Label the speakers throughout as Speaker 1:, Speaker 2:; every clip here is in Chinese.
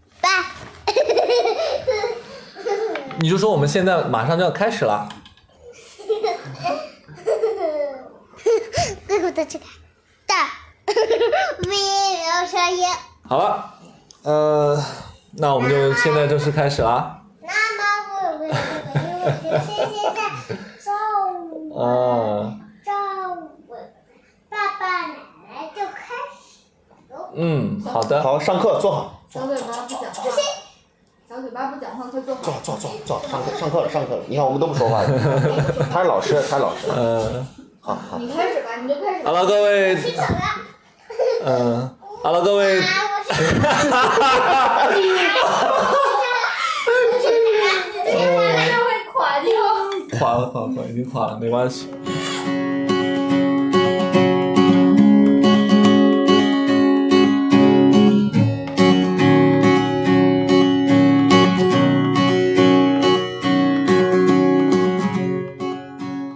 Speaker 1: 你就说我们现在马上就要开始了。
Speaker 2: 怪不得这个大 没有声音。
Speaker 1: 好了，呃，那我们就现在正式开始了啊。
Speaker 2: 那么我们这个因为这个现在照顾
Speaker 1: 哦，
Speaker 2: 照顾爸爸奶奶就开始。
Speaker 1: 嗯，好的。
Speaker 3: 好，上课坐好，
Speaker 4: 小嘴巴不讲话，小嘴巴不讲话，快坐
Speaker 3: 坐
Speaker 4: 好。
Speaker 3: 好坐好坐好坐好，上课上课了上课了。你看我们都不 说话了，他是老师，他是老师。
Speaker 1: 呃，
Speaker 3: 好好，
Speaker 4: 你开始吧，你就开始
Speaker 1: 好
Speaker 4: 吧。
Speaker 1: 了，各位，
Speaker 2: 你怎么了？
Speaker 1: 嗯、好了，各位，
Speaker 2: 啊， 我是。我
Speaker 4: 这样会垮掉。
Speaker 1: 垮了，垮了，垮了，已经垮了，没关系。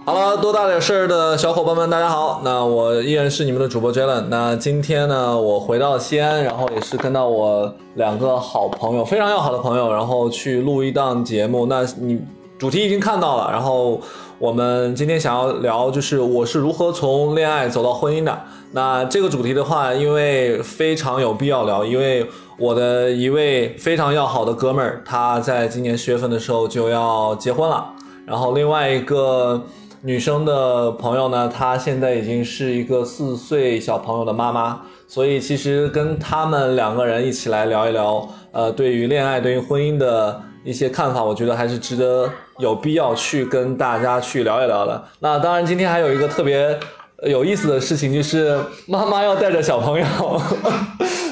Speaker 1: 好了，多大点事儿的小伙伴们，大家好！那我依然是你们的主播 Jalen。那今天呢，我回到西安，然后也是跟到我两个好朋友，非常要好的朋友，然后去录一档节目。那你主题已经看到了，然后我们今天想要聊就是我是如何从恋爱走到婚姻的。那这个主题的话，因为非常有必要聊，因为我的一位非常要好的哥们儿，他在今年十月份的时候就要结婚了。然后另外一个女生的朋友呢，她现在已经是一个四岁小朋友的妈妈，所以其实跟他们两个人一起来聊一聊，呃，对于恋爱、对于婚姻的一些看法，我觉得还是值得有必要去跟大家去聊一聊的。那当然，今天还有一个特别呃有意思的事情，就是妈妈要带着小朋友。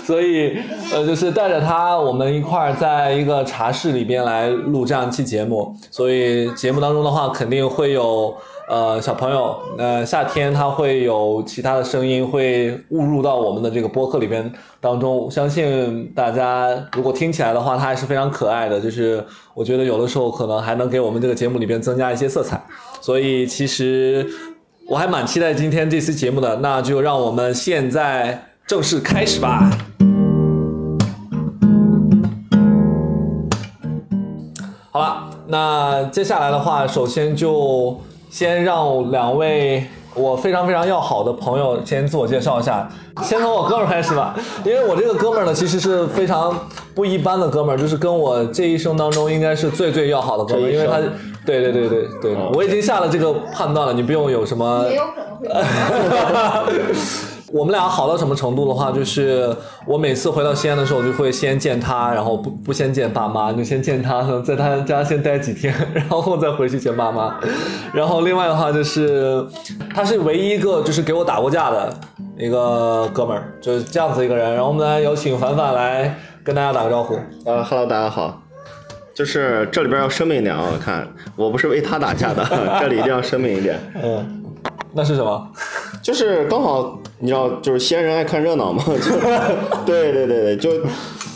Speaker 1: 所以，呃，就是带着他，我们一块儿在一个茶室里边来录这样一期节目。所以节目当中的话，肯定会有呃小朋友，呃，夏天他会有其他的声音会误入到我们的这个播客里边当中。相信大家如果听起来的话，它还是非常可爱的。就是我觉得有的时候可能还能给我们这个节目里边增加一些色彩。所以其实我还蛮期待今天这期节目的。那就让我们现在正式开始吧。好了，那接下来的话，首先就先让两位我非常非常要好的朋友先自我介绍一下，先从我哥们儿开始吧，因为我这个哥们儿呢，其实是非常不一般的哥们儿，就是跟我这一生当中应该是最最要好的哥们儿，
Speaker 3: 这一
Speaker 1: 因为他
Speaker 3: 生，
Speaker 1: 对对对对对，
Speaker 3: 哦
Speaker 1: 我已经下了这个判断了，你不用有什么
Speaker 4: 嗯也有可能会。
Speaker 3: 呃
Speaker 1: 我们俩好到什么程度的话，就是我每次回到西安的时候，我就会先见他，然后不不先见爸妈，就先见他，在他家先待几天，然后再回去见爸妈。然后另外的话就是，他是唯一一个就是给我打过架的一个哥们儿，就是这样子一个人。然后我们来有请凡凡来跟大家打个招呼。
Speaker 3: 呃哈喽，大家好。就是这里边要声明一点啊，我看我不是为他打架的， 这里一定要声明一点。
Speaker 1: 嗯，那是什么？
Speaker 3: 就是刚好你知道，就是西安人爱看热闹嘛，就对对对对，就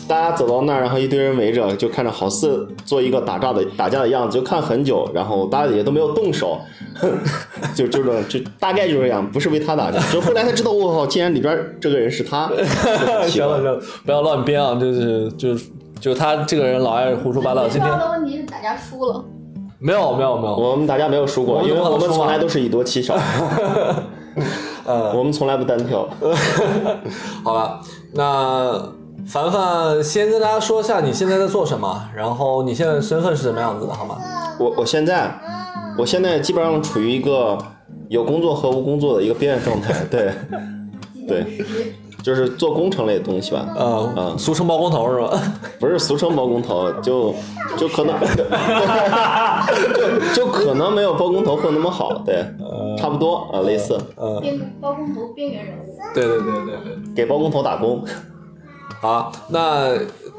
Speaker 3: 大家走到那儿，然后一堆人围着，就看着好似做一个打架的打架的样子，就看很久，然后大家也都没有动手， 就就这种就大概就是这样，不是为他打架，就后来才知道，我靠，竟然里边这个人是他，
Speaker 1: 行了行了，不要乱编啊！就是就是就是他这个人老爱胡说八道。今
Speaker 4: 最重
Speaker 1: 天
Speaker 4: 要的问题是打架输了，
Speaker 1: 没有没有没有，
Speaker 3: 我们打架没有输
Speaker 1: 我
Speaker 3: 过，
Speaker 1: 们
Speaker 3: 因为
Speaker 1: 怎么
Speaker 3: 我们
Speaker 1: 输啊
Speaker 3: 从来都是以多 欺少，
Speaker 1: 呃，
Speaker 3: 我们从来不单挑。
Speaker 1: 好吧，那凡凡先跟大家说一下你现在在做什么，然后你现在的身份是什么样子的，好吗？
Speaker 3: 我我现在，我现在基本上处于一个有工作和无工作的一个边缘状 态，对，对，就是做工程类的东西吧，
Speaker 1: 呃，
Speaker 3: 嗯
Speaker 1: 俗称包工头是吧？
Speaker 3: 不是俗称包工头，就就可能， 就就可能没有包工头混那么好，对，差不多啊，类似，
Speaker 1: 呃，
Speaker 4: 边包工头边缘人物。
Speaker 1: 对对对对对。
Speaker 3: 给包工头打工，
Speaker 1: 好，那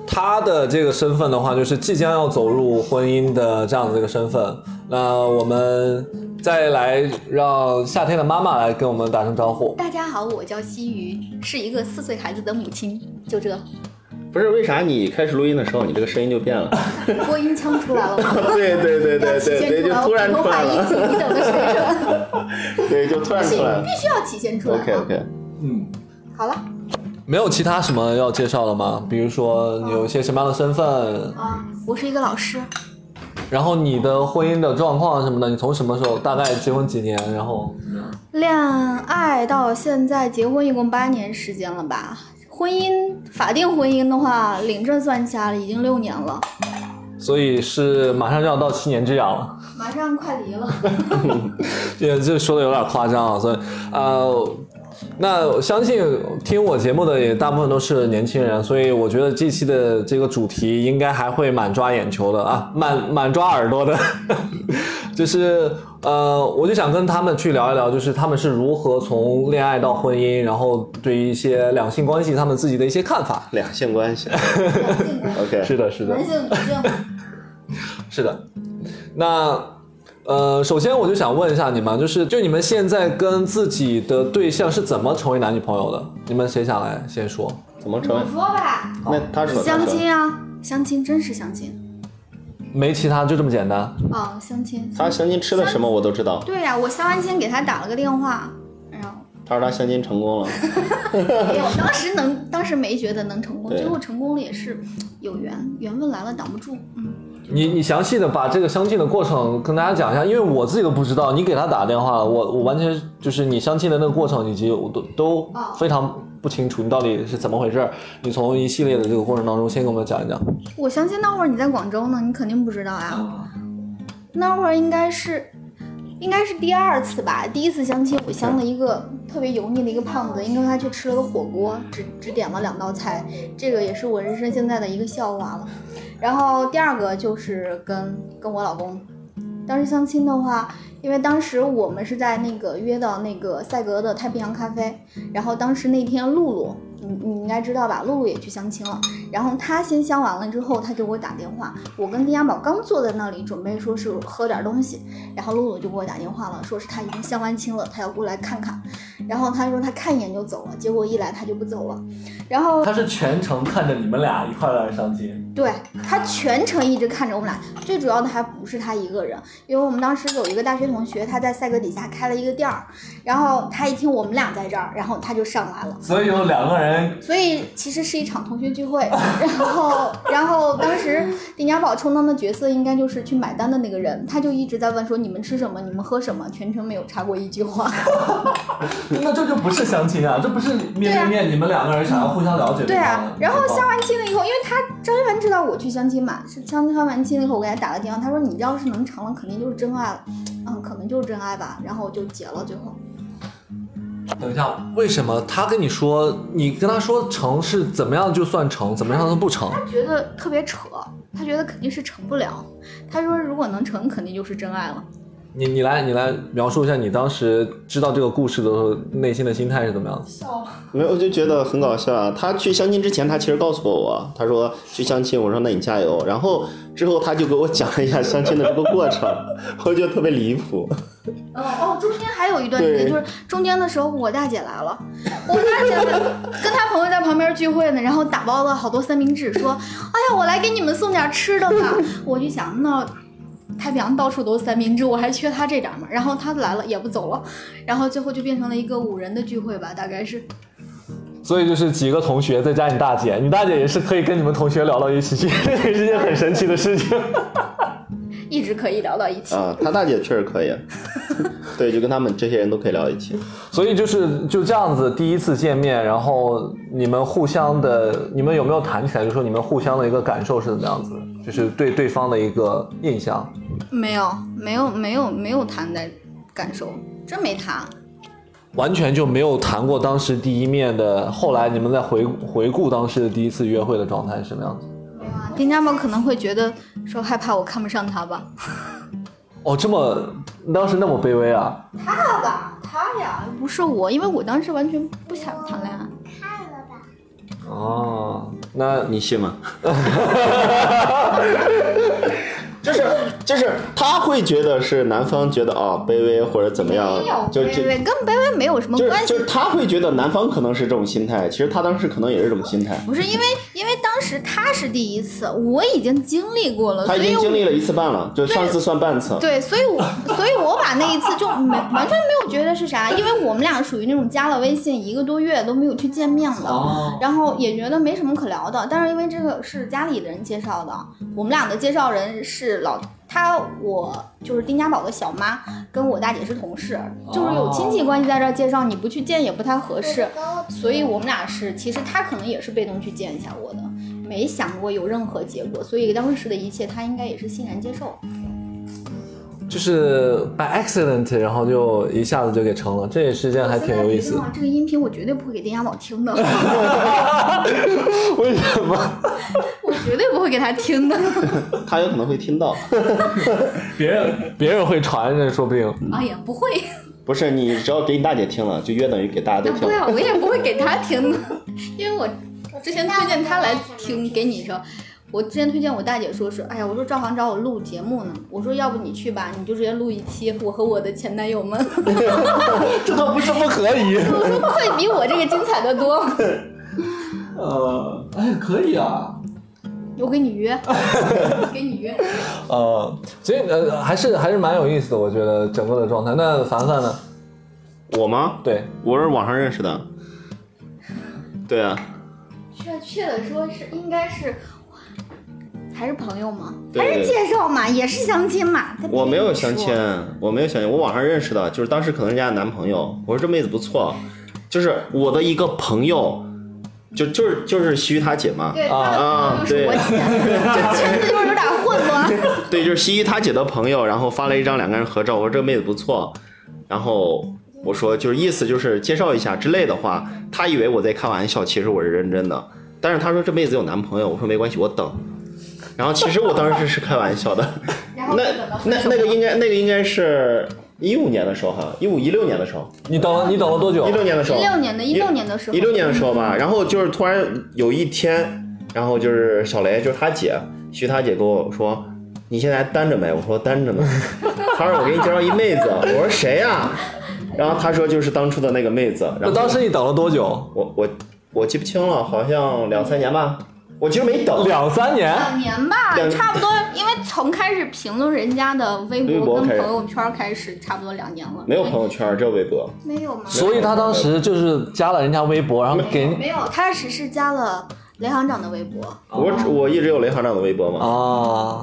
Speaker 1: 他的这个身份的话，就是即将要走入婚姻的这样子一个身份。那我们再来让夏天的妈妈来跟我们打声招呼。
Speaker 5: 大家好，我叫西鱼，是一个四岁孩子的母亲。就这，
Speaker 3: 不是为啥你开始录音的时候你这个声音就变 了？
Speaker 5: 播音腔出来了吗？
Speaker 3: 对对 对对
Speaker 5: 体
Speaker 3: 对
Speaker 5: 现
Speaker 3: 对，
Speaker 5: 出
Speaker 3: 就
Speaker 5: 来，
Speaker 3: 突
Speaker 5: 我
Speaker 3: 然
Speaker 5: 普
Speaker 3: 出
Speaker 5: 通
Speaker 3: 来
Speaker 5: 话一
Speaker 3: 了，
Speaker 5: 级一 等的水准，
Speaker 3: 对，就突然出来了
Speaker 5: 必须要体现出来啊。
Speaker 3: ，OK OK。
Speaker 1: 嗯，
Speaker 5: 好了
Speaker 1: 没有其他什么要介绍的吗？比如说你有一些什么样的身份？
Speaker 5: 啊，我是一个老师，
Speaker 1: 然后你的婚姻的状况什么的，你从什么时候大概结婚几年，然后
Speaker 4: 恋爱到现在结婚一共八年时间了吧？婚姻法定婚姻的话，领证算下来已经六年了，
Speaker 1: 所以是马上就要到七年之痒了。
Speaker 4: 马上快离了。
Speaker 1: 也这说的有点夸张啊，所以呃，那我相信听我节目的也大部分都是年轻人，所以我觉得这期的这个主题应该还会蛮抓眼球的啊，蛮蛮抓耳朵的， 就是呃，我就想跟他们去聊一聊，就是他们是如何从恋爱到婚姻，然后对于一些两性关系他们自己的一些看法。
Speaker 3: 两性关系
Speaker 2: 男性的
Speaker 3: ，OK，
Speaker 1: 是的，是的
Speaker 2: 男。性女性，
Speaker 1: 是的，那呃，首先我就想问一下你们，就是就你们现在跟自己的对象是怎么成为男女朋友的？你们谁想来先说？
Speaker 3: 怎么成
Speaker 2: 你？说吧，
Speaker 3: 那他说他
Speaker 4: 相
Speaker 3: 说，
Speaker 4: 亲啊，相亲真是相亲
Speaker 1: 没其他，就这么简单。
Speaker 4: 啊、
Speaker 2: 哦
Speaker 4: 相亲。
Speaker 3: 他相亲吃的什么我都知道。
Speaker 4: 对呀、我相完亲给他打了个电话，然后
Speaker 3: 他说他相亲成功了，
Speaker 4: 我当时能，当时没觉得能成功，
Speaker 3: 对
Speaker 4: 最后成功了也是有缘，缘分来了挡不住。嗯，
Speaker 1: 你你详细的把这个相亲的过程跟大家讲一下，因为我自己都不知道。你给他打电话，我我完全就是你相亲的那个过程，以及我都都
Speaker 2: 哦
Speaker 1: 非常不清楚你到底是怎么回事儿。你从一系列的这个过程当中，先给我们讲一讲。
Speaker 4: 我相亲那会儿你在广州呢，你肯定不知道啊。那会儿应该是，应该是第二次吧。第一次相亲，我相了一个特别油腻的一个胖子，因为他去吃了个火锅，只只点了两道菜，这个也是我人生现在的一个笑话了。然后第二个就是跟跟我老公，当时相亲的话，因为当时我们是在那个约到那个赛格的太平洋咖啡，然后当时那天露露，你你应该知道吧，露露也去相亲了。然后她先相完了之后，她给我打电话，我跟丁家宝刚坐在那里准备说是喝点东西，然后露露就给我打电话了，说是她已经相完亲了，她要过来看看。然后她说她看一眼就走了，结果一来她就不走了。然后
Speaker 1: 他是全程看着你们俩一块来相亲。
Speaker 4: 对他全程一直看着我们俩，最主要的还不是他一个人，因为我们当时有一个大学同学，他在赛格底下开了一个店儿，然后他一听我们俩在这儿，然后他就上来了，
Speaker 1: 所以有两个人，
Speaker 4: 所以其实是一场同学聚会，然后然后当时丁家宝充当的角色应该就是去买单的那个人，他就一直在问说你们吃什么，你们喝什么，全程没有插过一句话。
Speaker 1: 那这就不是相亲啊，这不是面对面你们两个人想要互相了解
Speaker 4: 对
Speaker 1: 方
Speaker 4: 啊
Speaker 1: 的，
Speaker 4: 然后
Speaker 1: 情况
Speaker 4: 相完亲了以后，因为他张一凡知道我去相亲嘛，是相相完亲了以后，我给他打了电话，他说你要是能成了，肯定就是真爱 了，嗯，可能就是真爱吧，然后我就结了，最后
Speaker 1: 等一下，为什么他跟你说，你跟他说成是怎么样就算成，怎么样都不成？
Speaker 4: 他觉得特别扯，他觉得肯定是成不了，他说如果能成，肯定就是真爱了。
Speaker 1: 你你来你来描述一下你当时知道这个故事的时候内心的心态是怎么样子？
Speaker 2: 笑
Speaker 3: 没有，我就觉得很搞笑啊。他去相亲之前，他其实告诉过我，他说去相亲，我说那你加油。然后之后他就给我讲了一下相亲的这个过程， 我觉得特别离谱。
Speaker 4: 哦，中间还有一段时
Speaker 3: 对
Speaker 4: 间，就是中间的时候，我大姐来了，我大姐们 跟她朋友在旁边聚会呢，然后打包了好多三明治，说：“哎呀，我来给你们送点吃的吧。”我就想，那太平洋到处都是三明治，我还缺她这点儿吗？然后她来了也不走了，然后最后就变成了一个五人的聚会吧，大概是。
Speaker 1: 所以就是几个同学再加你大姐，你大姐也是可以跟你们同学聊到一起去，这是一件很神奇的事情。
Speaker 4: 一直可以聊到一起，
Speaker 3: 啊，他大姐确实可以， 对，就跟他们这些人都可以聊一起。
Speaker 1: 所以就是就这样子，第一次见面，然后你们互相的，你们有没有谈起来？就说你们互相的一个感受是怎么样子？就是对对方的一个印象。
Speaker 4: 没有，没有，没有，没有谈的感受，真没谈。
Speaker 1: 完全就没有谈过当时第一面的，后来你们再回回顾当时的第一次约会的状态是什么样子？
Speaker 4: 丁家宝可能会觉得说害怕我看不上他吧，
Speaker 1: 哦，这么当时那么卑微啊？
Speaker 2: 他吧，他呀，
Speaker 4: 不是我，因为我当时完全不想谈恋爱。
Speaker 6: 看了吧，
Speaker 1: 哦，那
Speaker 3: 你信吗？ 就是就是，他会觉得是男方觉得啊、卑微或者怎么样
Speaker 2: 没有，
Speaker 3: 就
Speaker 4: 对
Speaker 3: 就
Speaker 4: 对，跟卑微没有什么
Speaker 3: 就是
Speaker 4: 关系
Speaker 3: 就。是他会觉得男方可能是这种心态，其实他当时可能也是这种心态。
Speaker 4: 不是因为，因为当时他是第一次，我已经经历过了，
Speaker 3: 他
Speaker 4: 所
Speaker 3: 已
Speaker 4: 以
Speaker 3: 经
Speaker 4: 我
Speaker 3: 经历了一次半了，就上次算半次。
Speaker 4: 对，所以我所以我把那一次就没完全没有觉得是啥，因为我们俩属于那种加了微信一个多月都没有去见面的，
Speaker 3: 哦
Speaker 4: 然后也觉得没什么可聊的。但是因为这个是家里的人介绍的，我们俩的介绍人是老她我就是丁家宝的小妈，跟我大姐是同事，就是有亲戚关系在这儿介绍，你不去见也不太合适。所以我们俩是，其实他可能也是被动去见一下我的，没想过有任何结果，所以当时的一切他应该也是欣然接受。
Speaker 1: 就是 by accident，然后就一下子就给成了，这也是件还挺有意思
Speaker 4: 我现在觉得
Speaker 1: 的。
Speaker 4: 啊这个音频我绝对不会给丁家宝 听的，
Speaker 3: 为什么？
Speaker 4: 我绝对不会给他听的。
Speaker 3: 他有可能会听到。
Speaker 1: 别人别人会传着，说不定。
Speaker 4: 哎呀，不 会，
Speaker 3: 不是你，只要给你大姐听了，就约等于给大家都
Speaker 4: 那
Speaker 3: 听
Speaker 4: 不
Speaker 3: 了。
Speaker 4: 呀，啊我也不会给他听的，因为我之前推荐他来听给你说，我之前推荐我大姐说是，哎呀，我说赵航找我录节目呢，我说要不你去吧，你就直接录一期我和我的前男友们，
Speaker 1: 这都不是不可以。
Speaker 4: 我说会比我这个精彩的多，
Speaker 1: 呃，哎，可以啊。
Speaker 4: 我给你 约，给你约，
Speaker 1: 呃，所以呃，还是还是蛮有意思的，我觉得整个的状态。那凡凡呢？
Speaker 3: 我吗？
Speaker 1: 对，
Speaker 3: 我是网上认识的。对啊，
Speaker 4: 确切的说是应该是。还是朋友吗？
Speaker 3: 对对
Speaker 4: 还是介绍嘛，也是相亲嘛。他
Speaker 3: 我没有相
Speaker 4: 说
Speaker 3: 亲，我没有相亲，我网上认识的，就是当时可能人家男朋友，我说这妹子不错，就是我的一个朋友，就就是就是西域他姐嘛，
Speaker 2: 对，
Speaker 1: 啊
Speaker 2: 他
Speaker 3: 啊，
Speaker 4: 就是
Speaker 3: 对
Speaker 4: 我，姐，裙子就是有点混 乱。
Speaker 3: 对，就是西域他姐的朋友，然后发了一张两个人合照，我说这妹子不错，然后我说就是意思就是介绍一下之类的话，她以为我在开玩笑，其实我是认真的，但是她说这妹子有男朋友，我说没关系，我等。然后其实我当时是开玩笑的，
Speaker 2: 然后
Speaker 3: 那
Speaker 2: 就等到
Speaker 3: 那那个应该那个应该是一五年的时候哈，一五一六年的时候，
Speaker 1: 你等了你等了多久
Speaker 3: 一？六年的时候
Speaker 4: 一，六年的，一六年的时候，
Speaker 3: 一六年的时候吧。然后就是突然有一天，然后就是小雷，就是他姐，徐他姐跟我说：“你现在还单着没？”我说：“单着呢。”他说：“我给你介绍一妹子。”我说：“谁呀、然后他说：“就是当初的那个妹子。”然
Speaker 1: 那
Speaker 3: 后
Speaker 1: 当时你等了多久？
Speaker 3: 我我我记不清了，好像两三年吧。我其实没等，
Speaker 1: 两三年。
Speaker 4: 两年吧
Speaker 3: 两，
Speaker 4: 差不多，因为从开始评论人家的微
Speaker 3: 微博
Speaker 4: 博跟
Speaker 3: 开
Speaker 4: 朋
Speaker 3: 始
Speaker 4: 友圈开始，差不多两年了。
Speaker 3: 没有朋友圈，只有微博。
Speaker 4: 没有吗？
Speaker 1: 所以他当时就是加了人家微博，然后给人
Speaker 4: 没有，开始是加了雷行长的微博，
Speaker 3: 我只我一直有雷行长的微博嘛。
Speaker 1: 啊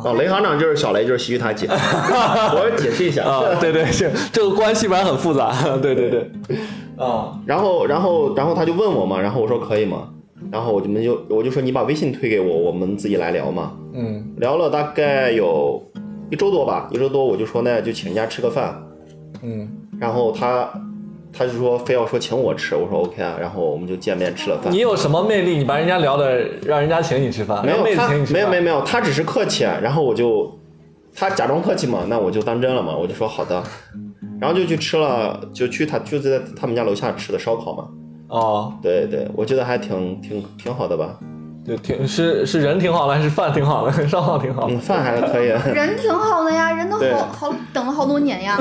Speaker 3: 哦，雷行长就是小雷，就是西域 他姐。我解释一下，
Speaker 1: 啊，对对，这这个关系反正很复杂。对对对，啊，
Speaker 3: 然后，然后，然后他就问我嘛，然后我说可以吗？然后我就们就我就说你把微信推给我，我们自己来聊嘛。
Speaker 1: 嗯，
Speaker 3: 聊了大概有一周多吧，一周多我就说那就请人家吃个饭。
Speaker 1: 嗯，
Speaker 3: 然后他他就说非要说请我吃，我说 OK 啊。然后我们就见面吃了饭
Speaker 1: 你。有什么魅力？你把人家聊的，让人家请你吃饭，
Speaker 3: 没
Speaker 1: 让
Speaker 3: 有
Speaker 1: 妹子
Speaker 3: 他
Speaker 1: 请你吃
Speaker 3: 没有
Speaker 1: 饭，
Speaker 3: 没有没有，他只是客气，啊然后我就他假装客气嘛，那我就当真了嘛，我就说好的，然后就去吃了，就去他就在他们家楼下吃的烧烤嘛。
Speaker 1: 哦，
Speaker 3: 对对，我觉得还挺挺挺好的吧，
Speaker 1: 就挺是是人挺好的，还是饭挺好的， 烧烤挺好的
Speaker 3: 嗯，饭还可以。
Speaker 4: 人挺好的呀，人都
Speaker 3: 对
Speaker 4: 好好等了好多年呀。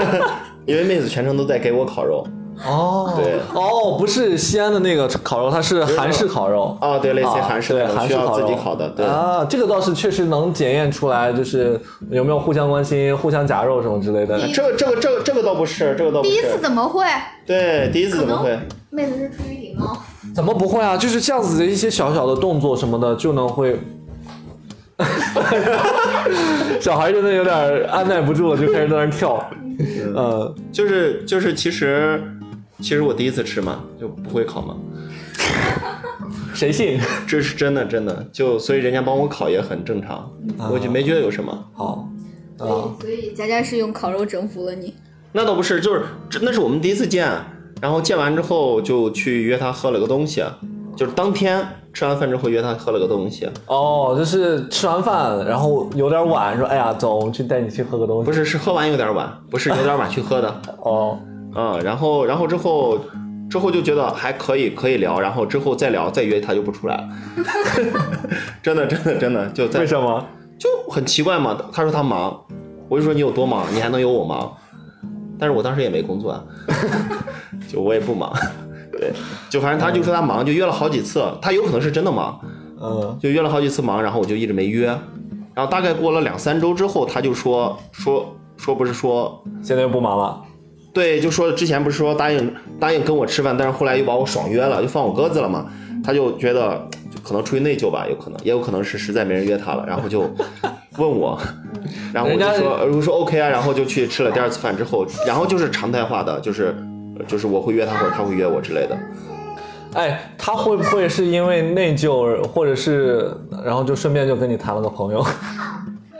Speaker 3: 因为妹子全程都在给我烤肉。
Speaker 1: 哦，
Speaker 3: 对，
Speaker 1: 哦，不是西安的那个烤肉，它是韩式烤肉，
Speaker 3: 啊，对，类似于
Speaker 1: 啊
Speaker 3: 韩式
Speaker 1: 对
Speaker 3: 的，
Speaker 1: 韩式
Speaker 3: 需要
Speaker 1: 烤
Speaker 3: 自
Speaker 1: 肉
Speaker 3: 己烤的。对，
Speaker 1: 啊，这个倒是确实能检验出来，就是有没有互相关心、互相夹肉什么之类的。
Speaker 3: 这个这个这个这个倒不是，这个倒不
Speaker 4: 第一次
Speaker 3: 是。
Speaker 4: 怎么会？
Speaker 3: 对，第一次怎么会？
Speaker 4: 妹子是出于礼貌，
Speaker 1: 怎么不会啊？就是这样子的一些小小的动作什么的，就能会。 小孩真的有点按耐不住了，就开始在那儿跳。嗯，
Speaker 3: 就是就是，其实其实我第一次吃嘛，就不会烤嘛，
Speaker 1: 谁信？
Speaker 3: 这是真的真的。就所以人家帮我烤也很正常，我就没觉得有什么。
Speaker 1: 好，啊、
Speaker 4: 所以佳佳是用烤肉征服了你。
Speaker 3: 那倒不是，就是这那是我们第一次见，啊然后见完之后就去约他喝了个东西，啊就是当天吃完饭之后约他喝了个东西，啊
Speaker 1: 哦，就是吃完饭，然后有点晚，说哎呀，走，我们去带你去喝个东西
Speaker 3: 不。是是喝完有点晚，不是有点晚去喝的。
Speaker 1: 哦，
Speaker 3: 嗯，然后然后之后之后就觉得还可以可以聊，然后之后再聊再约他就不出来了， 真的真的真的就在
Speaker 1: 为什么？
Speaker 3: 就很奇怪嘛。他说他忙，我就说你有多忙，你还能有我忙？但是我当时也没工作，啊， 就我也不忙，对，就反正他就说他忙，就约了好几次，他有可能是真的忙，
Speaker 1: 嗯，
Speaker 3: 就约了好几次忙，然后我就一直没约，然后大概过了两三周之后，他就说说说不是说
Speaker 1: 现在又不忙了。
Speaker 3: 对，就说之前不是说答应答应跟我吃饭，但是后来又把我爽约了，又放我鸽子了嘛。他就觉得就可能出于内疚吧，有可能，也有可能是实在没人约他了，然后就 问我，然后我
Speaker 1: 人
Speaker 3: 就
Speaker 1: 家
Speaker 3: 说，呃我说 OK 啊，然后就去吃了第二次饭之后，然后就是常态化的，就是呃就是我会约他或者他会约我之类的。
Speaker 1: 哎，他会不会是因为内疚，或者是然后就顺便就跟你谈了个朋友？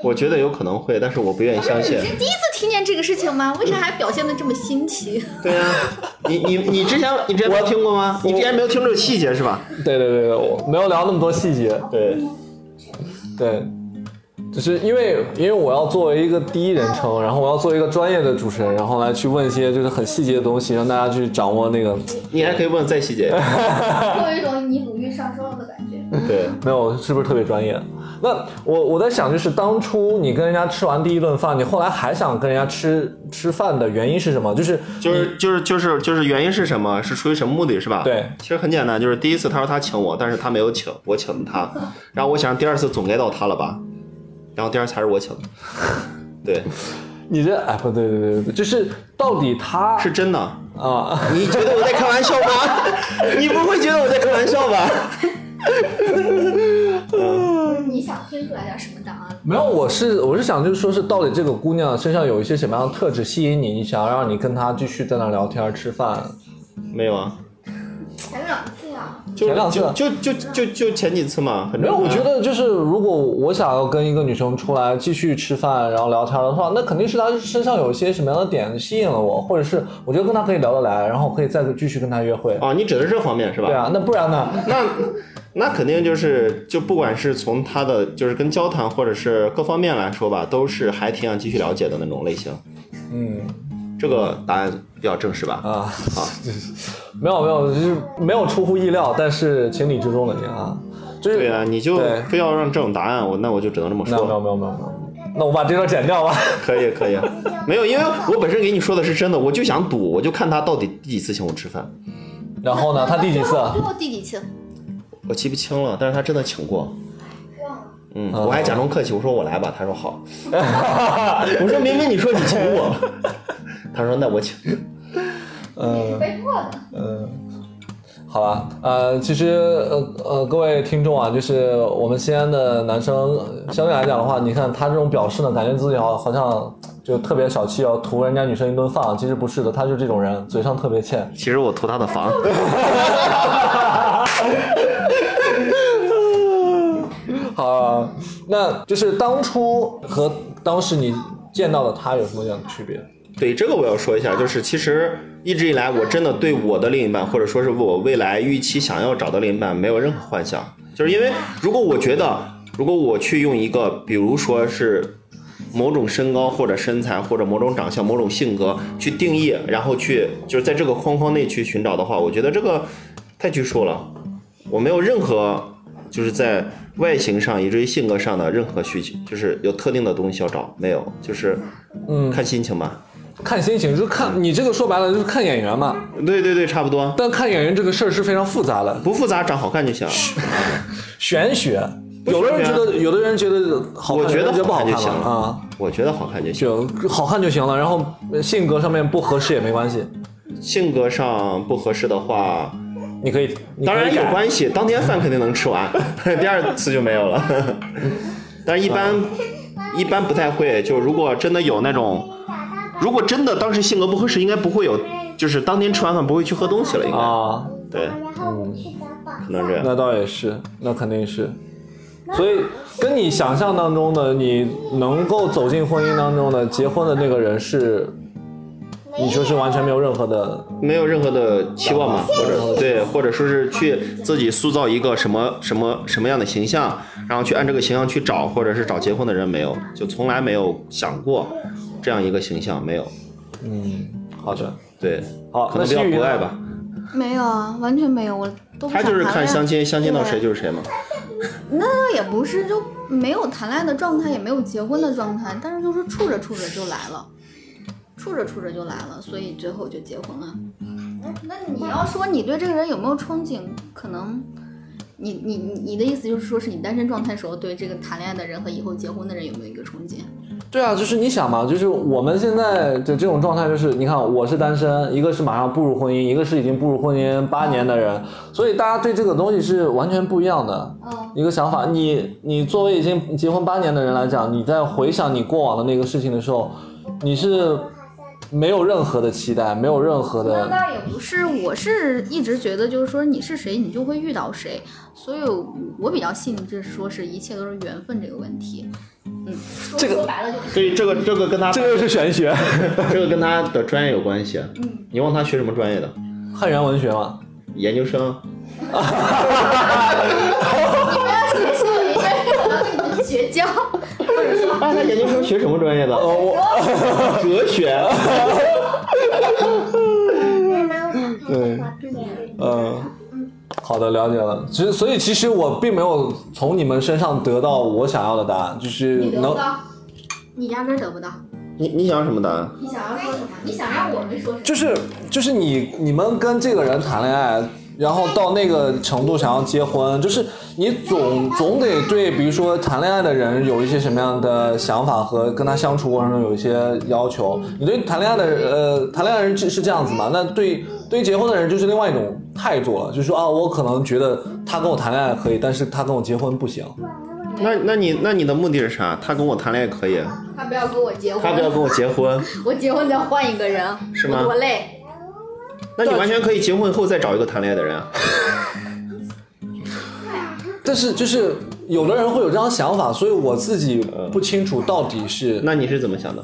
Speaker 3: 我觉得有可能会，但是我不愿意相信。
Speaker 5: 第一次听见这个事情吗？为啥还表现的这么新奇？
Speaker 3: 对啊，你你你之前你之前没有听过吗？你之前没有听这个细节是吧？
Speaker 1: 对对对对，我没有聊那么多细节，
Speaker 3: 对，
Speaker 1: 对，只是因为因为我要作为一个第一人称，然后我要做一个专业的主持人，然后来去问一些就是很细节的东西，让大家去掌握那个。
Speaker 3: 你还可以问再细节。
Speaker 4: 我有一种尼古玉上升了的感觉。
Speaker 3: 对，
Speaker 1: 没有，是不是特别专业？那我我在想，就是当初你跟人家吃完第一顿饭，你后来还想跟人家吃吃饭的原因是什么？就是
Speaker 3: 就是就是就是就是原因是什么？是出于什么目的是吧？
Speaker 1: 嗯对
Speaker 3: 其实很简单，就是第一次他说他请我，但是他没有请，我请的
Speaker 1: 嗯
Speaker 3: 他，然后我想第二次总该到他了吧，然后第二次还是我请的，对，
Speaker 1: 你这哎不对对对对，就是到底他
Speaker 3: 是真的。
Speaker 1: 啊。
Speaker 3: 你觉得我在开玩笑吗？ 你不会觉得我在开玩笑吧？
Speaker 4: 你想听出来点什么答案？
Speaker 1: 没有，我是我是想就是说是到底这个姑娘身上有一些什么样的特质吸引你，你想要让你跟她继续在那儿聊天吃饭？
Speaker 3: 没有啊，
Speaker 4: 前两次啊，
Speaker 3: 就
Speaker 1: 前两次
Speaker 3: 就就就就就前几次嘛，很
Speaker 1: 没
Speaker 3: 正
Speaker 1: 有，
Speaker 3: 常啊
Speaker 1: 我觉得就是如果我想要跟一个女生出来继续吃饭然后聊天的话，那肯定是她身上有一些什么样的点吸引了我，或者是我觉得跟她可以聊得来，然后可以再继续跟她约会。
Speaker 3: 啊，你指的是这方面是吧？
Speaker 1: 对啊，那不然呢？
Speaker 3: 那那肯定就是，就不管是从他的就是跟交谈或者是各方面来说吧，都是还挺想继续了解的那种类型。
Speaker 1: 嗯
Speaker 3: 这个答案比较正式吧？
Speaker 1: 啊，
Speaker 3: 啊，
Speaker 1: 没有没有，就是没有出乎意料，但是情理之中了你啊，就是
Speaker 3: 对啊，你就
Speaker 1: 对
Speaker 3: 非要让这种答案，我那我就只能这么
Speaker 1: 那没有
Speaker 3: 说。
Speaker 1: 没有没有没有，那我把这段剪掉 吧。
Speaker 3: 可以可以，没有，因为我本身给你说的是真的，我就想赌，我就看他到底第几次请我吃饭，
Speaker 1: 然后呢，他第几次？啊
Speaker 5: 哦最后第几次？
Speaker 3: 我记不清了，但是他真的请过。
Speaker 4: 忘了。
Speaker 3: 嗯，
Speaker 1: 啊
Speaker 3: 我还假装客气，我说我来吧，他说好。 我说明明你说你请我， 他说那我请。呃
Speaker 1: 嗯
Speaker 4: 被迫的，
Speaker 1: 嗯，好吧，呃，其实呃呃，各位听众啊，就是我们西安的男生呃相对来讲的话，你看他这种表示呢，感觉自己好好像就特别小气，要图人家女生一顿饭，其实不是的，他就这种人，嘴上特别欠。
Speaker 3: 其实我图他的房。
Speaker 1: 好、啊那就是当初和当时你见到的他有什么样的区别？
Speaker 3: 对这个我要说一下，就是其实一直以来我真的对我的另一半，或者说是我未来预期想要找的另一半没有任何幻想，就是因为如果我觉得，如果我去用一个，比如说是某种身高或者身材或者某种长相、某种性格去定义，然后去就是在这个框框内去寻找的话，我觉得这个太拘束了，我没有任何就是在外形上以至于性格上的任何需求，就是有特定的东西要找，没有，就是
Speaker 1: 嗯，
Speaker 3: 看心情吧。
Speaker 1: 看心情，就是看你这个说白了就是看眼缘嘛。
Speaker 3: 对对对，差不多，
Speaker 1: 但看眼缘这个事儿是非常复杂的，
Speaker 3: 不复杂，长好看就行。
Speaker 1: 玄学。
Speaker 3: 不
Speaker 1: 有的人
Speaker 3: 玄学
Speaker 1: 觉
Speaker 3: 啊
Speaker 1: 得，有的人觉得好看，
Speaker 3: 我
Speaker 1: 有
Speaker 3: 觉
Speaker 1: 的人
Speaker 3: 得
Speaker 1: 觉得不好
Speaker 3: 好看
Speaker 1: 看
Speaker 3: 就行
Speaker 1: 了
Speaker 3: 了
Speaker 1: 啊。
Speaker 3: 我觉得好看就行，
Speaker 1: 就好看就行了，然后呃性格上面不合适也没关系，
Speaker 3: 性格上不合适的话，
Speaker 1: 你可以，你可以
Speaker 3: 当然有
Speaker 1: 改
Speaker 3: 关系，当天饭肯定能 吃完，第二次就没有了。但是一般一般不太会，就如果真的有那种，
Speaker 2: 哦
Speaker 3: 如果真的当时性格不合适，应该不会有，就是当天吃完饭不会去喝东西了，应该。
Speaker 1: 啊，
Speaker 3: 对，
Speaker 2: 然后我去找宝
Speaker 3: 可能这样。
Speaker 1: 那倒也是，那肯定是，所以跟你想象当中的你能够走进婚姻当中的结婚的那个人是，你说是完全没有任啊何的，
Speaker 3: 没有任何的期望嘛，或者对，或者说是去自己塑造一个什么什么什么样的形象，然后去按这个形象去找，或者是找结婚的人没有，就从来没有想过这样一个形象，没有。
Speaker 1: 嗯，好的，
Speaker 3: 对，
Speaker 1: 好，那
Speaker 3: 可能比较
Speaker 1: 西语
Speaker 3: 博
Speaker 1: 呢
Speaker 3: 爱吧。。
Speaker 5: 没有啊，完全没有，我都不
Speaker 3: 他
Speaker 5: 想
Speaker 3: 就是
Speaker 5: 谈
Speaker 3: 看
Speaker 5: 恋爱
Speaker 3: 相亲，相亲到谁就是谁嘛。
Speaker 5: 那也不是，就没有谈恋爱的状态，也没有结婚的状态，但是就是处着处着就来了，处着处着就来了，所以最后就结婚了。
Speaker 4: 那
Speaker 5: 你
Speaker 4: 你要
Speaker 5: 要说你对这个人有没有憧憬，可能你你你你的意思就是说是你单身状态时候对这个谈恋爱的人和以后结婚的人有没有一个冲击？
Speaker 1: 对啊，就是你想嘛，就是我们现在的这种状态，就是你看我是单身，一个是马上步入婚姻，一个是已经步入婚姻八年的人，所以大家对这个东西是完全不一样的
Speaker 4: 嗯，
Speaker 2: 哦
Speaker 1: 一个想法。你你作为已经结婚八年的人来讲，你在回想你过往的那个事情的时候，你是没有任何的期待，没有任何
Speaker 5: 那
Speaker 1: 的，
Speaker 5: 倒也不是，我是一直觉得就是说你是谁，你就会遇到谁，所以我我比较信这是说是一切都是缘分这个问 题。
Speaker 4: 说
Speaker 1: 这个
Speaker 4: 说白了就是
Speaker 3: 所以这个这个跟他
Speaker 1: 这个又是玄学，
Speaker 3: 这个跟他的专业有关系。啊
Speaker 4: 嗯，
Speaker 3: 你问他学什么专业的？
Speaker 1: 汉源文学嘛。
Speaker 3: 研究生。
Speaker 5: 绝交，
Speaker 3: 啊，他研究生学什么专业的？
Speaker 1: 呃，我
Speaker 3: 哲学。
Speaker 2: 妈妈，嗯我想看动画片。
Speaker 1: 嗯，
Speaker 3: 呃
Speaker 1: 好的，了解了。其实，所以其实我并没有从你们身上得到我想要的答案，就是
Speaker 3: 嗯
Speaker 4: 你得
Speaker 1: 能
Speaker 4: 不到，
Speaker 5: 你压根儿得不到。
Speaker 3: 你你想要什么答案？
Speaker 4: 你想要说什么？你想让我们说什么？
Speaker 1: 就是就是你你们跟这个人谈恋爱，然后到那个程度想要结婚，就是你总总得对，比如说谈恋爱的人有一些什么样的想法和跟他相处过程中有一些要求。你对谈恋爱的人呃谈恋爱的人是是这样子嘛？那对对于结婚的人就是另外一种态度了，就是说啊，我可能觉得他跟我谈恋爱可以，但是他跟我结婚不行。
Speaker 3: 那那你那你的目的是啥？他跟我谈恋爱可以，啊
Speaker 5: 他不要跟我结
Speaker 3: 他不要跟我结婚，
Speaker 5: 我结婚再换一个人，
Speaker 3: 是吗
Speaker 5: 我多累。
Speaker 3: 那你完全可以结婚后再找一个谈恋爱的人啊。
Speaker 1: 但是就是有的人会有这样想法，所以我自己不清楚到底是
Speaker 3: 那你是怎么想的？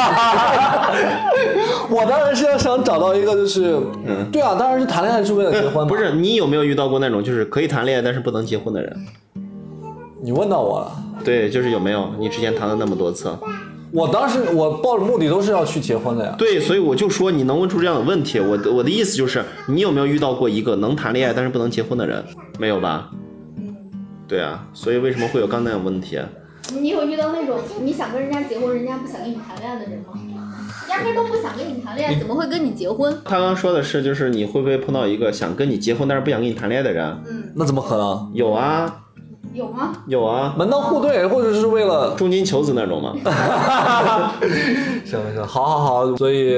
Speaker 1: 我当然是要想找到一个就是，对啊，当然是谈恋爱是为了结婚嘛。
Speaker 3: 嗯不，是你有没有遇到过那种就是可以谈恋爱但是不能结婚的人？
Speaker 1: 你问到我了。
Speaker 3: 对，就是有没有？你之前谈了那么多次，
Speaker 1: 我当时我抱着目的都是要去结婚的呀。
Speaker 3: 对，所以我就说你能问出这样的问题，我的我的意思就是你有没有遇到过一个能谈恋爱但是不能结婚的人？没有吧？对啊，所以为什么会有刚才的问题？啊
Speaker 4: 你有遇到那种你想跟人家结婚，人家不想跟你谈恋爱的人吗？压根儿都不想跟你谈恋
Speaker 3: 哎
Speaker 4: 爱，
Speaker 5: 怎么会跟你结婚？
Speaker 3: 他刚刚说的是，就是你会不会碰到一个想跟你结婚但是不想跟你谈恋爱的人？
Speaker 1: 那怎么可能？
Speaker 3: 有啊，
Speaker 4: 有吗？
Speaker 3: 有啊，
Speaker 1: 门当户对，或者是为了
Speaker 3: 重金求子 那种嘛。
Speaker 1: 行行，好好好。所以，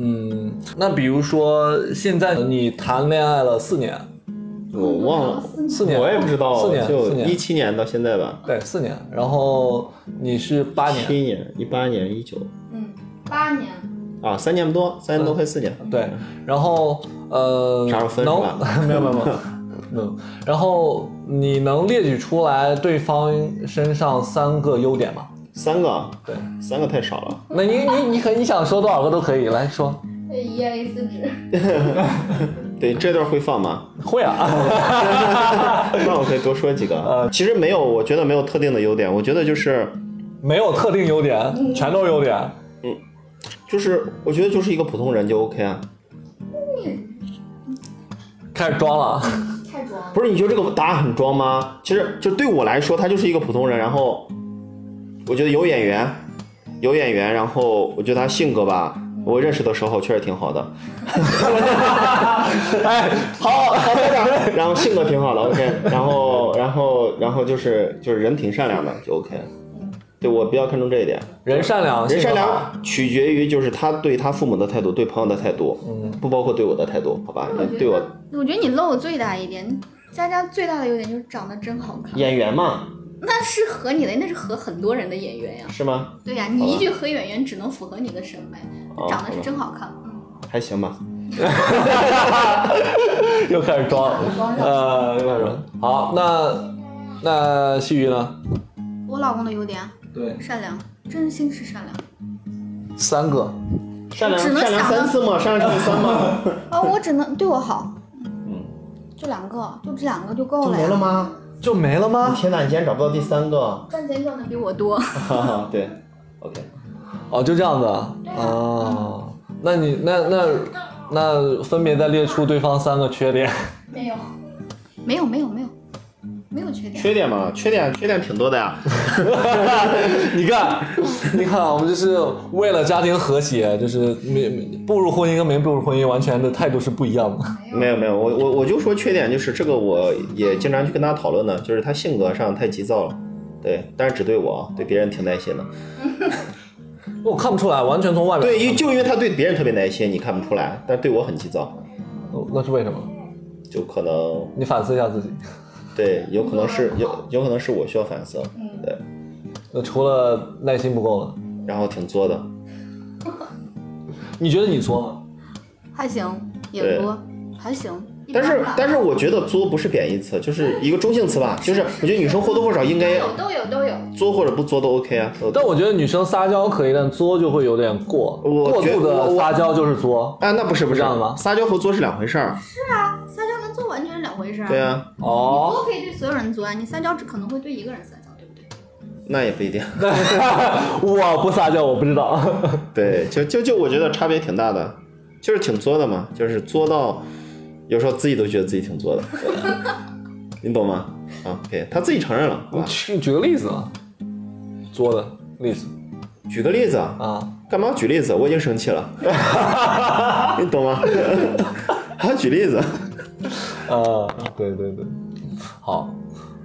Speaker 1: 嗯，那比如说现在你谈恋爱了四年，
Speaker 3: 我忘了，
Speaker 1: 四年，
Speaker 3: 我也不知道，
Speaker 1: 四年，四
Speaker 3: 就一
Speaker 1: 年，
Speaker 3: 七年到现在吧，
Speaker 1: 对，四年。然后你是八
Speaker 3: 七
Speaker 1: 年，
Speaker 3: 年、一八年、一九
Speaker 4: 嗯，八年。
Speaker 3: 啊，三年不多，
Speaker 1: 嗯
Speaker 3: 三年多快四年。
Speaker 1: 对。然后呃，
Speaker 3: 啥时候分是
Speaker 1: 能
Speaker 3: 吧？
Speaker 1: 没有没有没 有。嗯，然后你能列举出来对方身上三个优点吗？
Speaker 3: 三个，
Speaker 1: 对，
Speaker 3: 三个太少了。
Speaker 1: 那你你你可你想说多少个都可以，来说。
Speaker 4: 呃一页 A 四纸，
Speaker 3: 对，这段会放吗？
Speaker 1: 会啊，
Speaker 3: 那我可以多说几个。
Speaker 1: 嗯
Speaker 3: 其实没有，我觉得没有特定的优点，我觉得就是，
Speaker 1: 没有特定优点，全都是优点。
Speaker 3: 就是我觉得就是一个普通人就 OK 啊。
Speaker 1: 开始装了啊，
Speaker 4: 太装了。
Speaker 3: 不是，你觉得这个答案很装吗？其实就对我来说，他就是一个普通人。然后我觉得有眼缘，有眼缘。然后我觉得他性格吧，我认识的时候确实挺好的。
Speaker 1: 哎，好，
Speaker 3: 然后性格挺好的，OK，然后然后然后就是就是人挺善良的，就 OK。对我比较看重这一点，
Speaker 1: 人善良，
Speaker 3: 人善
Speaker 1: 性格好
Speaker 3: 良取决于就是他对他父母的态度，对朋友的态度，
Speaker 1: 嗯
Speaker 3: 不包括对我的态度，好吧？也对我
Speaker 5: 我觉得你漏的最大一点，佳佳最大的优点就是长得真好看，
Speaker 3: 演员嘛，
Speaker 5: 那是和你的，那是和很多人的演员呀。
Speaker 3: 是吗？
Speaker 5: 对呀、你一句和演员只能符合你的审美，
Speaker 3: 哦
Speaker 5: 长得是真好看。
Speaker 3: 还行吧。
Speaker 1: 又开始装了，呃，又开始装。好，那那西鱼呢？
Speaker 5: 嗯我老公的优点，
Speaker 1: 对，
Speaker 5: 善良，真心是善良。
Speaker 1: 三个。
Speaker 3: 善良
Speaker 5: 只能
Speaker 3: 善良
Speaker 5: 想到
Speaker 3: 三次嘛，善良善三嘛，
Speaker 5: 啊，我只能对我好，嗯，就两个，就这两个就够
Speaker 3: 就
Speaker 5: 了
Speaker 3: 没了
Speaker 5: 呀。
Speaker 3: 吗？
Speaker 1: 就没了吗？
Speaker 3: 天哪，你竟然找不到第三个？
Speaker 4: 赚钱赚的比
Speaker 5: 比
Speaker 4: 我
Speaker 5: 我多，
Speaker 3: 哈
Speaker 1: 啊
Speaker 3: 哈，对，OK。
Speaker 1: 哦，就这样子啊。哦，那你那那那分别再列出对方三个缺点。
Speaker 4: 没有。
Speaker 5: 没有没有没有，
Speaker 4: 没有缺点。
Speaker 3: 缺点嘛，缺点缺点挺多的呀。
Speaker 1: 你看，你看，啊我们就是为了家庭和谐，就是没没步入婚姻跟没步入婚姻完全的态度是不一样的。
Speaker 3: 没有没有，我我我就说缺点就是这个，我也经常去跟大家讨论的，就是他性格上太急躁了。对，但是只对我，啊，对别人挺耐心的。
Speaker 1: 我看不出来，完全从外表
Speaker 3: 对，因就因为他对别人特别耐心，你看不出来，但对我很急躁，
Speaker 1: 哦那是为什么？
Speaker 3: 就可能
Speaker 1: 你反思一下自己。
Speaker 3: 对，有可能是有有可能是我需要反思，对，
Speaker 1: 那除了耐心不够了，
Speaker 3: 然后挺作的，
Speaker 1: 你觉得你作吗？
Speaker 4: 还行，
Speaker 3: 对
Speaker 4: 也多，还行。一
Speaker 3: 但
Speaker 4: 般
Speaker 3: 是
Speaker 4: 吧
Speaker 3: 但是我觉得作不是贬义词，就是一个中性词吧，就是我觉得女生或多或少应该
Speaker 2: 有都有都有，
Speaker 3: 作或者不作都 OK 啊。都
Speaker 1: 但我觉得女生撒娇可以，但作就会有点过，
Speaker 3: 我
Speaker 1: 过
Speaker 3: 觉
Speaker 1: 度
Speaker 3: 我
Speaker 1: 的
Speaker 3: 我
Speaker 1: 撒娇就是作。
Speaker 3: 啊，那不是不是
Speaker 1: 这样吗
Speaker 3: 撒娇和作是两回事儿，
Speaker 4: 撒娇跟作完全是两回事儿。
Speaker 3: 对，啊，
Speaker 1: 哦，
Speaker 4: 作可以对所有人作啊，你撒娇只可能会对一个人撒娇，对不对？
Speaker 3: 那也不一定。
Speaker 1: 我不撒娇，我不知道。
Speaker 3: 对，就就就我觉得差别挺大的，就是挺作的嘛，就是作到有时候自己都觉得自己挺作的，你懂吗？啊，OK，他自己承认了，好
Speaker 1: 你
Speaker 3: 吧？
Speaker 1: 举啊举个例子啊，作的例子
Speaker 3: 举个例子啊，
Speaker 1: 啊，
Speaker 3: 干嘛举例子？我已经生气了，你懂吗？还要举例子？
Speaker 1: 呃，对对对，好，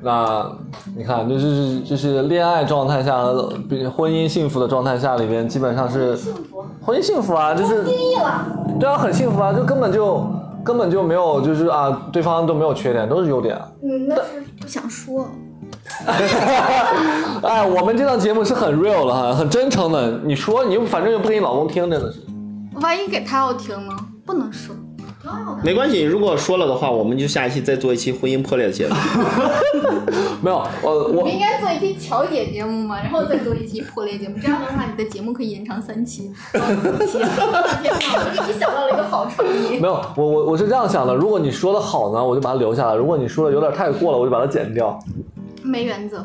Speaker 1: 那你看，就是就是恋爱状态下和比婚姻幸福的状态下里边，基本上是
Speaker 2: 幸福。
Speaker 1: 婚姻幸福啊，就是
Speaker 2: 第一了，
Speaker 1: 对啊，很幸福啊，就根本就根本就没有，就是啊，对方都没有缺点，都是优点。啊
Speaker 2: 嗯，那是
Speaker 4: 不想说，
Speaker 1: 哎，我们这档节目是很 real 的哈，很真诚的。你说，你又反正又不给你老公听，真的是。
Speaker 4: 万一给他要听呢？不能说。
Speaker 2: 挺好的。
Speaker 3: 没关系，如果说了的话，我们就下一期再做一期婚姻破裂的节目。
Speaker 1: 没有，我
Speaker 4: 我
Speaker 1: 我
Speaker 4: 们应该做一期调解节目嘛，然后再做一期破裂节目，这样的话你的节目可以延长三 期。哦天哪，啊我给你想到了一个好主意。
Speaker 1: 没有，我我我是这样想的，如果你说的好呢，我就把它留下来；如果你说的有点太过了，我就把它剪掉。
Speaker 4: 没原则，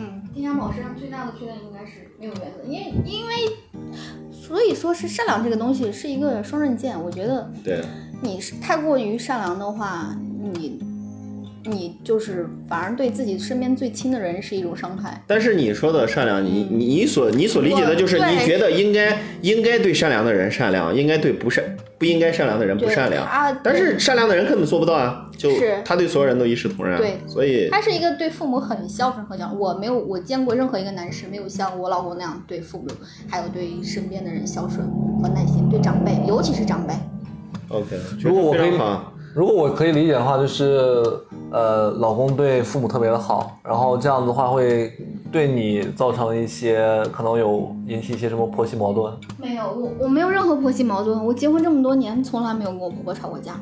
Speaker 4: 嗯，
Speaker 2: 丁香宝身上最大的缺点应该是没有原则，因为因为
Speaker 4: 所以说是善良这个东西是一个双刃剑，我觉得
Speaker 3: 对，
Speaker 4: 你是太过于善良的话，你你就是反而对自己身边最亲的人是一种伤害。
Speaker 3: 但是你说的善良，你你你所你所理解的就是，
Speaker 4: 我对
Speaker 3: 你觉得应该应该对善良的人善良，应该对不善不应该善良的人不
Speaker 4: 对
Speaker 3: 善良。
Speaker 4: 啊，
Speaker 3: 但
Speaker 4: 对
Speaker 3: 是善良的人根本做不到啊，就是他对所有人都一视同仁啊，
Speaker 4: 对
Speaker 3: 所以
Speaker 4: 他是一个对父母很孝顺和讲，我没有我见过任何一个男士没有像我老公那样对父母，还有对身边的人孝顺和耐心，对长辈，尤其是长辈。
Speaker 3: OK，
Speaker 1: 如果我
Speaker 3: 非
Speaker 1: 可以
Speaker 3: 常好，啊
Speaker 1: 如果我可以理解的话，就是呃，老公对父母特别的好，然后这样子的话会对你造成一些可能有引起一些什么婆媳矛盾。
Speaker 4: 没有，我我没有任何婆媳矛盾，我结婚这么多年从来没有跟我婆婆吵过架，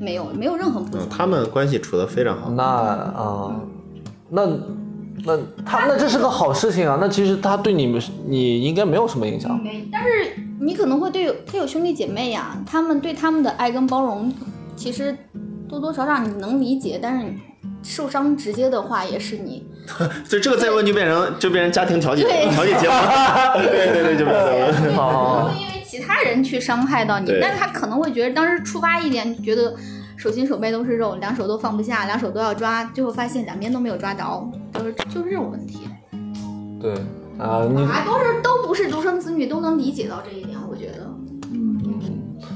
Speaker 4: 没有没有任何婆媳
Speaker 3: 嗯，。他们关系处得非常好，
Speaker 4: 嗯
Speaker 1: 那啊、那那他那这是个好事情啊。那其实他对你们你应该没有什么影响。
Speaker 2: 没
Speaker 4: 但是你可能会对他有兄弟姐妹呀，他们对他们的爱跟包容，其实多多少少你能理解，但是受伤直接的话也是你。
Speaker 3: 所以这个再问就变成就变成家庭调解
Speaker 4: 对
Speaker 3: 调解 节目，对对对，就变成再问。
Speaker 1: 好好
Speaker 3: 啊
Speaker 1: 好
Speaker 4: 会因为其他人去伤害到你
Speaker 3: 对，
Speaker 4: 但是他可能会觉得当时触发一点，觉得手心手背都是肉，两手都放不下，两手都要抓，最后发现两边都没有抓着，就是就是这种问题。
Speaker 1: 对啊、你
Speaker 4: 啊，都是都不是独生子女都能理解到这一点，我觉得。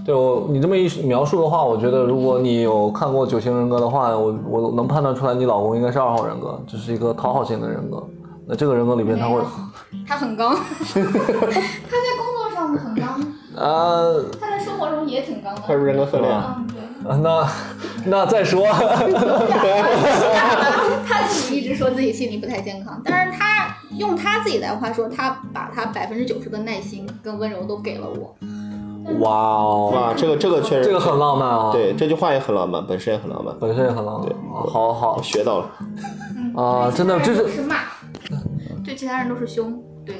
Speaker 1: 对我你这么一描述的话，我觉得如果你有看过九型人格的话，我我能判断出来你老公应该是二号人格，这是一个讨好型的人格。那这个人格里边他 会。
Speaker 4: 他很刚，
Speaker 2: 他在工作上很刚，
Speaker 1: 呃，
Speaker 2: 他在生活中也挺刚的。
Speaker 3: 他是人格分裂，
Speaker 2: 嗯，对。
Speaker 1: 那那再说，
Speaker 4: 他自己一直说自己心理不太健康，但是他用他自己的话说，他把他百分之九十的耐心跟温柔都给了我。
Speaker 1: 哇哦，
Speaker 3: 哇，这个这个确
Speaker 1: 这
Speaker 3: 实
Speaker 1: 个，很浪漫啊，，
Speaker 3: 对这句话也很浪漫，本身也很浪漫，
Speaker 1: 本身也很浪漫，
Speaker 3: 对
Speaker 1: 啊好好
Speaker 3: 我学到了。
Speaker 2: 嗯
Speaker 1: 啊，真的，这
Speaker 4: 是
Speaker 1: 是
Speaker 4: 是骂，对其他人都是凶，对。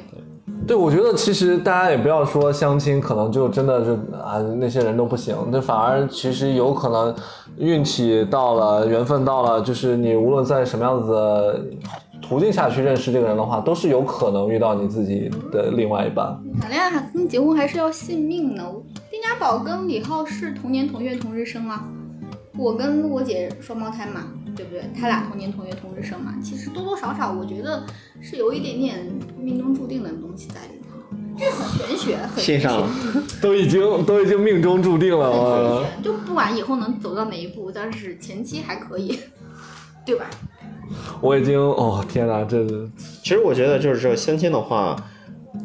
Speaker 1: 对，我觉得其实大家也不要说相亲，可能就真的是啊那些人都不行，这反而其实有可能运气到了，缘分到了，就是你无论在什么样子的途径下去认识这个人的话，都是有可能遇到你自己的另外一半。
Speaker 4: 谈恋爱还跟结婚还是要信命呢。丁家宝跟李浩是同年同月同日生啊，我跟我姐双胞胎嘛，对不对？他俩同年同月同日生嘛，其实多多少少我觉得是有一点点命中注定的东西在里头，这很玄学，很
Speaker 3: 线
Speaker 4: 玄学
Speaker 3: 上。
Speaker 1: 都已经都已经命中注定了，我
Speaker 4: 就不管以后能走到哪一步，但是前期还可 以，对吧？
Speaker 1: 我已经哦天哪，这
Speaker 3: 其实我觉得就是这相亲的话，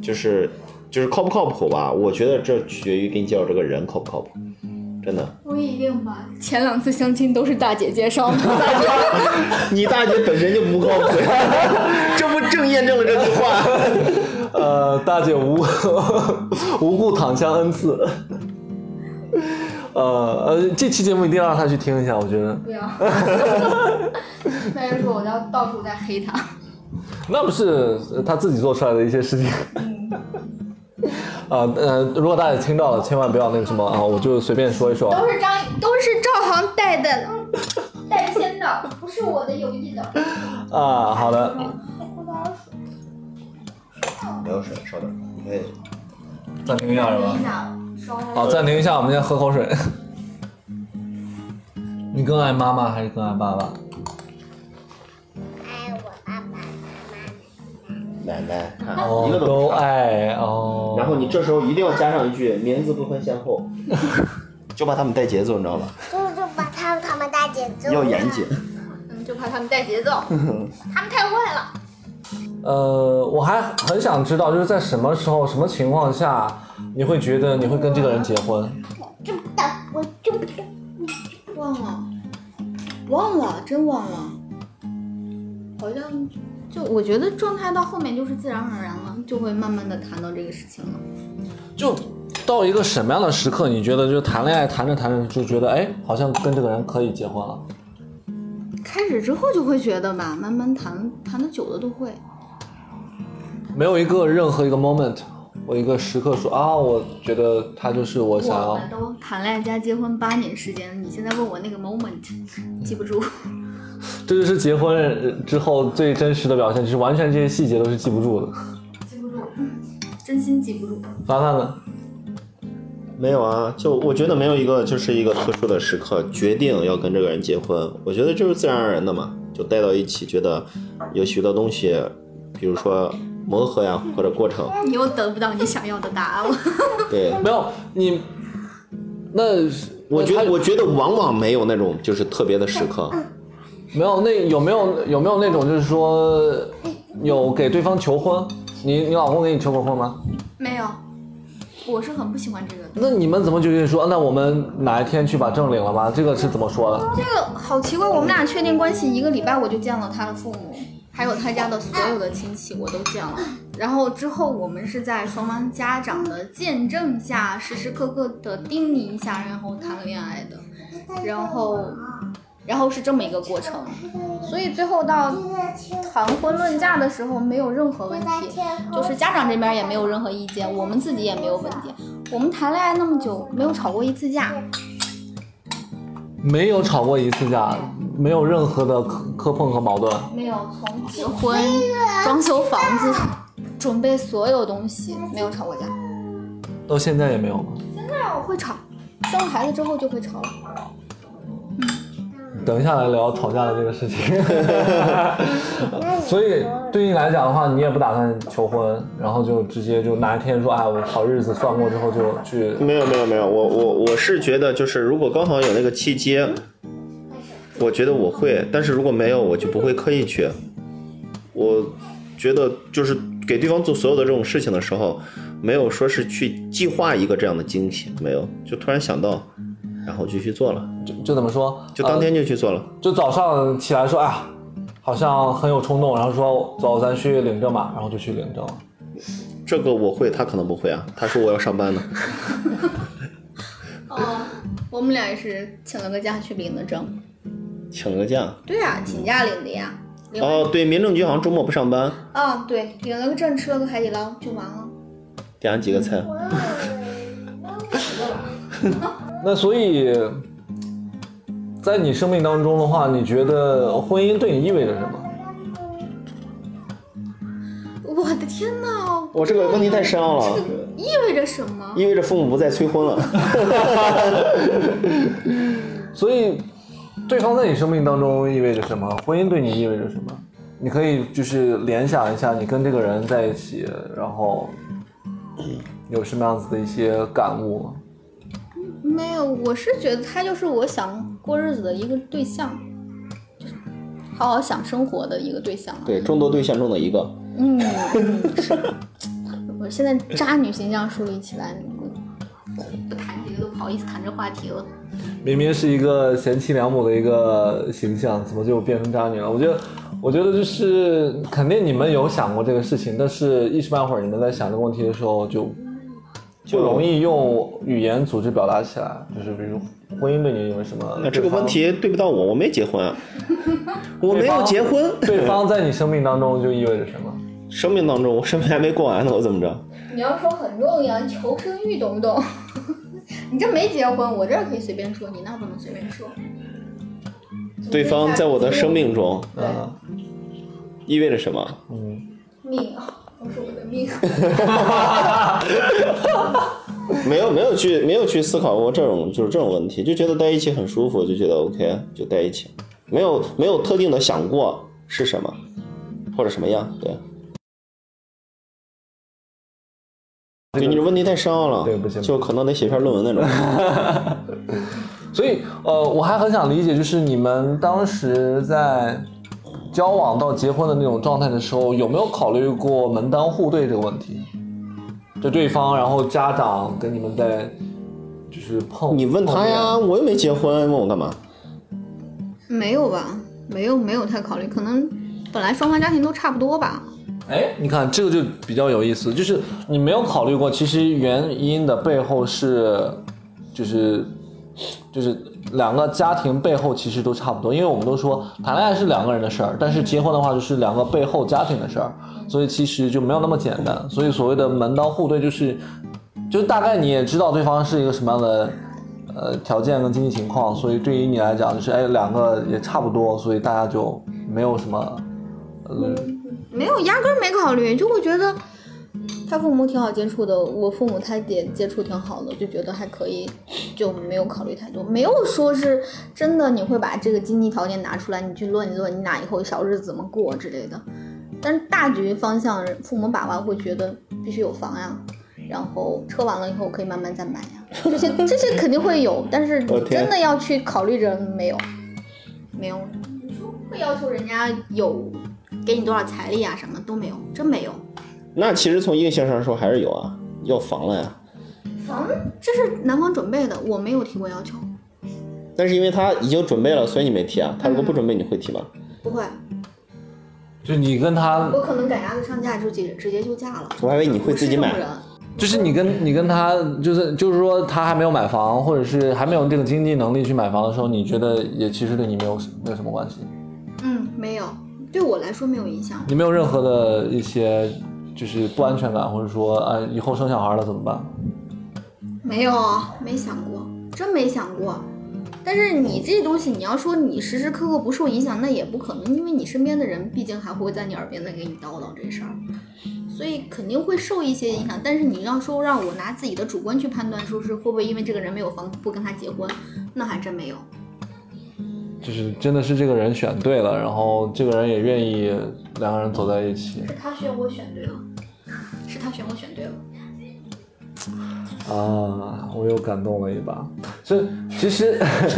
Speaker 3: 就是就是靠不靠谱吧？我觉得这取决于给你介绍这个人靠不靠谱，真的。
Speaker 4: 不一定吧。前两次相亲都是大姐介绍的，
Speaker 3: 你大姐本身就不靠谱， 这不正验证了这句话？
Speaker 1: 呃大姐无无故躺枪 n 次。呃 呃，这期节目一定要让他去听一下，我觉得
Speaker 4: 不要。啊 那人说我要到处在黑他，
Speaker 1: 那不是呃他自己做出来的一些事情。 啊呃，如果大家听到了，千万不要那个什么啊，我就随便说一说啊。
Speaker 4: 都是张，都是赵航带的。
Speaker 5: 带偏的，不是我的有意的。
Speaker 1: 啊，好的，
Speaker 3: 没有水，稍等，你可以。
Speaker 1: 暂停一下是吧？
Speaker 4: 稍微
Speaker 1: 好，暂停一下，我们先喝口水。 你更爱妈妈还是更爱爸爸？
Speaker 2: 爱我爸爸妈妈。
Speaker 3: 奶奶，看
Speaker 1: 哦
Speaker 3: 一个，
Speaker 1: 都
Speaker 3: 不差。
Speaker 1: 爱哦。
Speaker 3: 然后你这时候一定要加上一句“名字不分先后”，就怕他们带节奏，你知道吧？
Speaker 2: 就是把他他们大姐揍。
Speaker 3: 要严谨。
Speaker 4: 嗯，就怕他们带节奏，他们太坏了。
Speaker 1: 呃，我还很想知道，就是在什么时候、什么情况下，你会觉得你会跟这个人结婚？
Speaker 2: 这么大，我这么大。
Speaker 4: 忘了，忘了，真忘了，好像就我觉得状态到后面就是自然而然了，就会慢慢的谈到这个事情了。
Speaker 1: 就到一个什么样的时刻，你觉得就谈恋爱谈着谈着就觉得，哎，好像跟这个人可以结婚了？
Speaker 4: 开始之后就会觉得吧，慢慢谈谈的久了都会。
Speaker 1: 没有一个任何一个 moment，我一个时刻说啊，我觉得他就是我想啊
Speaker 4: 我
Speaker 1: 要。
Speaker 4: 们都谈恋爱加结婚八年时间，你现在问我那个 moment，记
Speaker 1: 嗯
Speaker 4: 不住。
Speaker 1: 这就是结婚之后最真实的表现，就是完全这些细节都是记不住的。
Speaker 4: 真心记不住。
Speaker 1: 凡凡呢？
Speaker 3: 没有啊，就我觉得没有一个就是一个特殊的时刻决定要跟这个人结婚，我觉得就是自然而然的嘛，就待到一起，觉得有许多东西，比如说磨合呀或者过程，
Speaker 4: 你又得不到你想要的答 案了。
Speaker 3: 对。
Speaker 1: 没有你，那
Speaker 3: 我觉
Speaker 1: 他
Speaker 3: 得，我觉得往往没有那种就是特别的时刻，
Speaker 1: 没有那有没有有没有那种就是说有给对方求婚？你你老公给你求过婚吗？
Speaker 4: 没有，我是很不喜欢这个的。
Speaker 1: 那你们怎么决定说那我们哪一天去把证领了吧？这个是怎么说的？
Speaker 4: 这个好奇怪，我们俩确定关系一个礼拜，我就见了他的父母，还有他家的所有的亲戚，我都见了。然后之后我们是在双方家长的见证下，时时刻刻的叮咛一下，然后谈恋爱的，然后，然后是这么一个过程。所以最后到谈婚论 嫁的时候没有任何问题，就是家长这边也没有任何意见，我们自己也没有问题。我们谈恋爱那么久，没有吵过一次架，
Speaker 1: 没有吵过一次架，没有任何的磕磕碰和矛盾。
Speaker 4: 没有从结婚、装修房子、准备所有东西，没有吵过架。
Speaker 1: 到现在也没有吗？
Speaker 4: 我会吵，生了孩子之后就会吵了。
Speaker 1: 等一下来聊吵架的这个事情。所以对你来讲的话，你也不打算求婚，然后就直接就哪一天说，哎，我好日子算过之后就去。
Speaker 3: 没有没有没有，我我我是觉得就是如果刚好有那个契机，我觉得我会，但是如果没有，我就不会刻意去。我觉得就是给对方做所有的这种事情的时候，没有说是去计划一个这样的惊喜，没有，就突然想到，然后就去做了，
Speaker 1: 就就怎么说？
Speaker 3: 就当
Speaker 1: 呃
Speaker 3: 天就去做了。
Speaker 1: 就早上起来说，哎呀，好像很有冲动，然后说走，咱去领证吧，然后就去领证了。
Speaker 3: 这个我会，他可能不会啊，他说我要上班呢。
Speaker 4: 哦，我们俩也是请了个假去领的证。
Speaker 3: 请了个假。
Speaker 4: 对啊，请假领的呀。领完
Speaker 3: 哦，对，民政局好像周末不上班，
Speaker 4: 啊，对，领了个证，吃了个海底捞就完了。
Speaker 3: 点上几个菜。
Speaker 1: 那所以，在你生命当中的话，你觉得婚姻对你意味着什么？
Speaker 4: 哦我的天哪，
Speaker 3: 我这个问题太深奥了，
Speaker 4: 意味着什么？
Speaker 3: 意味着父母不再催婚了。
Speaker 1: 所以，对方在你生命当中意味着什么？婚姻对你意味着什么？你可以就是联想一下，你跟这个人在一起，然后有什么样子的一些感悟吗？
Speaker 4: 没有，我是觉得他就是我想过日子的一个对象，就是好好想生活的一个对象。啊
Speaker 3: 对，众多对象中的一个。
Speaker 4: 嗯，嗯是 我现在渣女形象树立起来，我不谈这个都不好意思谈这话题了。
Speaker 1: 明明是一个贤妻良母的一个形象，怎么就变成渣女了？我觉得，我觉得就是肯定你们有想过这个事情，但是一时半会儿你们在想这个问题的时候就，就容易用语言组织表达起来。就是比如婚姻对你有什么？
Speaker 3: 那这个问题对不到我，我没结婚啊，我没有结婚，
Speaker 1: 对方，对方在你生命当中就意味着什么？
Speaker 3: 生命当中我生命还没过完呢，我怎么着？
Speaker 4: 你要说很重要，求生欲懂不懂？ 你这没结婚，我这儿可以随便说，你那不能随便说。
Speaker 3: 对方在我的生命中
Speaker 4: 对
Speaker 1: 嗯
Speaker 3: 意味着什么？
Speaker 1: 嗯，
Speaker 4: 命啊，都是我的 命。
Speaker 3: 没有没有去没有去思考过这种就是这种问题，就觉得在一起很舒服，就觉得 OK 就在一起，没有没有特定的想过是什么或者什么样，对。对，你这问题太深奥了，
Speaker 1: 对不行
Speaker 3: 就可能得写篇论文那种。
Speaker 1: 所以呃，我还很想理解，就是你们当时在交往到结婚的那种状态的时候，有没有考虑过门当户对这个问题？就对方，然后家长跟你们在就是碰，
Speaker 3: 你问他呀，我又没结婚，问我干嘛？
Speaker 4: 没有吧？没有，没有太考虑，可能本来双方家庭都差不多吧。
Speaker 1: 哎，你看这个就比较有意思，就是你没有考虑过，其实原因的背后是，就是，就是两个家庭背后其实都差不多，因为我们都说谈恋爱是两个人的事儿，但是结婚的话就是两个背后家庭的事儿，所以其实就没有那么简单。所以所谓的门当户对，就是，就是大概你也知道对方是一个什么样的。呃，条件跟经济情况，所以对于你来讲，就是哎，两个也差不多，所以大家就没有什么，呃，
Speaker 4: 没有，压根儿没考虑，就会觉得他父母挺好接触的，我父母他也接触挺好的，就觉得还可以，就没有考虑太多，没有说是真的你会把这个经济条件拿出来，你去论一论你俩以后小日子怎么过之类的。但是大局方向，父母把玩会觉得必须有房呀，然后车完了以后可以慢慢再买呀，这些这些肯定会有，但是
Speaker 3: 我
Speaker 4: 你
Speaker 3: 天
Speaker 4: 真的要去考虑着没有，没有，你说会要求人家有给你多少财力啊，什么都没有，真没有。
Speaker 3: 那其实从硬性上说还是有啊，要房了呀。
Speaker 4: 房这是男方准备的，我没有提过要求，
Speaker 3: 但是因为他已经准备了，所以你没提啊。他如果不准备，你会提吗？
Speaker 4: 不会，
Speaker 1: 就你跟他
Speaker 4: 我可能赶鸭子上架就直直接就嫁了。
Speaker 3: 我还以为你会自己买
Speaker 4: 我是这种人
Speaker 1: 就是你跟你跟他，就是就是说他还没有买房，或者是还没有这个经济能力去买房的时候，你觉得也其实对你没有没有什么关系，
Speaker 4: 嗯，没有，对我来说没有影响。
Speaker 1: 你没有任何的一些就是不安全感，或者说啊以后生小孩了怎么办？
Speaker 4: 没有，啊没想过，真没想过。但是你这东西，你要说你时时刻刻不受影响，那也不可能，因为你身边的人毕竟还会在你耳边再给你叨叨这事儿，所以肯定会受一些影响。但是你要说让我拿自己的主观去判断，说是会不会因为这个人没有房不跟他结婚，那还真没有。
Speaker 1: 就是真的是这个人选对了，然后这个人也愿意两个人走在一起
Speaker 4: 是他选我选对了，是他选我选对了。
Speaker 1: 啊，我又感动了一把。所以其实。其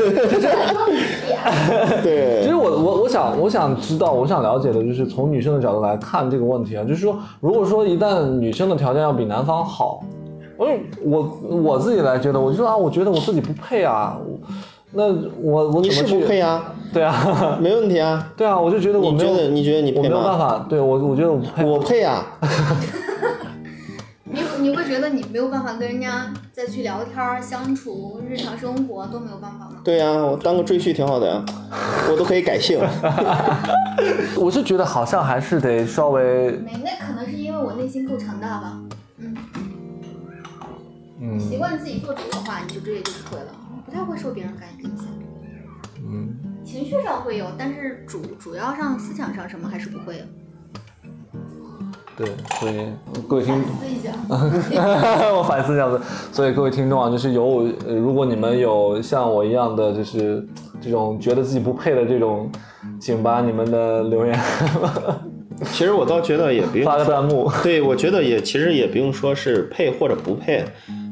Speaker 3: 对，
Speaker 1: 实我我我想我想知道，我想了解的就是从女生的角度来看这个问题啊，就是说，如果说一旦女生的条件要比男方好，我我我自己来觉得，我就说啊，我觉得我自己不配啊，我那我我
Speaker 3: 你
Speaker 1: 怎
Speaker 3: 是
Speaker 1: 么
Speaker 3: 不
Speaker 1: 去？
Speaker 3: 配啊，
Speaker 1: 对啊，
Speaker 3: 没问题啊。
Speaker 1: 对啊，我就觉得我
Speaker 3: 你
Speaker 1: 没
Speaker 3: 觉
Speaker 1: 有，
Speaker 3: 得你觉得你
Speaker 1: 我
Speaker 3: 配
Speaker 1: 没有办
Speaker 3: 吗？
Speaker 1: 法，对我我觉得我不配，
Speaker 3: 我 配啊，
Speaker 4: 你你会觉得你没有办法跟人家再去聊天儿、相处、日常生活都没有办法吗？
Speaker 3: 对呀、啊我当个赘婿挺好的呀、我都可以改 姓。
Speaker 1: 我是觉得好像还是得稍微
Speaker 4: 没，那可能是因为我内心够强大吧。
Speaker 1: 嗯
Speaker 4: 习惯自己做主的话，你就这也就不会了，不太会受别人感影响。
Speaker 1: 嗯，
Speaker 4: 情绪上会有，但是主主要上思想上什么还是不会的。
Speaker 1: 对，所以各位听众。
Speaker 4: 思一下，
Speaker 1: 嗯 我反思这样子，所以各位听众啊，就是有我，呃如果你们有像我一样的，就是这种觉得自己不配的这种，请把你们的留言
Speaker 3: 其实我倒觉得也不用
Speaker 1: 发个弹幕。
Speaker 3: 对，我觉得也其实也不用说是配或者不配。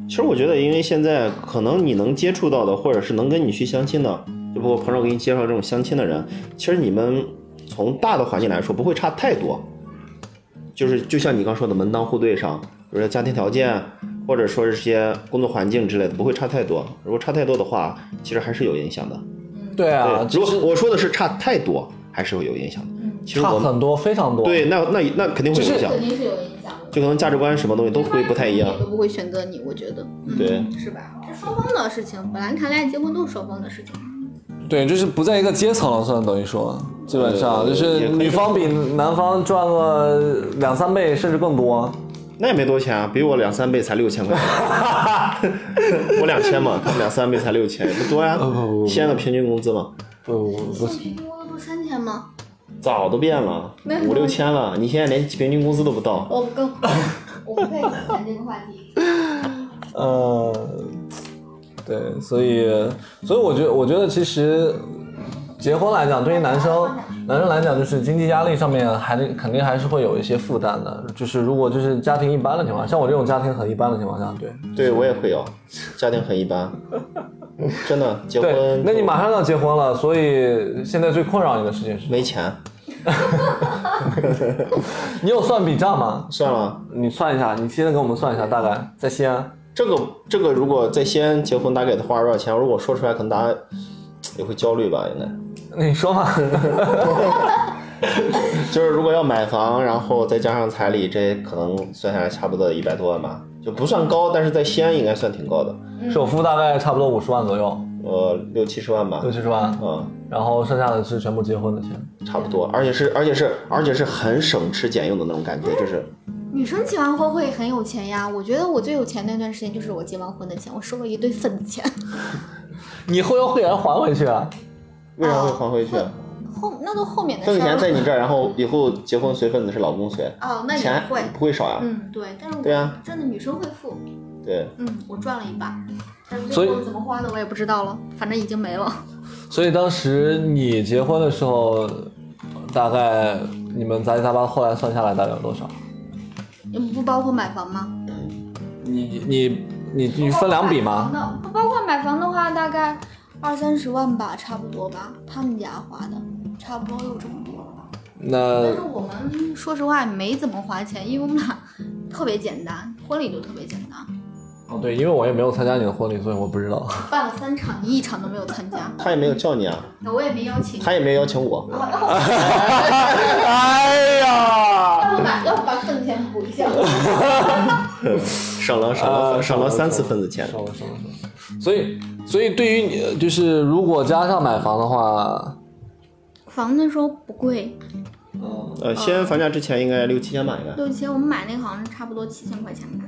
Speaker 3: 其实我觉得，因为现在可能你能接触到的，或者是能跟你去相亲的，就包括朋友给你介绍这种相亲的人，其实你们从大的环境来说不会差太多。就是就像你刚说的门当户对上，比如说家庭条件，或者说是些工作环境之类的，不会差太多。如果差太多的话，其实还是有影响的。
Speaker 1: 对啊，
Speaker 3: 对，
Speaker 1: 就
Speaker 3: 如
Speaker 1: 是
Speaker 3: 果我说的是差太多，还是会有影响的。其实
Speaker 1: 差
Speaker 3: 我们
Speaker 1: 很多，非常多。
Speaker 3: 对，那那那肯定会有影响
Speaker 4: 肯，定是有影响的。
Speaker 3: 就可能价值观什么东西都会不太一样。
Speaker 4: 都不会选择你，我觉得，嗯、
Speaker 3: 对，
Speaker 4: 是吧？这双方的事情，本来谈恋爱、结婚都是双方的事情。
Speaker 1: 对，就是不在一个阶层了，算等于说，基本上
Speaker 3: 呃
Speaker 1: 就是
Speaker 3: 也可以
Speaker 1: 女方比男方赚个两三倍甚至更多。
Speaker 3: 那也没多钱啊，比我两三倍才六千块钱， 我两千嘛，他们两三倍才六千，也不多呀、
Speaker 1: 哦
Speaker 3: 西安的平均工资嘛，
Speaker 1: 不不不，
Speaker 4: 平均工资不是三千吗？
Speaker 3: 早都变了，五六千了，你现在连平均工资都不到。
Speaker 4: 哦我更，我不配谈这个话题。
Speaker 1: 呃，对，所以所以我觉得，我觉得其实结婚来讲，对于男生男生来讲，就是经济压力上面还得肯定还是会有一些负担的。就是如果就是家庭一般的情况下，像我这种家庭很一般的情况下，对
Speaker 3: 对我也会有，家庭很一般，真的结
Speaker 1: 对
Speaker 3: 婚，，
Speaker 1: 那你马上要结婚了，所以现在最困扰你的事情是，
Speaker 3: 没钱，
Speaker 1: 你有算笔账吗？
Speaker 3: 算了，
Speaker 1: 你算一下，你现在给我们算一下，大概在西安，
Speaker 3: 这个这个如果在西安结婚，大概得花多少钱？如果说出来，可能大家也会焦虑吧，应该。
Speaker 1: 那你说嘛？
Speaker 3: 就是如果要买房，然后再加上彩礼，这可能算下来差不多一百多万吧，就不算高，但是在西安应该算挺高的，
Speaker 1: 首付大概差不多五十万左右，
Speaker 3: 呃，六七十万吧
Speaker 1: 六，七十万，
Speaker 3: 嗯，
Speaker 1: 然后剩下的是全部结婚的钱。
Speaker 3: 差不多，而且是而且是而且是很省吃俭用的那种感觉，就是
Speaker 4: 女生结完婚会很有钱呀，我觉得我最有钱那段时间就是我结完婚的钱，我收了一堆份子钱。
Speaker 1: 你会用会员还回去啊？
Speaker 3: 为啥会还回去？
Speaker 4: 后那都后面的
Speaker 3: 份
Speaker 4: 事
Speaker 3: 子
Speaker 4: 儿
Speaker 3: 钱
Speaker 4: 了。
Speaker 3: 在你这儿，然后以后结婚随份子是老公随，
Speaker 4: 哦，那
Speaker 3: 钱
Speaker 4: 你会，
Speaker 3: 不会少呀，
Speaker 4: 嗯，对，但是我
Speaker 3: 对啊
Speaker 4: 真的女生会付，
Speaker 3: 对，
Speaker 4: 嗯，我赚了一半，但是
Speaker 1: 所以
Speaker 4: 最后怎么花的我也不知道了，反正已经没了。
Speaker 1: 所以当时你结婚的时候，大概你们杂七杂八后来算下来大概有多少？
Speaker 4: 你不包括买房吗？
Speaker 1: 你你你你分两笔吗？
Speaker 4: 那不包括买房的话，大概二三十万吧，差不多吧。他们家花的差不多有这么多吧。
Speaker 1: 那
Speaker 4: 但是我们说实话没怎么花钱，因为我们俩特别简单，婚礼就特别简单，
Speaker 1: 哦对，因为我也没有参加你的婚礼，所以我不知道。
Speaker 4: 办了三场，你一场都没有参加，
Speaker 3: 他也没有叫你啊，
Speaker 4: 那我也没邀请你。
Speaker 3: 他也没有邀请 我，
Speaker 1: 哎呀，
Speaker 4: 要不把要不把份钱补 一下？
Speaker 3: 省了省了呃啊省了三次份子钱，
Speaker 1: 少了少了少了。所以所以对于你就是如果加上买房的话，
Speaker 4: 房那时候不贵，
Speaker 3: 呃，西安房价之前应该六七千吧，应该。
Speaker 4: 六千，我们买那个好像是差不多七千块钱吧。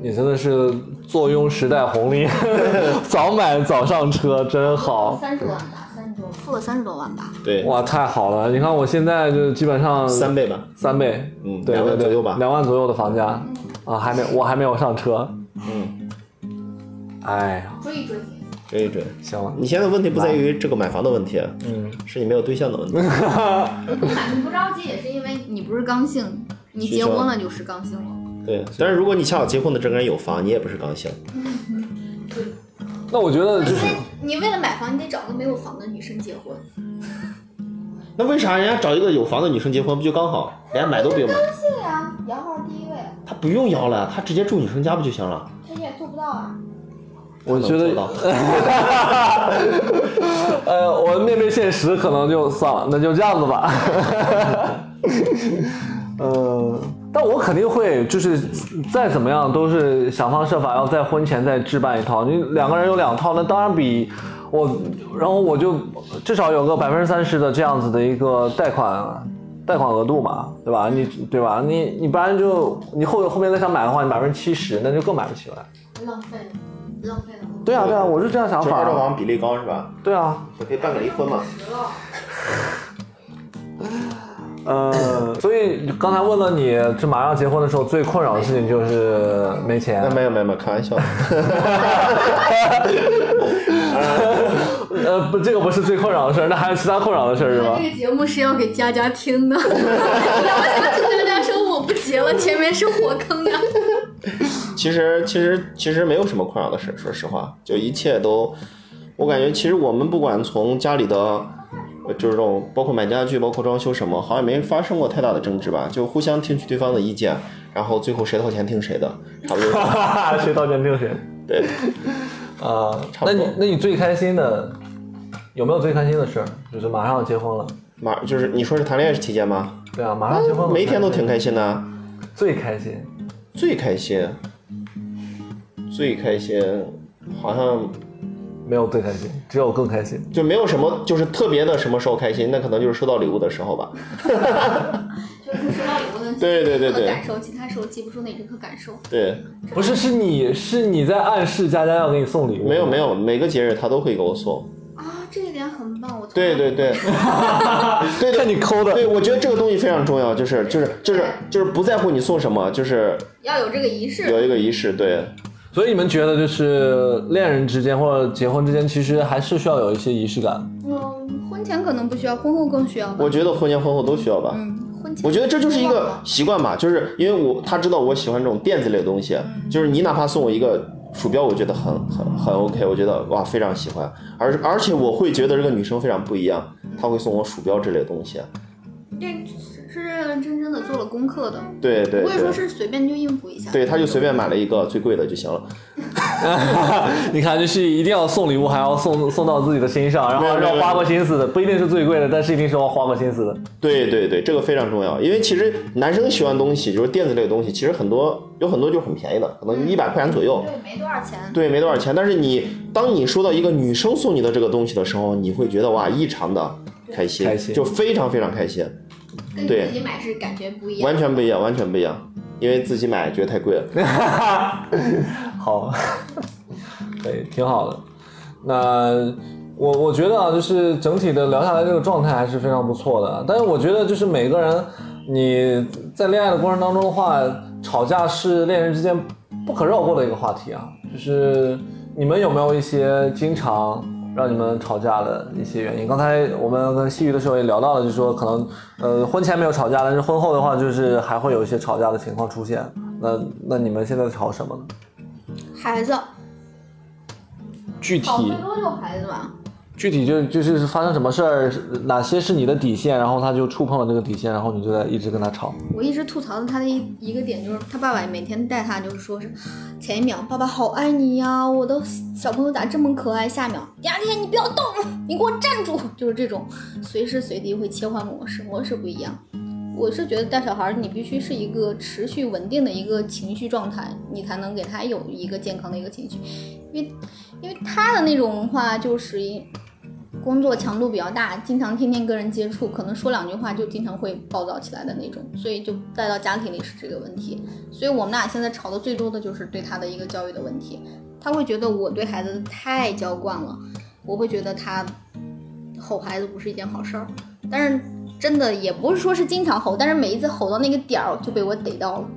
Speaker 1: 你真的是坐拥时代红利， 早买早上车，真好。
Speaker 4: 三十万吧，三十多，付了三十多万吧。
Speaker 3: 对，
Speaker 1: 哇，太好了！你看我现在就基本上
Speaker 3: 三倍吧。
Speaker 1: 三倍，
Speaker 3: 嗯
Speaker 1: 对
Speaker 3: 两万
Speaker 1: 对对
Speaker 3: 左右吧
Speaker 1: 两万左右的房价啊，还没我还没有上车，
Speaker 3: 嗯，
Speaker 1: 哎呀，
Speaker 4: 追一追，
Speaker 3: 追一追。
Speaker 1: 行了，
Speaker 3: 你现在问题不在于这个买房的问题，
Speaker 1: 嗯，
Speaker 3: 是你没有对象的问题。
Speaker 4: 你买你不着急也是因为你不是刚性，你结婚了就是刚性了。
Speaker 3: 对，但是如果你恰好结婚的这个人有房，你也不是刚性。
Speaker 1: 那我觉得就是
Speaker 4: 你为了买房，你得找个没有房的女生结婚。
Speaker 3: 那为啥人家找一个有房的女生结婚不就刚好？人家买都不用买，
Speaker 4: 对呀、摇号第一位，
Speaker 3: 他不用摇了，他直接住女生家不就行了？
Speaker 4: 可是也做不到啊。
Speaker 1: 我觉
Speaker 3: 能
Speaker 1: 得
Speaker 3: 做 到
Speaker 1: 呃，我面对现实可能就算了，那就这样子吧。 嗯，但我肯定会，就是再怎么样都是想方设法要在婚前再置办一套。你两个人有两套，那当然比我，然后我就至少有个百分之三十的这样子的一个贷款。贷款额度嘛，对吧？你对吧？你你不然就你后后面再想买的话，你百分之七十，那就更买不起了。
Speaker 4: 浪费，浪费了。
Speaker 1: 对啊，对啊，我是这样想
Speaker 3: 就是
Speaker 1: 法
Speaker 3: 二
Speaker 1: 啊。
Speaker 3: 套房比例高是吧？
Speaker 1: 对啊，
Speaker 3: 我可以办个离婚嘛？
Speaker 1: 呃，所以刚才问了你，这马上结婚的时候最困扰的事情就是没钱
Speaker 3: 哎，。没有没有没有，开玩笑。
Speaker 1: 呃，不，这个不是最困扰的事儿，那还有其他困扰的事儿是吧？
Speaker 7: 这个节目是要给佳佳听的， 然后想听佳佳说我不结了，前面是火坑呀。
Speaker 3: 其实其实其实没有什么困扰的事，说实话，就一切都，我感觉其实我们不管从家里的，呃就是这种包括买家具、包括装修什么，好像没发生过太大的争执吧，就互相听取对方的意见，然后最后谁掏钱听谁的，差不多。
Speaker 1: 哈哈， 谁道歉听谁
Speaker 3: 对，
Speaker 1: 啊？
Speaker 3: 差
Speaker 1: 那
Speaker 3: 不多
Speaker 1: 你那你最开心的有没有最开心的事儿？就是马上要结婚了，
Speaker 3: 马就是你说是谈恋爱期间吗？
Speaker 1: 对啊，马上结婚了，
Speaker 3: 嗯每一天都挺
Speaker 1: 开
Speaker 3: 开心的啊、
Speaker 1: 心，最开心。
Speaker 3: 最开心，最开心，好像
Speaker 1: 没有最开心，只有更开心。
Speaker 3: 就没有什么就是特别的什么时候开心，那可能就是收到礼物的时候吧。
Speaker 7: 就是收到礼物的
Speaker 3: 对对对对
Speaker 7: 感受，其他时候记不住哪一个感受。
Speaker 3: 对，
Speaker 1: 不是，是你是你在暗示佳佳要给你送礼物。
Speaker 3: 没有没有，每个节日他都会给我送。
Speaker 7: 啊，这一点很棒，我从
Speaker 3: 对
Speaker 7: 来
Speaker 3: 对 对，对
Speaker 1: 看
Speaker 3: 对
Speaker 1: 你抠的。
Speaker 3: 对，我觉得这个东西非常重要，就是就是就是就是不在乎你送什么，就是
Speaker 7: 要有这个仪式。
Speaker 3: 有一个仪式。对，
Speaker 1: 所以你们觉得就是恋人之间或者结婚之间，其实还是需要有一些仪式感。
Speaker 4: 嗯，婚前可能不需要，婚后更需要吧。
Speaker 3: 我觉得婚前婚后都需要吧。
Speaker 4: 嗯，婚前
Speaker 3: 我觉得这就是一个
Speaker 7: 嗯
Speaker 3: 习惯吧，就是因为我他知道我喜欢这种电子类的东西，
Speaker 7: 嗯
Speaker 3: 就是你哪怕送我一个鼠标，我觉得很很很 OK，我觉得哇非常喜欢，而而且我会觉得这个女生非常不一样，她会送我鼠标之类的东西，
Speaker 7: 这是认认真真的做了功课的，
Speaker 3: 对对
Speaker 7: 不会说
Speaker 3: 对，
Speaker 7: 是随便就应付一下。
Speaker 3: 对他就随便买了一个最贵的就行了，
Speaker 1: 你看，就是一定要送礼物，还要送送到自己的心上，然
Speaker 3: 没有
Speaker 1: 后
Speaker 3: 没有
Speaker 1: 要花过心思的，不一定是最贵的，但是一定是要花过心思的。
Speaker 3: 对对对，这个非常重要，因为其实男生喜欢的东西就是电子类的东西，其实很多有很多就是很便宜的，可能一百块钱左右，
Speaker 7: 对，没多少钱。
Speaker 3: 对，没多少钱。但是你当你收到一个女生送你的这个东西的时候，你会觉得哇，异常的开心，
Speaker 1: 开心
Speaker 3: 就非常非常开心，
Speaker 7: 跟你
Speaker 3: 对
Speaker 7: 自己买是感觉不一样。
Speaker 3: 完全不一样，完全不一样。因为自己买觉得太贵了，
Speaker 1: 好， 对，挺好的。那我我觉得啊，就是整体的聊下来，这个状态还是非常不错的。但是我觉得，就是每个人你在恋爱的过程当中的话，吵架是恋人之间不可绕过的一个话题啊。就是你们有没有一些经常让你们吵架的一些原因？刚才我们跟西鱼的时候也聊到了，就是说可能呃婚前没有吵架，但是婚后的话，就是还会有一些吵架的情况出现。那那你们现在吵什么呢？
Speaker 7: 孩子，
Speaker 1: 具
Speaker 7: 好
Speaker 1: 体
Speaker 7: 最多就孩子吧。
Speaker 1: 具体就就是发生什么事儿，哪些是你的底线，然后他就触碰了这个底线，然后你就在一直跟他吵。
Speaker 4: 我一直吐槽的他的一一个点就是，他爸爸每天带他就是说是，前一秒爸爸好爱你呀，我的小朋友咋这么可爱，下一秒呀天你不要动，你给我站住， 就是这种随时随地会切换模式，模式不一样。我是觉得带小孩儿你必须是一个持续稳定的一个情绪状态，你才能给他有一个健康的一个情绪，因为因为他的那种话就是一。工作强度比较大，经常天天跟人接触，可能说两句话就经常会暴躁起来的那种，所以就带到家庭里是这个问题。所以我们俩现在吵的最多的就是对他的一个教育的问题，他会觉得我对孩子太娇惯了，我会觉得他吼孩子不是一件好事儿，但是真的也不是说是经常吼，但是每一次吼到那个点儿就被我逮到了。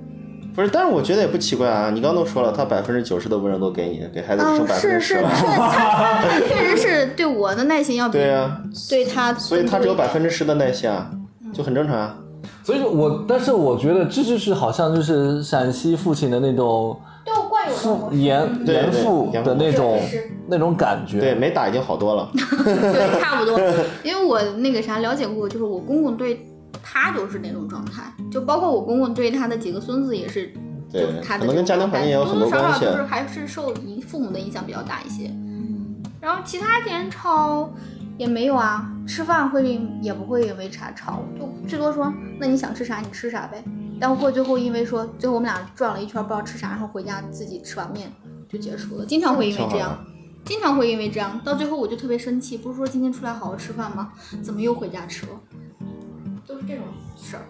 Speaker 3: 不是？但是我觉得也不奇怪啊。你刚都说了，他百分之九十的温柔都给你，给孩子只剩
Speaker 4: 嗯，
Speaker 3: 百分
Speaker 4: 是
Speaker 3: 之
Speaker 4: 是
Speaker 3: 十
Speaker 4: 是，
Speaker 3: 了。
Speaker 4: 他他确实是对我的耐心要比
Speaker 3: 对啊，
Speaker 4: 对他，
Speaker 3: 所以他只有百分之十的耐心啊，就很正常啊。
Speaker 1: 所以我，但是我觉得这就是好像就是陕西父亲的那种
Speaker 8: 对我惯有的模式。
Speaker 1: 严
Speaker 3: 对
Speaker 1: 严父
Speaker 3: 严父
Speaker 1: 的那种
Speaker 8: 确实是
Speaker 1: 那种感觉。
Speaker 3: 对，，没打已经好多了。
Speaker 4: 对，差不多。因为我那个啥了解过，就是我公公对他就是那种状态，就包括我公公对他的几个孙子也是，
Speaker 3: 对
Speaker 4: 就是，他
Speaker 3: 可
Speaker 4: 的
Speaker 3: 能跟家庭环境也有很
Speaker 4: 多多
Speaker 3: 关
Speaker 4: 少
Speaker 3: 系。啊
Speaker 4: 少就是还是受你父母的影响比较大一些。然后其他点吵也没有啊，吃饭会也不会因为啥吵，就最多说那你想吃啥你吃啥呗。但或最后因为说最后我们俩转了一圈不知道吃啥，然后回家自己吃碗面就结束了，经常会因为
Speaker 3: 挺好
Speaker 4: 这
Speaker 3: 的
Speaker 4: 样。经常会因为这样，到最后我就特别生气。不是说今天出来好好吃饭吗？怎么又回家吃了？都是这种事儿。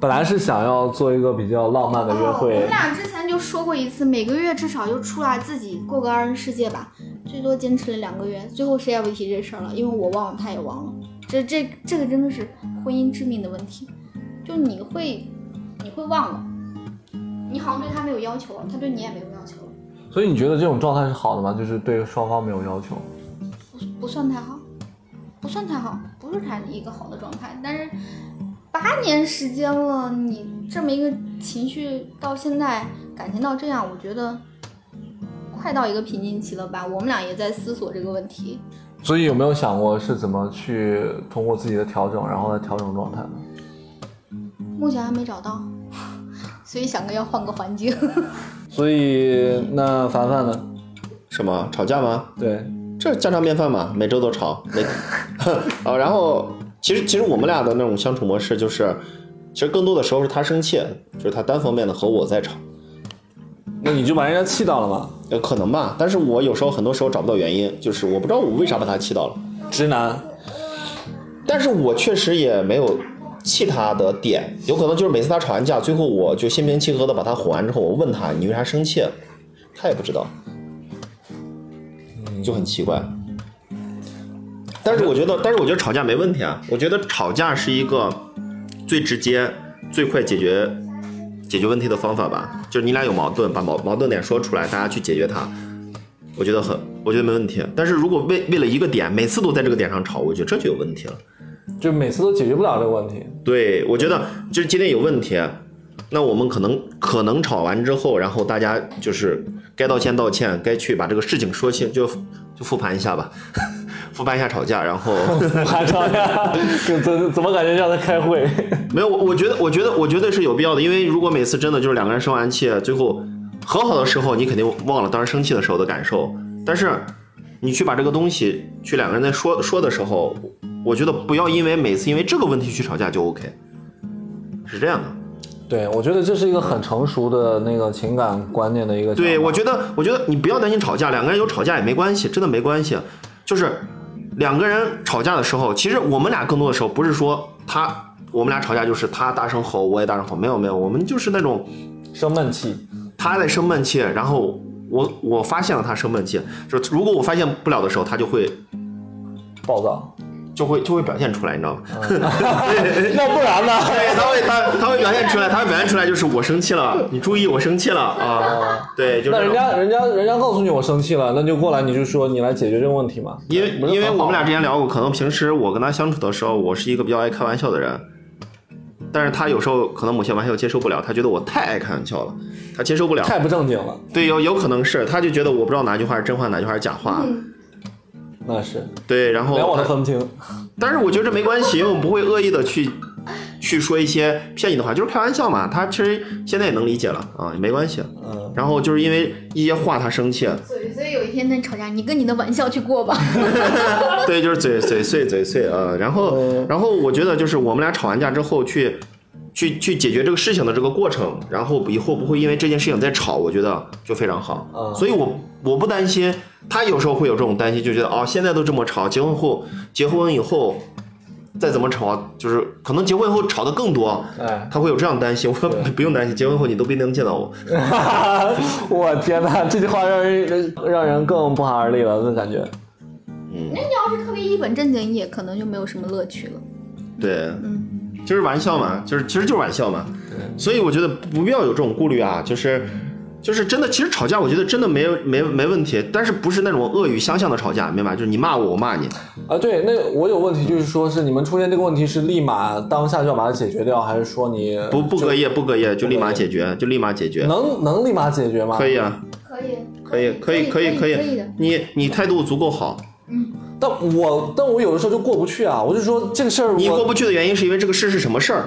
Speaker 1: 本来是想要做一个比较浪漫的约
Speaker 4: 哦我
Speaker 1: 会
Speaker 4: 们，俩之前就说过一次，每个月至少就出来自己过个二人世界吧，最多坚持了两个月，最后谁也不提这事儿了，因为我忘了，他也忘了。这这这个真的是婚姻致命的问题。就你会你会忘了，你好像对他没有要求啊了，他对你也没有要求啊了，
Speaker 1: 所以你觉得这种状态是好的吗？就是对双方没有要求。
Speaker 4: 不不算太好，不算太好，不是他一个好的状态。但是八年时间了，你这么一个情绪到现在感情到这样，我觉得快到一个瓶颈期了吧？我们俩也在思索这个问题。
Speaker 1: 所以有没有想过是怎么去通过自己的调整，然后来调整状态呢？
Speaker 4: 目前还没找到， 所以想着要换个环境。
Speaker 1: 所以那凡凡呢？
Speaker 3: 什么吵架吗？
Speaker 1: 对，
Speaker 3: 这家常便饭嘛，每周都吵，每 啊，然后其实其实我们俩的那种相处模式就是，其实更多的时候是他生气，就是他单方面的和我在吵，
Speaker 1: 那你就把人家气到了嘛？
Speaker 3: 呃，可能吧，但是我有时候很多时候找不到原因，就是我不知道我为啥把他气到了，
Speaker 1: 直男，
Speaker 3: 但是我确实也没有气他的点，有可能就是每次他吵完架，最后我就心平气和的把他哄完之后，我问他你为啥生气，他也不知道，就很奇怪。但是我觉得，但是我觉得吵架没问题啊，我觉得吵架是一个最直接、最快解决解决问题的方法吧，就是你俩有矛盾，把矛矛盾点说出来，大家去解决它。我觉得很，我觉得没问题。但是如果为为了一个点，每次都在这个点上吵，我觉得这就有问题了。
Speaker 1: 就每次都解决不了这个问题。
Speaker 3: 对，我觉得就是今天有问题，啊那我们可能可能吵完之后，然后大家就是该道歉道歉，该去把这个事情说清，就就复盘一下吧， 复盘一下吵架，然后
Speaker 1: 还吵架，怎怎怎么感觉像在开会？
Speaker 3: 没有，我我觉得我觉得我觉得是有必要的，因为如果每次真的就是两个人生完气，最后和好的时候，你肯定忘了当时生气的时候的感受，但是你去把这个东西去两个人在说说的时候，我觉得不要因为每次因为这个问题去吵架就 OK，是这样的。
Speaker 1: 对，我觉得这是一个很成熟的那个情感观念的一个想法。
Speaker 3: 对，我觉得，我觉得你不要担心吵架，两个人有吵架也没关系，真的没关系。就是两个人吵架的时候，其实我们俩更多的时候不是说他，我们俩吵架就是他大声吼，我也大声吼，没有没有，我们就是那种
Speaker 1: 生闷气，
Speaker 3: 他在生闷气，然后我我发现了他生闷气，就是如果我发现不了的时候，他就会
Speaker 1: 暴躁，
Speaker 3: 就会就会表现出来，你知道吗？
Speaker 1: 哎那不然呢？
Speaker 3: 对，他会他他会表现出来，他会表现出来，就是我生气了，你注意我生气了啊，对，就
Speaker 1: 那
Speaker 3: 这
Speaker 1: 人
Speaker 3: 种。
Speaker 1: 家人家人家告诉你我生气了，那就过来你就说你来解决这个问题嘛。
Speaker 3: 因为
Speaker 1: 不是
Speaker 3: 因为
Speaker 1: 很
Speaker 3: 我
Speaker 1: 好啊
Speaker 3: 们俩之前聊过，可能平时我跟他相处的时候，我是一个比较爱开玩笑的人，但是他有时候可能某些玩笑接受不了，他觉得我太爱开玩笑了，他接受不了。
Speaker 1: 太不正经了，
Speaker 3: 对，有有可能是，他就觉得我不知道哪句话是真话，哪句话是假话。
Speaker 1: 嗯那是
Speaker 3: 对，然
Speaker 1: 连我
Speaker 3: 后
Speaker 1: 都分不清。
Speaker 3: 但是我觉得这没关系，因为我们不会恶意的去去说一些骗你的话，就是开玩笑嘛。他其实现在也能理解了啊，也没关系。
Speaker 1: 嗯，
Speaker 3: 然后就是因为一些话他生气，
Speaker 4: 所以，所以有一天在吵架，你跟你的玩笑去过吧。
Speaker 3: 对，就是嘴嘴碎嘴碎啊、呃然后
Speaker 1: 嗯
Speaker 3: 然后我觉得就是我们俩吵完架之后去去去解决这个事情的这个过程，然后以后不会因为这件事情再吵，我觉得就非常好。
Speaker 1: 嗯
Speaker 3: 所以我我不担心，他有时候会有这种担心，就觉得哦，现在都这么吵，结婚后结婚以后再怎么吵，就是可能结婚以后吵得更多。
Speaker 1: 哎，
Speaker 3: 他会有这样担心，我说不用担心，结婚后你都不一定能见到我。
Speaker 1: 我天哪，这句话让人让人更不寒而栗了，这感觉。
Speaker 3: 嗯，
Speaker 4: 哎要是特别一本正经，也可能就没有什么乐趣了。
Speaker 3: 对，
Speaker 4: 嗯，
Speaker 3: 就是玩笑嘛，就是其实就是玩笑嘛。所以我觉得不必要有这种顾虑啊，就是就是真的，其实吵架我觉得真的没有没没问题，但是不是那种恶语相向的吵架，明白？就是你骂我，我骂你。
Speaker 1: 啊，对，那我有问题，就是说是你们出现这个问题是立马当下就要把它解决掉，还是说你
Speaker 3: 不不隔夜不隔夜就立马
Speaker 1: 不隔夜
Speaker 3: 解决，就立马解决，
Speaker 1: 能能立马解决吗？
Speaker 3: 可以。啊，
Speaker 4: 可以，
Speaker 3: 可以啊可以可以可以，你你态度足够好，
Speaker 1: 但我但我有的时候就过不去啊，我就说这个事儿
Speaker 3: 你过嗯
Speaker 1: 我
Speaker 3: 不去的原因是因为这个事是什么 事儿？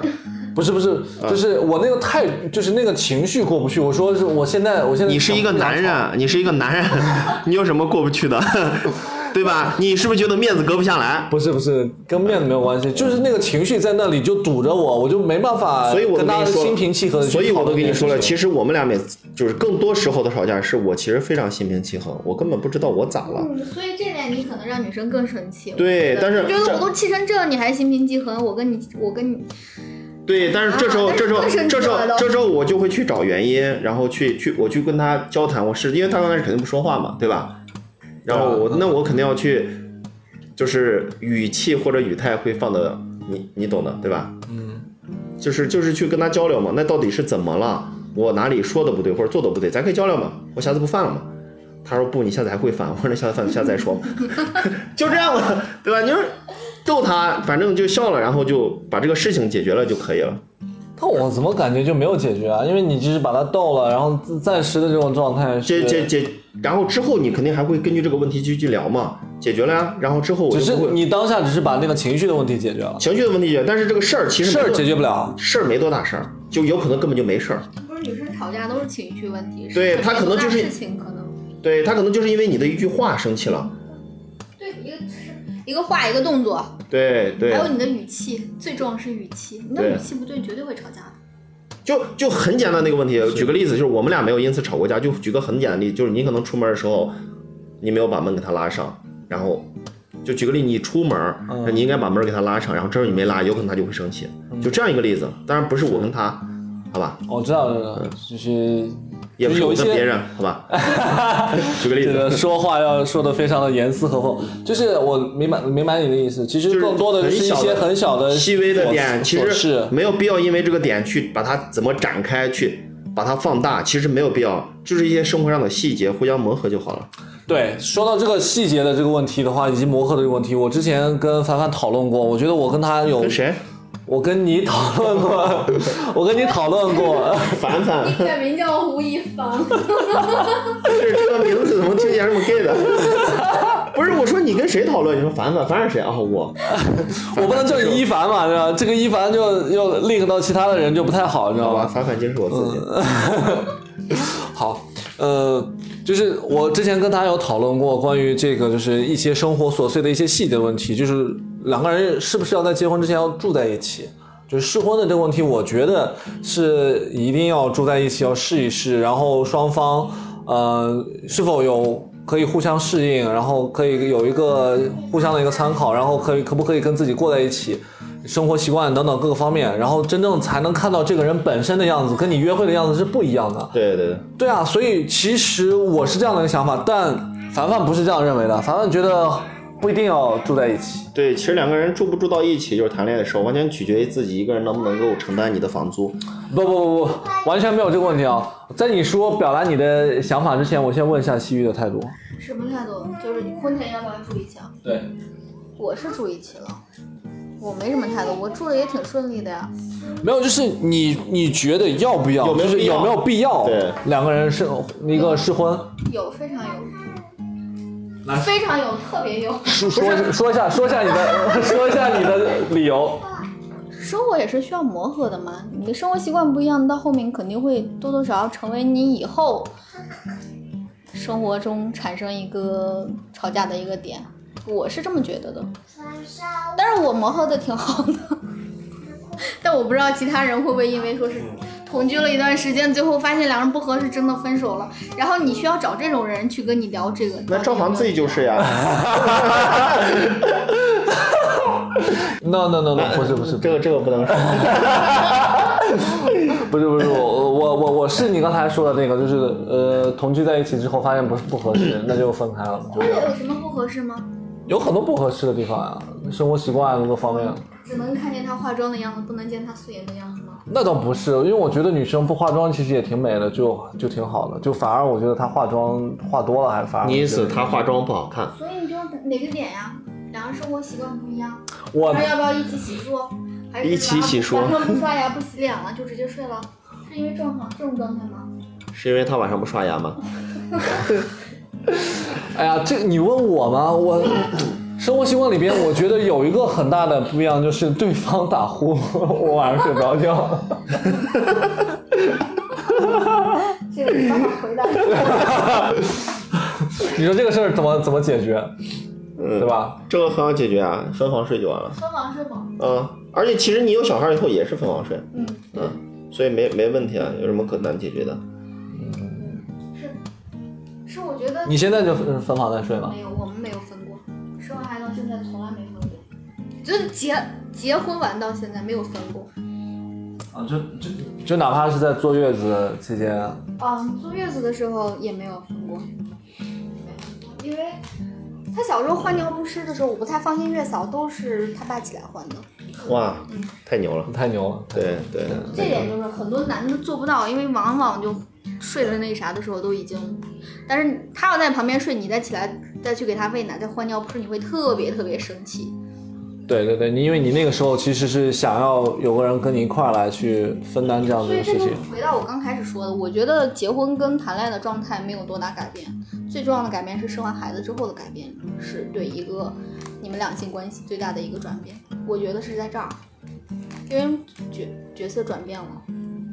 Speaker 1: 不是不是，就是我那个态就是那个情绪过不去，我说是我现在我现在
Speaker 3: 你是一个男人，你是一个男人， 你有什么过不去的， 对吧？你是不是觉得面子搁不下来？
Speaker 1: 不是不是，跟面子没有关系，就是那个情绪在那里就堵着我，我就没办法，
Speaker 3: 所以我都
Speaker 1: 跟大
Speaker 3: 跟
Speaker 1: 家
Speaker 3: 你说了，
Speaker 1: 心平气和的。
Speaker 3: 所以我都跟你说了，其
Speaker 1: 实
Speaker 3: 实我们俩每次就是更多时候的吵架，是我其实非常心平气和，我根本不知道我咋了。
Speaker 4: 嗯所以这点你可能让女生更生气。我觉，
Speaker 3: 对
Speaker 4: 得
Speaker 3: 但是
Speaker 4: 我觉得我
Speaker 3: 这
Speaker 4: 都气成这，你还心平气和？我跟你，我跟你，
Speaker 3: 对，但是这时候
Speaker 4: 啊
Speaker 3: 这时候
Speaker 4: 但是更生气
Speaker 3: 这时候
Speaker 4: 了都
Speaker 3: 这时候我就会去找原因，然后去去我去跟他交谈，我是因为他刚开始肯定不说话嘛，对吧？然后我那我肯定要去，就是语气或者语态会放的，你你懂的，对吧？
Speaker 1: 嗯，
Speaker 3: 就是就是去跟他交流嘛，那到底是怎么了？我哪里说的不对或者做的不对，咱可以交流嘛，我下次不犯了嘛。他说不，你下次还会犯。我说那下次犯，下次再说嘛， 就这样了，对吧？你就是逗他，反正就笑了，然后就把这个事情解决了就可以了。
Speaker 1: 但我怎么感觉就没有解决啊？因为你只是把他逗了，然后自暂时的这种状态
Speaker 3: 解
Speaker 1: 是，
Speaker 3: 解解，然后之后你肯定还会根据这个问题去去聊嘛，解决了呀。然后之后我
Speaker 1: 只是
Speaker 3: 就不会
Speaker 1: 你当下只是把那个情绪的问题解决了，
Speaker 3: 情绪的问题解决，但是这个事儿其实
Speaker 1: 事儿
Speaker 3: 没多
Speaker 1: 解决不了。
Speaker 3: 事儿没多大事儿，就有可能根本就没事儿。
Speaker 4: 不是女生吵架都是情绪问题，
Speaker 3: 对她
Speaker 4: 很
Speaker 3: 可
Speaker 4: 多
Speaker 3: 能就
Speaker 4: 大
Speaker 3: 是
Speaker 4: 事情可能
Speaker 3: 对他可能就是因为你的一句话生气了。
Speaker 4: 对一个一个话一个动作，
Speaker 3: 对对
Speaker 4: 还，有你的语气，最重要是语气，你的
Speaker 3: 对
Speaker 4: 语气不对，绝对会吵架的。
Speaker 3: 就就很简单的一个问题。举个例子，就是我们俩没有因此吵过架。就举个很简单的例子，就是你可能出门的时候，你没有把门给他拉上，然后就举个例，你出门，
Speaker 1: 嗯
Speaker 3: 你应该把门给他拉上，然后这时候你没拉，有可能他就会生气。就这样一个例子，当然不是我跟他，好吧，
Speaker 1: 我知道，知道，
Speaker 3: 嗯
Speaker 1: 就是
Speaker 3: 也不是
Speaker 1: 有
Speaker 3: 我
Speaker 1: 一
Speaker 3: 跟
Speaker 1: 些
Speaker 3: 别人，好吧。 举个例
Speaker 1: 这个
Speaker 3: 子，
Speaker 1: 说话要说的非常的严丝合缝，就是我明白明白你的意思，其
Speaker 3: 就
Speaker 1: 实
Speaker 3: 是
Speaker 1: 更多的是一些很小的
Speaker 3: 细微的
Speaker 1: 琐
Speaker 3: 点，其
Speaker 1: 琐
Speaker 3: 实
Speaker 1: 事
Speaker 3: 没有必要因为这个点去把它怎么展开，去把它放大，其实没有必要，就是一些生活上的细节互相磨合就好了。
Speaker 1: 对，说到这个细节的这个问题的话，以及磨合的这个问题，我之前跟凡凡讨论过，我觉得我跟他有
Speaker 3: 跟，谁？
Speaker 1: 我跟你讨论过， 我跟你讨论过，
Speaker 3: 凡凡，
Speaker 4: 改名叫胡一凡，
Speaker 3: 这这个名字怎么听起来这么 gay 的？不是，我说你跟谁讨论？你说凡凡，凡是谁啊？我
Speaker 1: 我不能叫你一凡嘛，对吧？这个一凡就又 link 到其他的人就不太好，你知道
Speaker 3: 好吧，
Speaker 1: 吧？
Speaker 3: 凡凡就是我自己。
Speaker 1: 好，呃，就是我之前跟他有讨论过关于这个，就是一些生活琐碎的一些细节问题，就是两个人是不是要在结婚之前要住在一起。就是试婚的这个问题，我觉得是一定要住在一起，要试一试，然后双方，呃，是否有可以互相适应，然后可以有一个互相的一个参考，然后可以可不可以跟自己过在一起，生活习惯等等各个方面，然后真正才能看到这个人本身的样子，跟你约会的样子是不一样的。
Speaker 3: 对对对，
Speaker 1: 对啊，所以其实我是这样的一个想法，但凡凡不是这样认为的。凡凡觉得不一定要住在一起，
Speaker 3: 对，其实两个人住不住到一起，就是谈恋爱的时候，完全取决于自己一个人能不能够承担你的房租。
Speaker 1: 不不不不，完全没有这个问题啊。在你说表达你的想法之前，我先问一下西域的态度。
Speaker 4: 什么态度？就是你婚前要不要注意讲？
Speaker 1: 对，
Speaker 4: 啊我是注意起了，
Speaker 5: 我没什么态度，我住的也挺顺利的呀。
Speaker 1: 没有，就是你你觉得要不要，
Speaker 3: 有没有
Speaker 1: 就是
Speaker 3: 必要
Speaker 1: 有没有必要？
Speaker 3: 对，
Speaker 1: 两个人是一个试婚，
Speaker 4: 有非常有
Speaker 1: 来，
Speaker 4: 非常有，特别有。
Speaker 1: 说说说一下说一下你的 说一下你的理 由。
Speaker 5: 生活也是需要磨合的嘛，你的生活习惯不一样，到后面肯定会多多少少成为你以后生活中产生一个吵架的一个点。我是这么觉得的，但是我磨合的挺好的，
Speaker 4: 但我不知道其他人会不会因为说是同居了一段时间，最后发现两人不合适，真的分手了。然后你需要找这种人去跟你聊这个。
Speaker 3: 那赵
Speaker 4: 房
Speaker 3: 航自己就是呀，
Speaker 1: No no no no，不是不是
Speaker 3: 这个这个不能说。
Speaker 1: 不是不是，我我我我是你刚才说的那个，就是呃，同居在一起之后发现不是不合适，那就分开了嘛。就
Speaker 4: 而
Speaker 1: 是
Speaker 4: 且有什么不合适吗？
Speaker 1: 有很多不合适的地方啊，生活习惯各个方面。
Speaker 4: 只能看见他化妆的样子，不能见他素颜的样子吗？
Speaker 1: 那倒不是，因为我觉得女生不化妆其实也挺美的，就就挺好的。就反而我觉得她化妆化多了，还反而
Speaker 3: 你意
Speaker 1: 我
Speaker 3: 思
Speaker 1: 觉得
Speaker 3: 他化妆不好看？
Speaker 4: 所以你就哪个点呀、两人生活习惯不一样，
Speaker 1: 我
Speaker 4: 他要不要一起洗漱？还是
Speaker 3: 一起洗漱
Speaker 4: 晚上不刷牙不洗脸了就直接睡了？是因为正好这种状态 吗？
Speaker 3: 是因为他晚上不刷牙吗？
Speaker 1: 哎呀，这个你问我吗？我生活习惯里边，我觉得有一个很大的不一样，就是对方打呼， 我晚上睡不着觉。
Speaker 4: 这个没办法 回答。
Speaker 1: 你说这个事儿怎么怎么解决，
Speaker 3: 嗯，
Speaker 1: 对？吧？
Speaker 3: 这个很好解决啊，分房睡就完了。
Speaker 4: 分房睡房，
Speaker 3: 嗯，而且其实你有小孩以后也是分房睡，
Speaker 4: 嗯，
Speaker 3: 嗯，所以没没问题啊，有什么可难解决的？
Speaker 4: 是我觉得
Speaker 1: 你现在就分分房再睡吗？
Speaker 4: 没有，我们没有分过，生完孩到现在从来没分过，就是结结婚完到现在没有分过。
Speaker 1: 啊，就就就哪怕是在坐月子期间，
Speaker 4: 嗯，坐月子的时候也没有分过，因为他小时候换尿不湿的时候，我不太放心月嫂，都是他爸起来换的。
Speaker 3: 哇，太牛了！
Speaker 1: 太牛了，太牛
Speaker 3: 对
Speaker 1: 了
Speaker 3: 对，
Speaker 4: 这点就是很多男的做不到，因为往往就睡了那啥的时候都已经，但是他要在旁边睡，你再起来再去给他喂奶再换尿不是你会特别特别生气。
Speaker 1: 对对对，你因为你那个时候其实是想要有个人跟你一块儿来去分担这样
Speaker 4: 所
Speaker 1: 的一
Speaker 4: 以
Speaker 1: 个
Speaker 4: 这
Speaker 1: 事
Speaker 4: 就
Speaker 1: 情
Speaker 4: 是，回到我刚开始说的，我觉得结婚跟谈恋爱的状态没有多大改变，最重要的改变是生完孩子之后的改变，是对一个你们两性关系最大的一个转变。我觉得是在这儿，因为角角色转变了，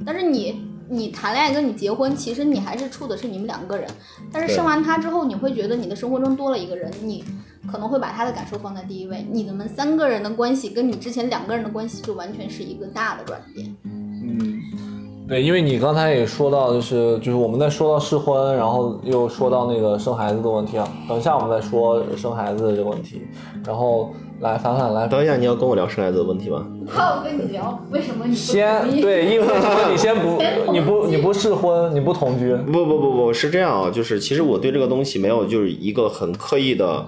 Speaker 4: 但是你。你谈恋爱跟你结婚，其实你还是处的是你们两个人，但是
Speaker 3: 对
Speaker 4: 生完他之后，你会觉得你的生活中多了一个人，你可能会把他的感受放在第一位，你们三个人的关系跟你之前两个人的关系就完全是一个大的转变。
Speaker 1: 对，因为你刚才也说到，就是就是我们在说到适婚，然后又说到那个生孩子的问题啊，等一下我们再说生孩子的这个问题，然后来凡凡来。
Speaker 3: 等一下，你要跟我聊生孩子的问题吗？
Speaker 4: 怕我跟你聊为什么你不
Speaker 1: 先
Speaker 4: 同意
Speaker 1: 对，因为什么你先不
Speaker 4: 先同
Speaker 1: 你不你不适婚，你不同居，
Speaker 3: 不不不不，是这样啊，就是其实我对这个东西没有就是一个很刻意的、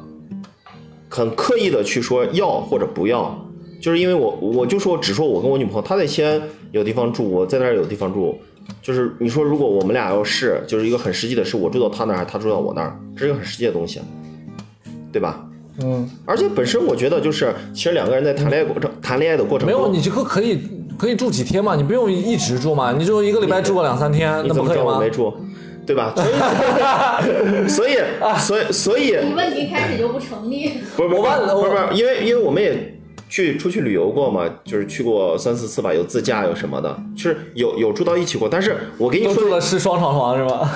Speaker 3: 很刻意的去说要或者不要，就是因为我我就说只说我跟我女朋友，她在西安有地方住，我在那儿有地方住，就是你说如果我们俩要是就是一个很实际的事，我住到她那儿，还是她住到我那儿，这是一个很实际的东西，对吧？
Speaker 1: 嗯，
Speaker 3: 而且本身我觉得就是，其实两个人在谈恋爱过程谈恋爱的过程
Speaker 1: 没
Speaker 3: 中，
Speaker 1: 有你就可以可以住几天嘛，你不用一直住嘛，你就一个礼拜住个两三天，
Speaker 3: 你
Speaker 1: 那
Speaker 3: 怎
Speaker 1: 不
Speaker 3: 么
Speaker 1: 可
Speaker 3: 知
Speaker 1: 以
Speaker 3: 道我
Speaker 1: 吗
Speaker 3: 没？住？对吧？所以， 所以，所以，所以，
Speaker 4: 你问题开始就不成立。
Speaker 3: 不是不是
Speaker 1: 我忘了
Speaker 3: 不是
Speaker 1: 我
Speaker 3: 不是，因为因为我们也去出去旅游过嘛，就是去过三四次吧，有自驾有什么的，就是有有住到一起过。但是我跟你
Speaker 1: 都
Speaker 3: 说
Speaker 1: 住
Speaker 3: 的
Speaker 1: 的是双床床是吧？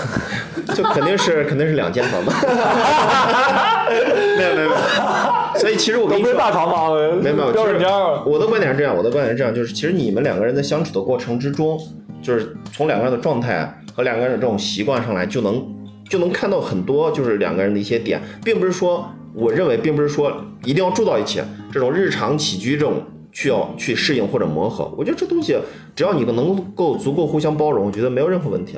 Speaker 3: 就肯定是肯定是两间 房吧，没有没有没有。所以其实我跟
Speaker 1: 都
Speaker 3: 你
Speaker 1: 不
Speaker 3: 说
Speaker 1: 是，大床房，
Speaker 3: 没有没有，
Speaker 1: 标准
Speaker 3: 就是
Speaker 1: 间儿。
Speaker 3: 我的观点是这样，我的观点是这样，就是其实你们两个人在相处的过程之中，就是从两个人的状态和两个人的这种习惯上来，就能就能看到很多就是两个人的一些点，并不是说我认为并不是说一定要住到一起，这种日常起居这种需要去适应或者磨合，我觉得这东西只要你能够足够互相包容，我觉得没有任何问题，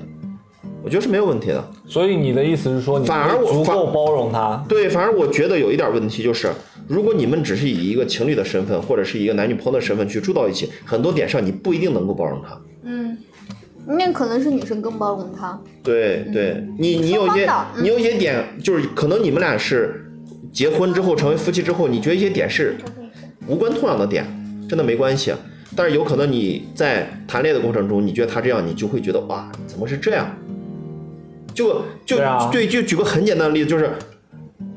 Speaker 3: 我觉得是没有问题的。
Speaker 1: 所以你的意思是说，你
Speaker 3: 反而我
Speaker 1: 足够
Speaker 3: 反
Speaker 1: 包容他？
Speaker 3: 对，反正我觉得有一点问题就是，如果你们只是以一个情侣的身份，或者是一个男女朋友的身份去住到一起，很多点上你不一定能够包容他。
Speaker 4: 嗯，
Speaker 5: 那可能是女生更包容他。
Speaker 3: 对对，你你有一些
Speaker 5: 嗯双方嗯的
Speaker 3: 你有一些点，就是可能你们俩是结婚之后成为夫妻之后，你觉得一些点是无关痛痒的点，真的没关系。啊但是有可能你在谈恋爱的过程中，你觉得他这样，你就会觉得哇，怎么是这样？就就
Speaker 1: 对啊
Speaker 3: 对，就举个很简单的例子，就是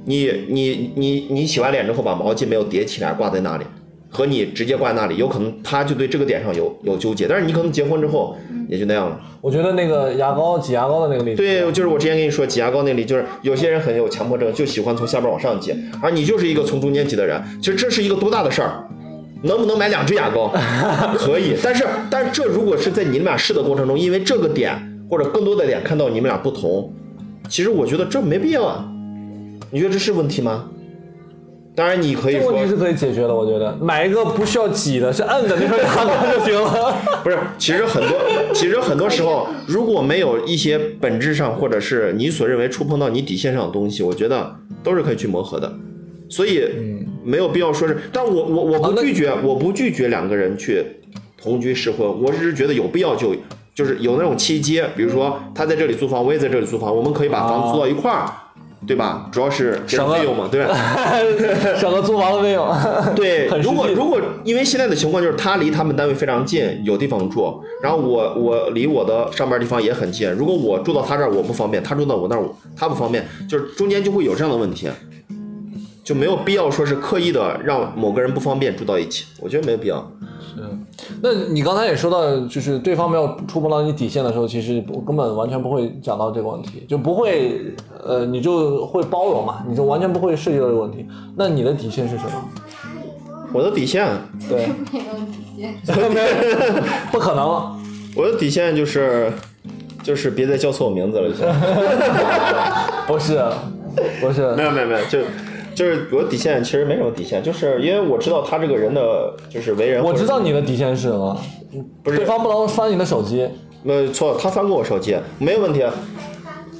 Speaker 3: 你你你你洗完脸之后把毛巾没有叠起来挂在那里，和你直接挂在那里，有可能他就对这个点上有有纠结。但是你可能结婚之后也就那样了。
Speaker 1: 我觉得那个牙膏挤牙膏的那个例子，
Speaker 3: 对，就是我之前跟你说挤牙膏那里，就是有些人很有强迫症，就喜欢从下边往上挤，而你就是一个从中间挤的人。其实这是一个多大的事儿？能不能买两支牙膏？ 可以，但是但是这如果是在你们俩试的过程中，因为这个点或者更多的点看到你们俩不同，其实我觉得这没必要啊。你觉得这是问题吗？当然你可以
Speaker 1: 这个
Speaker 3: 说
Speaker 1: 问题是可以解决的，我觉得买一个不需要挤的，是摁的那个牙膏就行了。
Speaker 3: 不是，其实很多，其实很多时候，如果没有一些本质上或者是你所认为触碰到你底线上的东西，我觉得都是可以去磨合的。所以
Speaker 1: 嗯
Speaker 3: 没有必要说是，但我我我
Speaker 1: 啊
Speaker 3: 不
Speaker 1: 那
Speaker 3: 拒绝，我不拒绝两个人去同居试婚，我只是觉得有必要就就是有那种契机，比如说他在这里租房，我也在这里租房，我们可以把房
Speaker 1: 啊
Speaker 3: 子租到一块儿，对吧？主要是节省
Speaker 1: 省了
Speaker 3: 费用嘛，对吧？
Speaker 1: 省个租房的费用。
Speaker 3: 对
Speaker 1: 很，实
Speaker 3: 如果
Speaker 1: 际
Speaker 3: 如果因为现在的情况就是他离他们单位非常近，有地方住，然后我我离我的上班地方也很近，如果我住到他这儿我不方便，他住到我那儿我他不方便，就是中间就会有这样的问题，就没有必要说是刻意的让某个人不方便住到一起，我觉得没有必要。
Speaker 1: 那你刚才也说到，就是对方没有触碰到你底线的时候，其实不根本完全不会讲到这个问题，就不会呃，你就会包容嘛，你就完全不会涉及到这个问题。那你的底线是什么？
Speaker 3: 我的底线，
Speaker 1: 对，
Speaker 4: 没有底线。
Speaker 1: 不可能，
Speaker 3: 我的底线就是就是别再叫错我名字了 就行。
Speaker 1: 不是，不是
Speaker 3: 没，有没有没有，就就是我的底线其实没什么底线，就是因为我知道他这个人的就是为人，
Speaker 1: 我知道你的底线是什么，
Speaker 3: 不是
Speaker 1: 对方不能翻你的手机。
Speaker 3: 没有错，他翻过我手机，没有问题。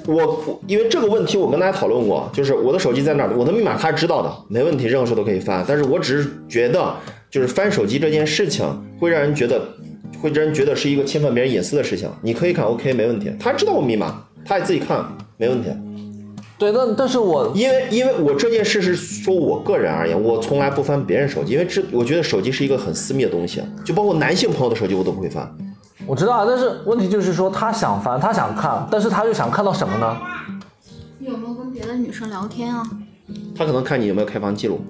Speaker 3: 我啊我因为这个问题我跟大家讨论过，就是我的手机在哪儿，我的密码他知道的，没问题，任何时候都可以翻。但是我只是觉得，就是翻手机这件事情会让人觉得，会让人觉得是一个侵犯别人隐私的事情。你可以看 OK 没问题，他知道我密码，他也自己看没问题。
Speaker 1: 对，但但是我
Speaker 3: 因为因为我这件事是说我个人而言，我从来不翻别人手机，因为这我觉得手机是一个很私密的东西，啊就包括男性朋友的手机我都不会翻。
Speaker 1: 我知道啊，但是问题就是说他想翻，他想看，但是他又想看到什么呢？
Speaker 4: 你有没有跟别的女生聊天啊？
Speaker 3: 他可能看你有没有开房记录，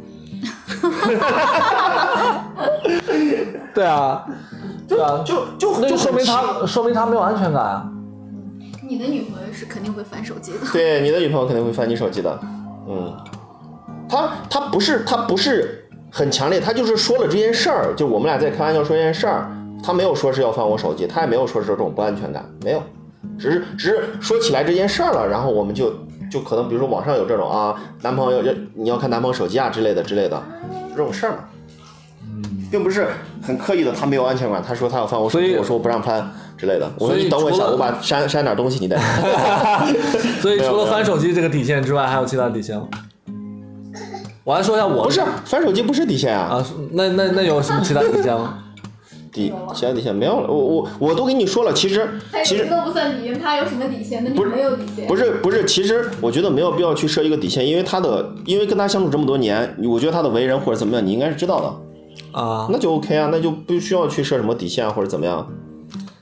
Speaker 1: 对啊，对啊，
Speaker 3: 就就
Speaker 1: 那
Speaker 3: 就
Speaker 1: 就说
Speaker 3: 很
Speaker 1: 明
Speaker 3: 奇
Speaker 1: 他说明他没有安全感啊。
Speaker 4: 你的女朋友是肯定会翻手机的。
Speaker 3: 对，你的女朋友肯定会翻你手机的，嗯，她她不是她不是很强烈，她就是说了这件事儿，就我们俩在开玩笑说这件事儿，她没有说是要翻我手机，她也没有说是这种不安全感，没有，只是只是说起来这件事儿了，然后我们就就可能比如说网上有这种啊，男朋友要你要看男朋友手机啊之类的之类的这种事儿嘛，
Speaker 1: 嗯
Speaker 3: 并不是很刻意的，他没有安全感，他说他要翻我手
Speaker 1: 所
Speaker 3: 机，
Speaker 1: 以
Speaker 3: 我说我不让翻之类的，我说
Speaker 1: 所以
Speaker 3: 你等我一
Speaker 1: 除
Speaker 3: 下，
Speaker 1: 了
Speaker 3: 我把删删点东西你再看。
Speaker 1: 所以
Speaker 3: 没有
Speaker 1: 除
Speaker 3: 没
Speaker 1: 了
Speaker 3: 有
Speaker 1: 翻手机这个底线之外，还有其他底线吗？我来说一下我
Speaker 3: 不
Speaker 1: 的
Speaker 3: 是翻手机不是底线啊，
Speaker 1: 啊，是那那那有什么其他底线吗？
Speaker 3: 底其他底线没有了。我我我都跟你说了，其实其实
Speaker 4: 都不算底线，他有什么底线？那你
Speaker 3: 不是
Speaker 4: 没有底线
Speaker 3: 不是不是，其实我觉得没有必要去设一个底线，因为他的因为跟他相处这么多年，我觉得他的为人或者怎么样，你应该是知道 的，
Speaker 1: 啊，
Speaker 3: 那就 OK 啊，那就不需要去设什么底线啊或者怎么样。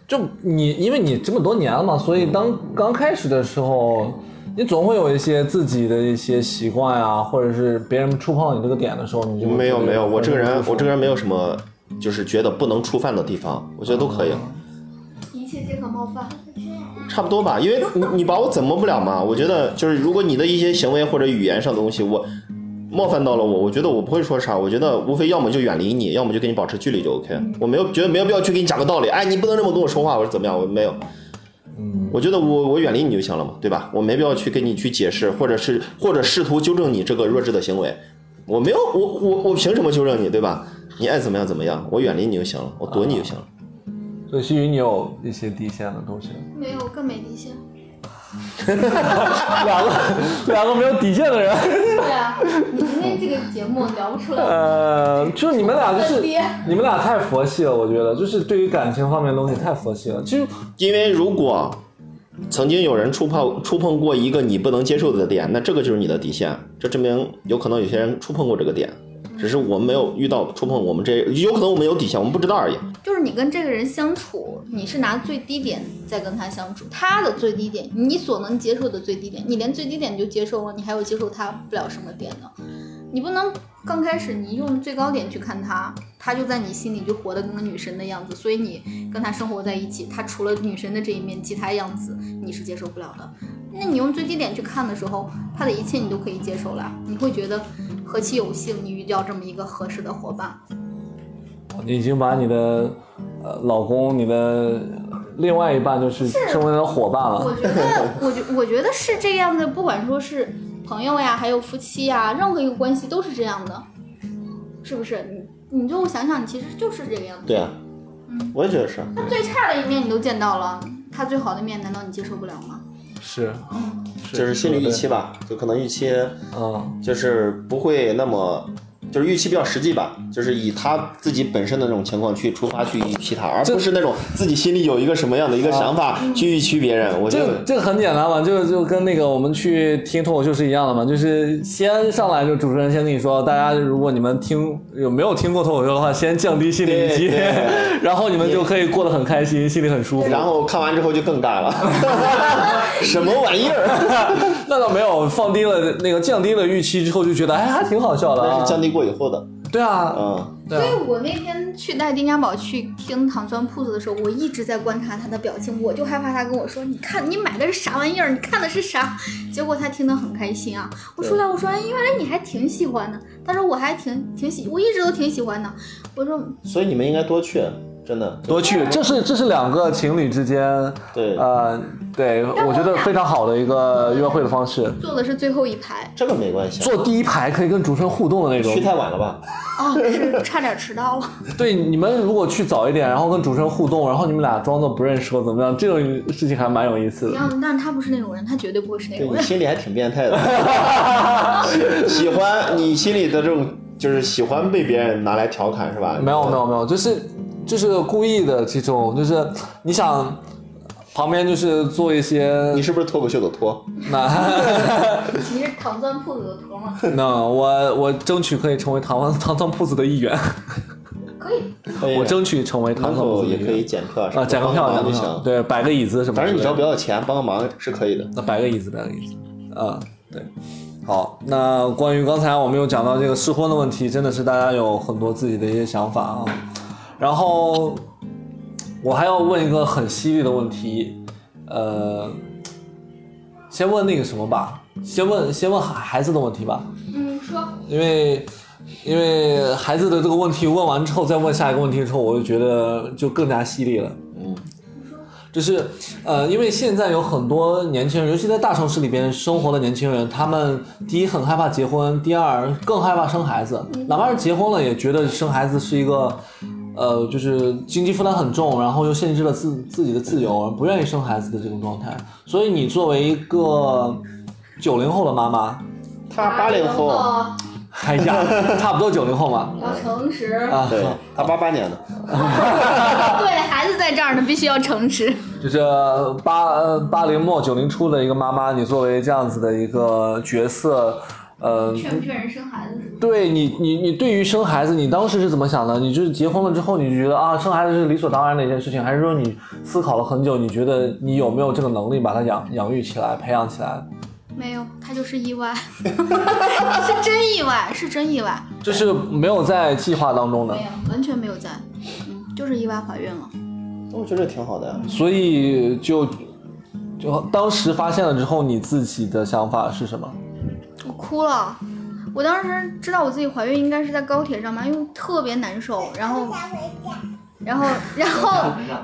Speaker 1: 就你因为你这么多年了嘛，所以当刚开始的时候，你总会有一些自己的一些习惯啊，或者是别人触碰你这个点的时候，你就会
Speaker 3: 没有
Speaker 1: 觉得
Speaker 3: 没有，我这个人
Speaker 1: 不舒服
Speaker 3: 我这个人没有什么就是觉得不能触犯的地方，我觉得都
Speaker 1: 啊
Speaker 3: 可以，
Speaker 4: 一切皆可冒犯。
Speaker 3: 差不多吧，因为你你把我怎么不了嘛。我觉得就是如果你的一些行为或者语言上的东西，我。冒犯到了我，我觉得我不会说啥，我觉得无非要么就远离你，要么就跟你保持距离就 OK。我没有觉得没有必要去给你讲个道理，哎，你不能这么跟我说话，我说怎么样？我没有，嗯，我觉得我我远离你就行了嘛，对吧？我没必要去跟你去解释，或者是或者试图纠正你这个弱智的行为，我没有，我我我凭什么纠正你，对吧？你爱怎么样怎么样，我远离你就行了，我躲你就行了。
Speaker 1: 所以西雨你有一些底线的东西，
Speaker 4: 没有，更没底线。
Speaker 1: 两个 两个没有底线的人，
Speaker 4: 对啊，你今天这个节目聊不出来。
Speaker 1: 呃，就你们俩就是
Speaker 4: 干爹
Speaker 1: 你们俩太佛系了，我觉得就是对于感情方面的东西太佛系了，其实
Speaker 3: 因为如果曾经有人触碰触碰过一个你不能接受的点，那这个就是你的底线。这证明有可能有些人触碰过这个点，只是我们没有遇到触碰我们这，有可能我们有底线，我们不知道而已。
Speaker 4: 就是你跟这个人相处，你是拿最低点在跟他相处，他的最低点，你所能接受的最低点，你连最低点就接受了，你还有接受他不了什么点呢？你不能刚开始你用最高点去看他，他就在你心里就活得跟个女神的样子，所以你跟他生活在一起，他除了女神的这一面，其他样子你是接受不了的。那你用最低点去看的时候，他的一切你都可以接受了，你会觉得何其有幸你遇到这么一个合适的伙伴。
Speaker 1: 你已经把你的呃老公、你的另外一半就是成为了伙伴
Speaker 4: 我
Speaker 1: 了。
Speaker 4: 觉得，我觉我觉得是这样的，不管说是朋友呀，还有夫妻呀，任何一个关系都是这样的，是不是？你你就想想，你其实就是这个样子。
Speaker 3: 对啊，我也觉得是。
Speaker 4: 那最差的一面你都见到了，他最好的一面难道你接受不了吗？
Speaker 1: 是，
Speaker 3: 就是心理预期吧，就可能预期
Speaker 1: 嗯，
Speaker 3: 就是不会那么，就是预期比较实际吧，就是以他自己本身的那种情况去出发去预期他，而不是那种自己心里有一个什么样的一个想法去预期别人。我觉
Speaker 1: 这
Speaker 3: 得
Speaker 1: 个这个很简单嘛，就就跟那个我们去听脱口秀是一样的嘛，就是先上来就主持人先跟你说，大家如果你们听有没有听过脱口秀的话，先降低心理预期
Speaker 3: 对对，
Speaker 1: 然后你们就可以过得很开心，心里很舒服。
Speaker 3: 然后看完之后就更尬了，什么玩意儿？
Speaker 1: 那倒没有放低了那个降低了预期之后，就觉得哎还挺好笑的
Speaker 3: 那
Speaker 1: 啊
Speaker 3: 是。降低过以后的，
Speaker 1: 对啊，
Speaker 3: 嗯，
Speaker 1: 对啊
Speaker 4: 所。以我那天去带丁家宝去听糖酸铺子的时候，我一直在观察他的表情，我就害怕他跟我说：“你看，你买的是啥玩意儿？你看的是啥？” 结果他听得很开心啊。我出来我说：“哎，原来你还挺喜欢的。”他说：“我还挺挺喜，我一直都挺喜欢的。”我说
Speaker 3: 所以你们应该多去，：“真的
Speaker 1: 多去，这是这是两个情侣之间，
Speaker 3: 对。
Speaker 1: 呃，对我觉得非常好的一个约会的方式，
Speaker 4: 坐的是最后一排，
Speaker 3: 这个没关系啊，
Speaker 1: 坐第一排可以跟主持人互动的那种
Speaker 3: 去。太晚了 吧？
Speaker 4: 哦，是差点迟到了。
Speaker 1: 对，你们如果去早一点，然后跟主持人互动，然后你们俩装作不认识或怎么样，这种事情还蛮有意思的。
Speaker 4: 然后，但是他不是那种人，他绝对不会是那
Speaker 3: 对
Speaker 4: 种
Speaker 3: 你
Speaker 4: 人。
Speaker 3: 心里还挺变态的，喜喜欢你心里的这种就是喜欢被别人拿来调侃是吧？
Speaker 1: 没有没有没有，就是就是故意的这种，就是你想旁边就是做一些
Speaker 3: 你是不是脱口秀的脱？
Speaker 1: 那
Speaker 4: 你是糖钻铺子的头吗？
Speaker 1: 那我我争取可以成为糖糖糖糖铺子的一员，
Speaker 4: 可以，
Speaker 1: 我争取成为糖
Speaker 3: 门
Speaker 1: 糖铺
Speaker 3: 口
Speaker 1: 子的
Speaker 3: 也
Speaker 1: 一
Speaker 3: 可
Speaker 1: 员
Speaker 3: 以检票
Speaker 1: 啊，捡个票，
Speaker 3: 帮
Speaker 1: 捡
Speaker 3: 忙
Speaker 1: 个
Speaker 3: 就
Speaker 1: 票，
Speaker 3: 行。
Speaker 1: 对，摆个椅子什么的。
Speaker 3: 反正你只要不要钱，帮个忙是可以的。
Speaker 1: 那摆个椅子，摆个椅子，啊、对，好，那关于刚才我们有讲到这个试婚的问题，真的是大家有很多自己的一些想法啊。然后我还要问一个很犀利的问题，呃，先问那个什么吧，先问先问孩孩子的问题吧，
Speaker 4: 嗯，说
Speaker 1: 因为。因为孩子的这个问题问完之后，再问下一个问题的时候，我就觉得就更加犀利了。
Speaker 3: 嗯，
Speaker 1: 就是呃，因为现在有很多年轻人，尤其在大城市里边生活的年轻人，他们第一很害怕结婚，第二更害怕生孩子，哪怕是结婚了，也觉得生孩子是一个。呃，就是经济负担很重，然后又限制了自自己的自由，不愿意生孩子的这种状态。所以你作为一个九零后的妈妈，
Speaker 3: 他八零后，啊
Speaker 1: 哎呀， 差不多九零后嘛，
Speaker 4: 哦要诚实。
Speaker 1: 啊，
Speaker 3: 对，他八八年的，
Speaker 4: 对，孩子在这儿呢，必须要诚实。
Speaker 1: 就是八呃八零末九零初的一个妈妈，你作为这样子的一个角色，呃，
Speaker 3: 嗯
Speaker 4: 劝不劝人生孩子是不是？
Speaker 1: 对你你你对于生孩子，你当时是怎么想的？你就是结婚了之后，你觉得啊生孩子是理所当然的一件事情，还是说你思考了很久，你觉得你有没有这个能力把它养养育起来、培养起来？
Speaker 4: 没有，他就是意外， 是真意外，是真意外，
Speaker 1: 就是没有在计划当中的
Speaker 4: 没，有，完全没有在，嗯，就是意外怀孕了。
Speaker 3: 我觉得挺好的呀。
Speaker 1: 所以就就当时发现了之后，你自己的想法是什么？
Speaker 4: 我哭了。我当时知道我自己怀孕，应该是在高铁上吧，因为特别难受。然后，
Speaker 2: 想回家。
Speaker 4: 然后，然后，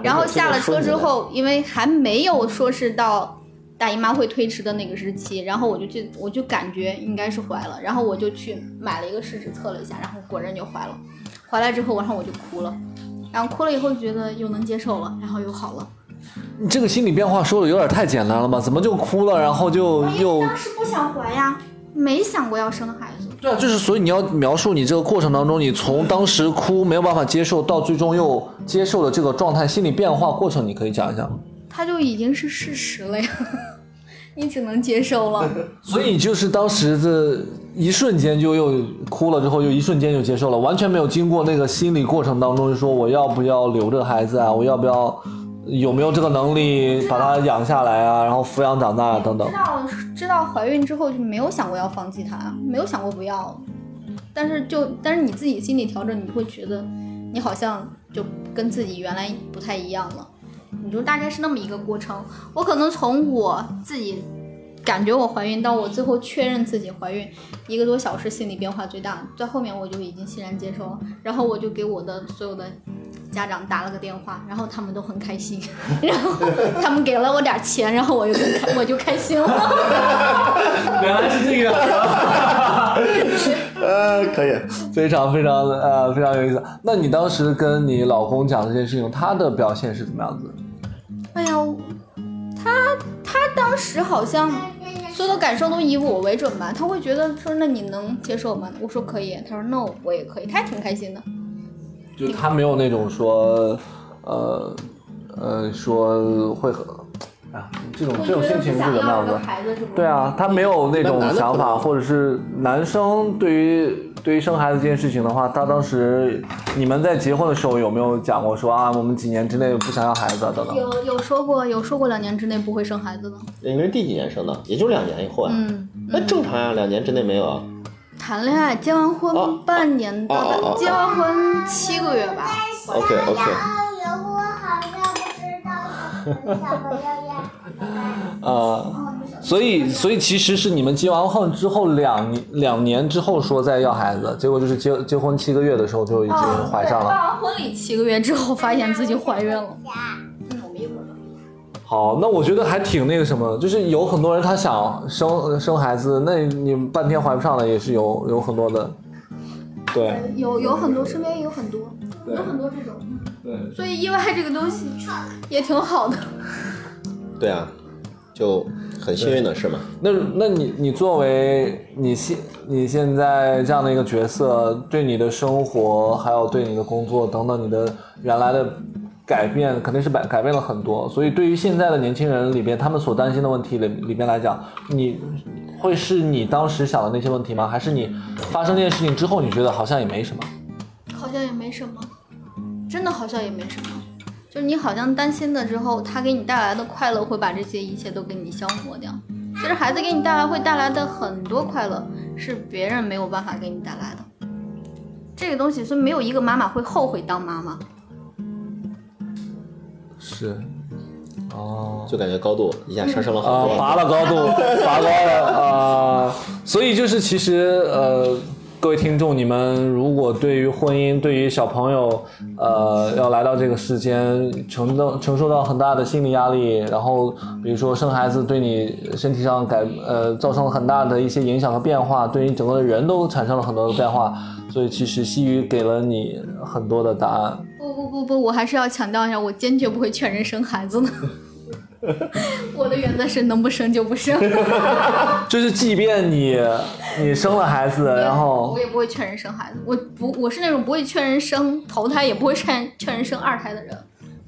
Speaker 4: 然后下了车之后，因为还没有说是到大姨妈会推迟的那个日期，然后我就去，我就感觉应该是怀了，然后我就去买了一个试纸测了一下，然后果然就怀了。怀来之后，然后我就哭了，然后哭了以后觉得又能接受了，然后又好了。
Speaker 1: 你这个心理变化说的有点太简单了吧？怎么就哭了，然后就又
Speaker 4: 当时不想怀呀，没想过要生孩子。
Speaker 1: 对啊，就是所以你要描述你这个过程当中，你从当时哭没有办法接受，到最终又接受的这个状态，心理变化过程，你可以讲一讲吗。
Speaker 4: 它就已经是事实了呀， 你只能接受了。
Speaker 1: 所以就是当时的一瞬间就又哭了，之后又一瞬间就接受了，完全没有经过那个心理过程当中，就说我要不要留着孩子啊，我要不要有没有这个能力把他养下来啊，然后抚养长大啊等等
Speaker 4: 知。道知道怀孕之后就没有想过要放弃它，没有想过不要，但是就但是你自己心理调整，你会觉得你好像就跟自己原来不太一样了，你就大概是那么一个过程。我可能从我自己感觉我怀孕到我最后确认自己怀孕一个多小时，心理变化最大，在后面我就已经欣然接受了，然后我就给我的所有的。家长打了个电话，然后他们都很开心， 然后他们给了我点儿钱，然后我又开 我就开心了。
Speaker 1: 原来是这个，
Speaker 3: 呃，可以，
Speaker 1: 非常非常的呃非常有意思。那你当时跟你老公讲这件事情，他的表现是怎么样子？
Speaker 4: 哎呀，他他当时好像所有的感受都以我为准吧，他会觉得说那你能接受吗？我说可以，他说 no 我也可以，他还挺开心的。
Speaker 1: 就他没有那种说，呃，呃，说会很，啊，这种这种心情是怎么样的？
Speaker 4: 孩子是不
Speaker 1: 对啊，他没有那种想法，或者是男生对于对于生孩子这件事情的话，他当时你们在结婚的时候有没有讲过说啊，我们几年之内不想要孩子啊等等？
Speaker 4: 有有说过有说过两年之内不会生孩子的，
Speaker 3: 你们是第几年生的？也就两年以后啊。
Speaker 4: 嗯，
Speaker 3: 那正常呀，两年之内没有啊。
Speaker 4: 谈恋爱结完
Speaker 3: 哦
Speaker 4: 婚半年到，
Speaker 3: 哦哦哦
Speaker 4: 结完婚七个月吧，
Speaker 3: OK
Speaker 2: 然后
Speaker 3: OK，
Speaker 2: 然后我好像不知道小朋友要。
Speaker 1: 啊、
Speaker 2: 哦不是
Speaker 1: 所以所以其实是你们结完婚之后两两年之后说再要孩子，结果就是结结婚七个月的时候就已经
Speaker 4: 哦
Speaker 1: 怀上了。
Speaker 4: 办完婚礼七个月之后，发现自己怀孕了。
Speaker 5: 嗯，我们一会儿吧。
Speaker 1: 好，那我觉得还挺那个什么的，就是有很多人他想生生孩子，那你半天怀不上了也是有有很多的，对
Speaker 4: 有有很多，身边有很多，
Speaker 1: 对
Speaker 4: 有很多这种，
Speaker 1: 对。
Speaker 4: 所以意外这个东西也挺好的。
Speaker 3: 对啊，就很幸运的事嘛。
Speaker 1: 那那你你作为你现你现在这样的一个角色，对你的生活还有对你的工作等等，你的原来的改变肯定是改改变了很多。所以对于现在的年轻人里边，他们所担心的问题里里边来讲，你会是你当时想的那些问题吗？还是你发生这件事情之后，你觉得好像也没什么？
Speaker 4: 好像也没什么，真的好像也没什么。就是你好像担心了之后，他给你带来的快乐会把这些一切都给你消磨掉。其实孩子给你带来会带来的很多快乐，是别人没有办法给你带来的。这个东西是没有一个妈妈会后悔当妈妈。
Speaker 1: 是，哦，
Speaker 3: 就感觉高度一下上升了
Speaker 1: 啊、
Speaker 3: 好多。
Speaker 1: 拔了高度，拔高了啊、所以就是其实呃，各位听众，你们如果对于婚姻，对于小朋友，呃，要来到这个世间，承到承受到很大的心理压力，然后比如说生孩子对你身体上改呃造成了很大的一些影响和变化，对你整个人都产生了很多的变化，所以其实西语给了你很多的答案。
Speaker 4: 不不不不，我还是要强调一下，我坚决不会劝人生孩 子的。我的原则是能不生就不生，
Speaker 1: 就是即便你你生了孩子，然后
Speaker 4: 我也不会劝人生孩子。我不我是那种不会劝人生头胎，也不会劝劝人生二胎的人。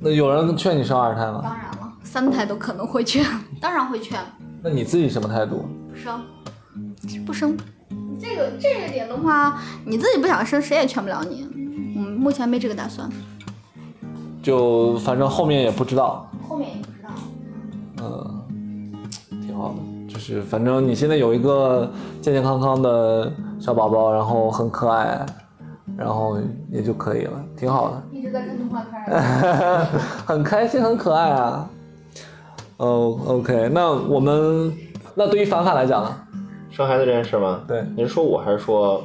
Speaker 1: 那有人劝你生二胎吗？
Speaker 4: 当然了，三胎都可能会劝，当然会劝，
Speaker 1: 那你自己什么态度？
Speaker 4: 不生，不生。这个这个点的话，你自己不想生，谁也劝不了你。嗯，目前没这个打算。
Speaker 1: 就反正后面也不知道，
Speaker 4: 后面也不知道。
Speaker 1: 嗯，挺好的。就是反正你现在有一个健健康康的小宝宝，然后很可爱，然后也就可以了，挺好的。
Speaker 4: 一直在看动画片。
Speaker 1: 很开心，很可爱啊。哦、o k 那我们那对于凡凡来讲呢？
Speaker 3: 生孩子这件事吗？
Speaker 1: 对
Speaker 3: 你是说我还是说？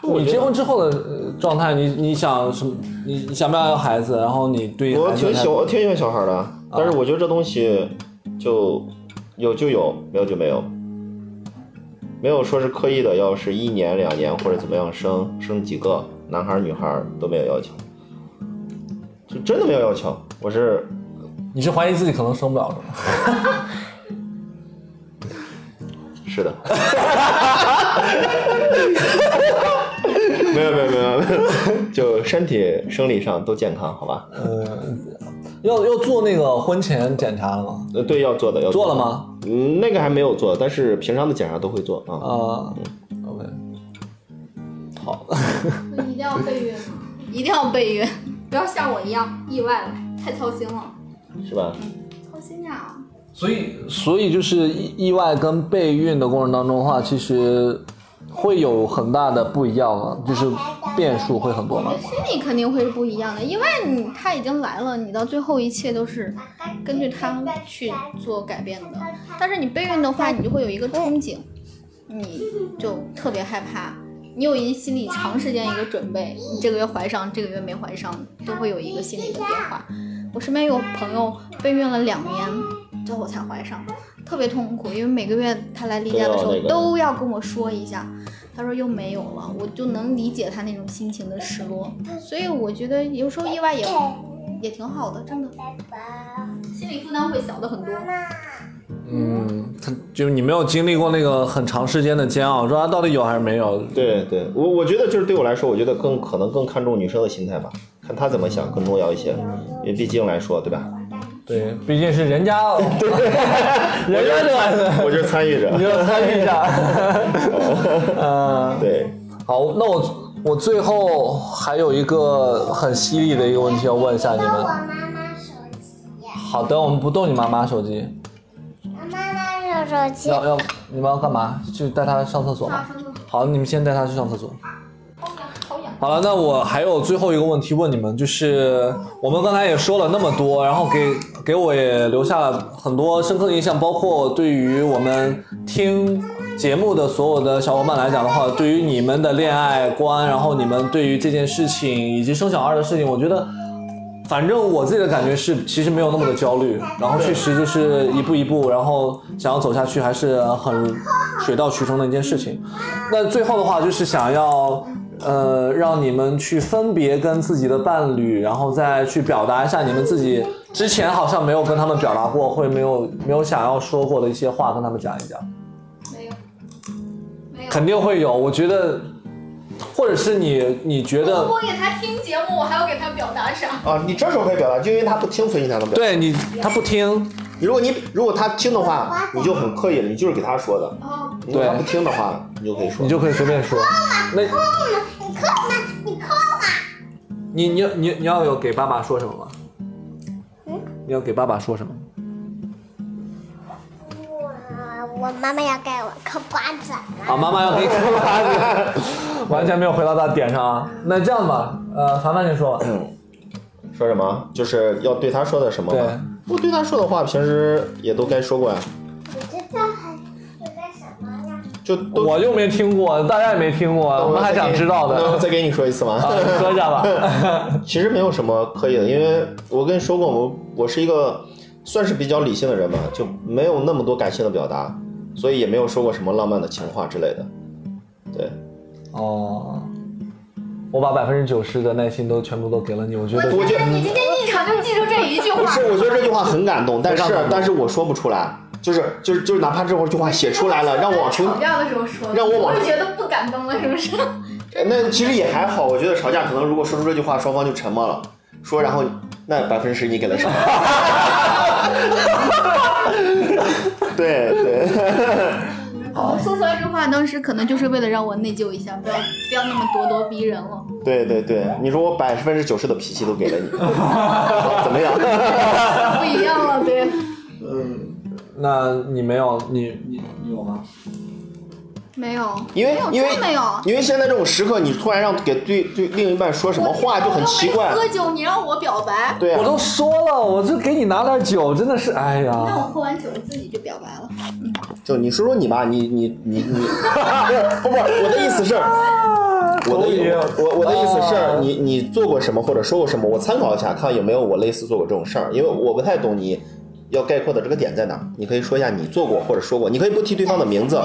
Speaker 3: 就我
Speaker 1: 你
Speaker 3: 觉
Speaker 1: 结
Speaker 3: 得
Speaker 1: 婚之后的呃状态，你你想什么？你你想不想要孩子？然后你对
Speaker 3: 我
Speaker 1: 孩子的
Speaker 3: 挺
Speaker 1: 态
Speaker 3: 喜
Speaker 1: 度
Speaker 3: 欢，我挺喜欢小孩的，但是我觉得这东西就有就有，没有就没有，没有说是刻意的，要是一年两年或者怎么样生生几个男孩儿女孩儿都没有要求，就真的没有要求。我是
Speaker 1: 你是怀疑自己可能生不了是吗？
Speaker 3: 是的， 没有没有没有，没有，就身体生理上都健康，好吧？
Speaker 1: 呃要要做那个婚前检查了吗？
Speaker 3: 呃，对，要做的要
Speaker 1: 做
Speaker 3: 的
Speaker 1: 了吗？
Speaker 3: 嗯，那个还没有做，但是平常的检查都会做啊。
Speaker 1: 啊、o k 好，
Speaker 4: 一定要备孕吗？一定要备孕，不要像我一样意外了，太操心了。
Speaker 3: 是吧？
Speaker 4: 操心呀、
Speaker 1: 所以所以就是意意外跟备孕的过程当中的话，其实会有很大的不一样啊，就是变数会很多嘛。
Speaker 4: 心里肯定会是不一样的，因为你他已经来了，你到最后一切都是 根据他去做改变的。但是你备孕的话，你就会有一个憧憬，你就特别害怕。你有一心理长时间一个准备，你这个月怀上，这个月没怀上，都会有一个心理的变化。我身边有朋友备孕了两年，最后才怀上，特别痛苦，因为每个月他来例假的时候
Speaker 3: 都要那个
Speaker 4: 都要跟我说一下。他说又没有了，我就能理解他那种心情的失落。所以我觉得有时候意外也也挺好的，真的，心理负担会小的很多。
Speaker 1: 嗯，他就你没有经历过那个很长时间的煎熬，说他到底有还是没有？
Speaker 3: 对对，我我觉得就是对我来说，我觉得更可能更看重女生的心态吧，看她怎么想更重要一些，因为毕竟来说，对吧？
Speaker 1: 对，毕竟是人家，人家这个，
Speaker 3: 我就是参与者
Speaker 1: 你，就参与一下。 嗯。
Speaker 3: 对，
Speaker 1: 好，那我我最后还有一个很犀利的一个问题要问一下你
Speaker 2: 我
Speaker 1: 们。
Speaker 2: 妈妈手机，
Speaker 1: 好的，我们不动你妈妈手机，
Speaker 2: 我妈妈手手机，
Speaker 1: 要要你们要干嘛？去带她上厕所吗？好，你们先带她去上厕所。好了，那我还有最后一个问题问你们，就是我们刚才也说了那么多，然后给给我也留下了很多深刻的印象，包括对于我们听节目的所有的小伙伴来讲的话，对于你们的恋爱观，然后你们对于这件事情以及生小孩的事情，我觉得。反正我自己的感觉是，其实没有那么的焦虑，然后确实就是一步一步，然后想要走下去，还是很水到渠成的一件事情。那最后的话就是想要，呃，让你们去分别跟自己的伴侣，然后再去表达一下你们自己之前好像没有跟他们表达过，会没有没有想要说过的一些话，跟他们讲一讲。
Speaker 4: 没有，没有。
Speaker 1: 肯定会有，我觉得，或者是你你觉得。
Speaker 4: 我给他听节目，我还要给他表达啥？
Speaker 3: 啊，你这时候可以表达，就因为他不听，所以你才能表达。
Speaker 1: 对你，他不听，
Speaker 3: 如果你如果他听的话，你就很刻意了，你就是给他说的。
Speaker 4: 哦，
Speaker 3: 如果他
Speaker 1: 对
Speaker 3: 不听的话，你就可以说
Speaker 1: 你。就可以随便说。那
Speaker 2: 你扣吗？你扣吗？
Speaker 1: 你你你你要有给爸爸说什么吗？你要给爸爸说什么？
Speaker 2: 我我妈妈要给我嗑瓜子了。
Speaker 1: 啊，妈妈要给你嗑 瓜子，完全没有回到他点上啊。那这样吧，呃，凡凡先说吧。
Speaker 3: 说什么？就是要对他说的什么
Speaker 1: 对
Speaker 3: 吗？嗯我对他说的话，平时也都该说过呀，
Speaker 2: 你知道还有个什么呀？
Speaker 3: 就都。
Speaker 1: 我又没听过，大家也没听过，我们还想知道
Speaker 3: 那我
Speaker 1: 的。
Speaker 3: 再给你说一次吗？
Speaker 1: 啊，你说一下 吧。
Speaker 3: 其实没有什么刻意的，因为我跟你说过，我我是一个算是比较理性的人吧，就没有那么多感性的表达，所以也没有说过什么浪漫的情话之类的。对，
Speaker 1: 哦，我把百分之九十的耐心都全部都给了你，我觉得
Speaker 3: 我觉得
Speaker 4: 你今天一场就记住这一句
Speaker 3: 不
Speaker 4: 话
Speaker 3: 是，。我觉得这句话很感动，但是
Speaker 1: 非常感动
Speaker 3: 但是我说不出来，就是就是就是，哪怕这句话写出 来了，让我往出，
Speaker 4: 吵架的时候说的，
Speaker 3: 让我往
Speaker 4: 就觉得不感动了，是不是？
Speaker 3: 那其实也还好。我觉得吵架可能如果说出这句话，双方就沉默了，说然后那百分之十你给了谁？ 对对，
Speaker 4: 我哦说出来这话，当时可能就是为了让我内疚一下，不要不要那么咄咄逼人了。
Speaker 3: 对对对，你说我百分之九十的脾气都给了你， 怎么样？
Speaker 4: 不一样了，对。
Speaker 1: 那你没有，你你你有吗？
Speaker 4: 没有，
Speaker 3: 因为
Speaker 4: 没有
Speaker 3: 因为
Speaker 4: 真没有。
Speaker 3: 因为现在这种时刻，你突然让给对对另一半说什么话就很奇怪
Speaker 4: 我。都没喝酒，你让我表白，
Speaker 3: 对啊，
Speaker 1: 我都说了，我就给你拿点酒，真的是，哎呀。
Speaker 4: 那我喝完酒自己就表白了。
Speaker 3: 就你说说你吧，你你你 你，不不，我的意思是，我的意我我的意思
Speaker 1: 啊
Speaker 3: 是你你做过什么或者说过什么，我参考一下，看有没有我类似做过这种事儿，因为我不太懂你要概括的这个点在哪儿，你可以说一下你做过或者说过，你可以不提对方的名字。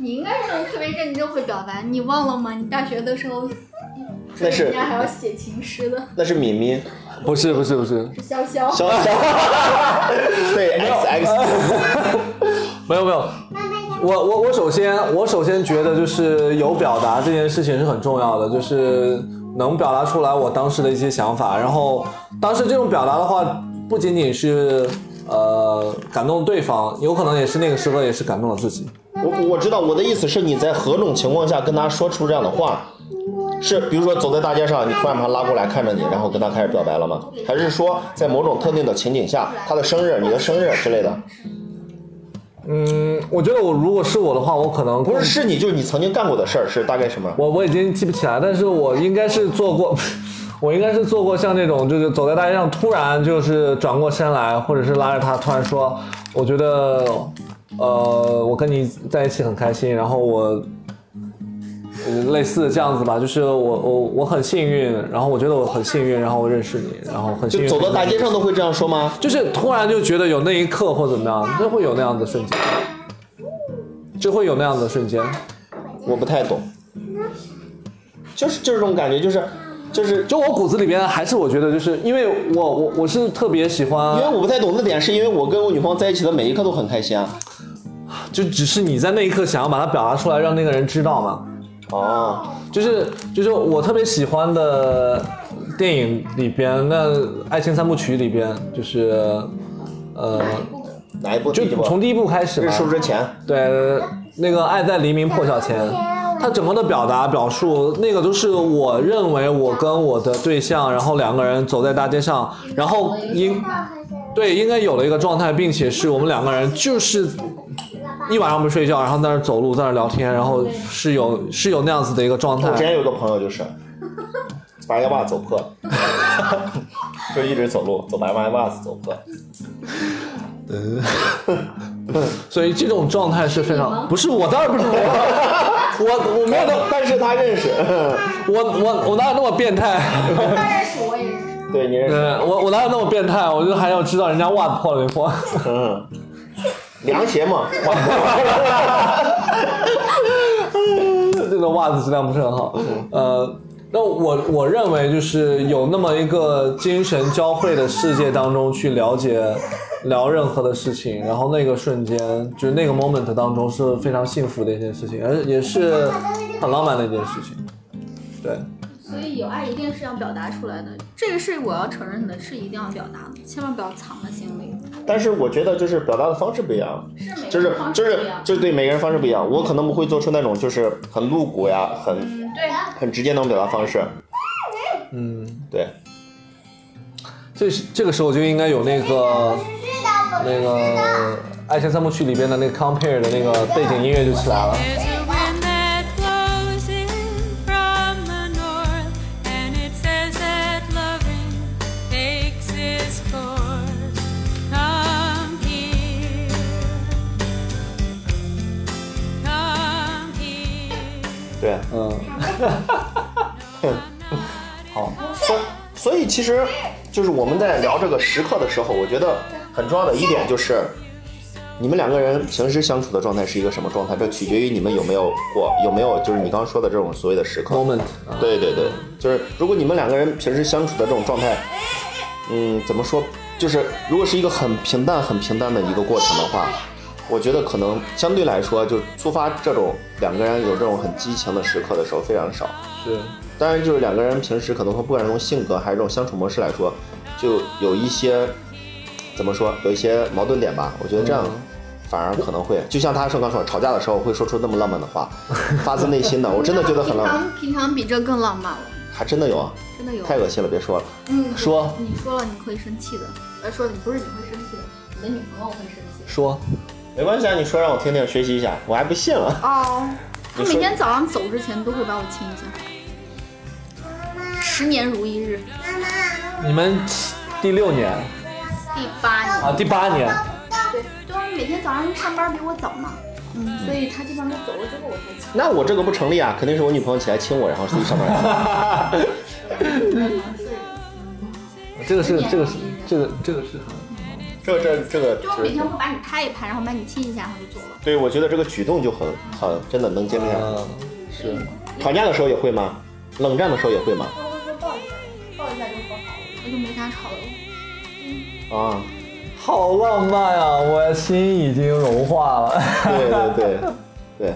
Speaker 4: 你应该是那种特别认真会表白，你忘了吗？你大学的时候，嗯
Speaker 3: 那是
Speaker 4: 人家还要写情诗的，
Speaker 3: 那是敏敏，
Speaker 1: 不是不是不是，
Speaker 4: 是潇潇。
Speaker 3: 小小，对 X X，
Speaker 1: 没有没有，
Speaker 2: 妈妈要
Speaker 1: 我我我首先我首先觉得就是有表达这件事情是很重要的，就是能表达出来我当时的一些想法。然后当时这种表达的话，不仅仅是呃感动对方，有可能也是那个时刻也是感动了自己。
Speaker 3: 我我知道我的意思是你在何种情况下跟他说出这样的话，是比如说走在大街上，你突然把他拉过来看着你，然后跟他开始表白了吗？还是说在某种特定的情景下，他的生日、你的生日之类的？
Speaker 1: 嗯，我觉得我如果是我的话，我可能
Speaker 3: 不是是你，就是你曾经干过的事儿是大概什么？
Speaker 1: 我我已经记不起来，但是我应该是做过，我应该是做过像那种就是走在大街上突然就是转过身来，或者是拉着他突然说，我觉得，呃，我跟你在一起很开心，然后我。呃类似这样子吧，就是我我我很幸运，然后我觉得我很幸运，然后我认识你，然后很幸
Speaker 3: 就
Speaker 1: 运。
Speaker 3: 走到大街上都会这样说吗？
Speaker 1: 就是突然就觉得有那一刻或怎么样，就会有那样的瞬间，就会有那样的瞬间。
Speaker 3: 我不太懂，就是就是这种感觉，就是就是
Speaker 1: 就我骨子里边还是我觉得，就是因为我我我是特别喜
Speaker 3: 因为
Speaker 1: 欢，
Speaker 3: 我不太懂的点，是因为我跟我女朋友在一起的每一刻都很开心啊。
Speaker 1: 就只是你在那一刻想要把它表达出来，让那个人知道嘛。
Speaker 3: 哦，
Speaker 1: 就是就是我特别喜欢的电影里边，那《爱情三部曲》里边，就是呃，
Speaker 3: 哪一部？
Speaker 1: 就
Speaker 3: 第几部
Speaker 1: 从第一部开始
Speaker 3: 日
Speaker 1: 嘛，
Speaker 3: 出之前。
Speaker 1: 对，那个《爱在黎明破晓前》，它整个的表达表述，那个都是我认为我跟我的对象，然后两个人走在大街上，然后因
Speaker 2: 到还是
Speaker 1: 对，应该有了一个状态，并且是我们两个人就是一晚上不睡觉，然后在那儿走路，在那儿聊天，然后是有是有那样子的一个状
Speaker 3: 我之
Speaker 1: 态。
Speaker 3: 前有个朋友就是，把人家袜子走破了， 就一直走路，走白马 bus 走不到。
Speaker 1: 所以这种状态是非常不是我当然不是我， 我我没有那
Speaker 3: 但是他认识，
Speaker 1: 我我我哪有那么变态？
Speaker 4: 他认识我也认识，
Speaker 3: 对你认识，
Speaker 1: 呃， 我我哪有那么变态？我就还要知道人家袜子破了没破。
Speaker 3: 嗯，凉鞋嘛，
Speaker 1: 这个袜子质量不是很好。呃，那我我认为就是有那么一个精神交汇的世界当中去了解 聊任何的事情，然后那个瞬间就是那个 moment 当中是非常幸福的一件事情，而也是很浪漫的一件事情。对，
Speaker 4: 所以有爱一定是要表达出来的，这个是我要承认的，是一定要表达的，千万不要藏在心里。
Speaker 3: 但是我觉得就是表达的方式不一样，
Speaker 4: 是每
Speaker 3: 就
Speaker 4: 个
Speaker 3: 是
Speaker 4: 人方式
Speaker 3: 就
Speaker 4: 不一
Speaker 3: 是
Speaker 4: 样
Speaker 3: 就是对每个人方式不一样，我可能不会做出那种就是很露骨呀，很
Speaker 4: 嗯，对，
Speaker 3: 很直接那种表达方式，
Speaker 1: 嗯，
Speaker 3: 对，
Speaker 1: 这是这个时候就应该有那个那个《爱情三部曲》里边的那个 compare 的那个背景音乐就起来了。
Speaker 9: There's a wind that blows in from the north, and it says that loving takes its course. Come here, come here.
Speaker 3: 对，
Speaker 1: 嗯，好，
Speaker 3: 所以所以其实就是我们在聊这个时刻的时候，我觉得很重要的一点就是，你们两个人平时相处的状态是一个什么状态，这取决于你们有没有过有没有就是你刚刚说的这种所谓的时刻。
Speaker 1: moment 啊。
Speaker 3: 对对对，就是如果你们两个人平时相处的这种状态，嗯，怎么说？就是如果是一个很平淡、很平淡的一个过程的话，我觉得可能相对来说，就触发这种两个人有这种很激情的时刻的时候非常少。
Speaker 1: 是，
Speaker 3: 当然，就是两个人平时可能说，不管是从性格还是这种相处模式来说，就有一些怎么说，有一些矛盾点吧。我觉得这样反而可能会，就像他说刚说，吵架的时候会说出那么浪漫的话，发自内心的，我真的觉得很浪
Speaker 4: 平
Speaker 3: 漫，
Speaker 4: 常平常比这更浪漫了，
Speaker 3: 还真的有啊，
Speaker 4: 真的有。
Speaker 3: 太恶心了，别说了。
Speaker 4: 嗯，
Speaker 1: 说
Speaker 4: 你说了你会生气的，呃，说的你不是你会生气的，你的女朋友会生气。
Speaker 1: 说，
Speaker 3: 没关系啊，你说让我听听，学习一下，我还不信了。
Speaker 4: 哦，他
Speaker 3: 你说
Speaker 4: 每天早上走之前都会把我亲一下，十年如一日，
Speaker 1: 你们第六年
Speaker 4: 第八年。
Speaker 1: 啊，第八年，
Speaker 4: 对，就是每天早上上班比我早嘛，嗯，所以他基本上都走了之后我才起。
Speaker 3: 那我这个不成立啊，肯定是我女朋友起来亲我，然后自己上班来了。
Speaker 1: 这个是这个是这个这个是，
Speaker 3: 这个这个这个
Speaker 4: 就是
Speaker 3: 就
Speaker 4: 每
Speaker 3: 是
Speaker 4: 天，会把你拍一拍，然后把你亲一下，然后就走了。
Speaker 3: 对我觉得这个举动就很很真的能经历啊。
Speaker 1: 嗯，是，
Speaker 3: 吵架的时候也会吗？冷战的时候也会吗？
Speaker 4: 我就没啥吵的。
Speaker 3: 啊，
Speaker 1: 好浪漫啊！我心已经融化了。
Speaker 3: 啊对对对 对，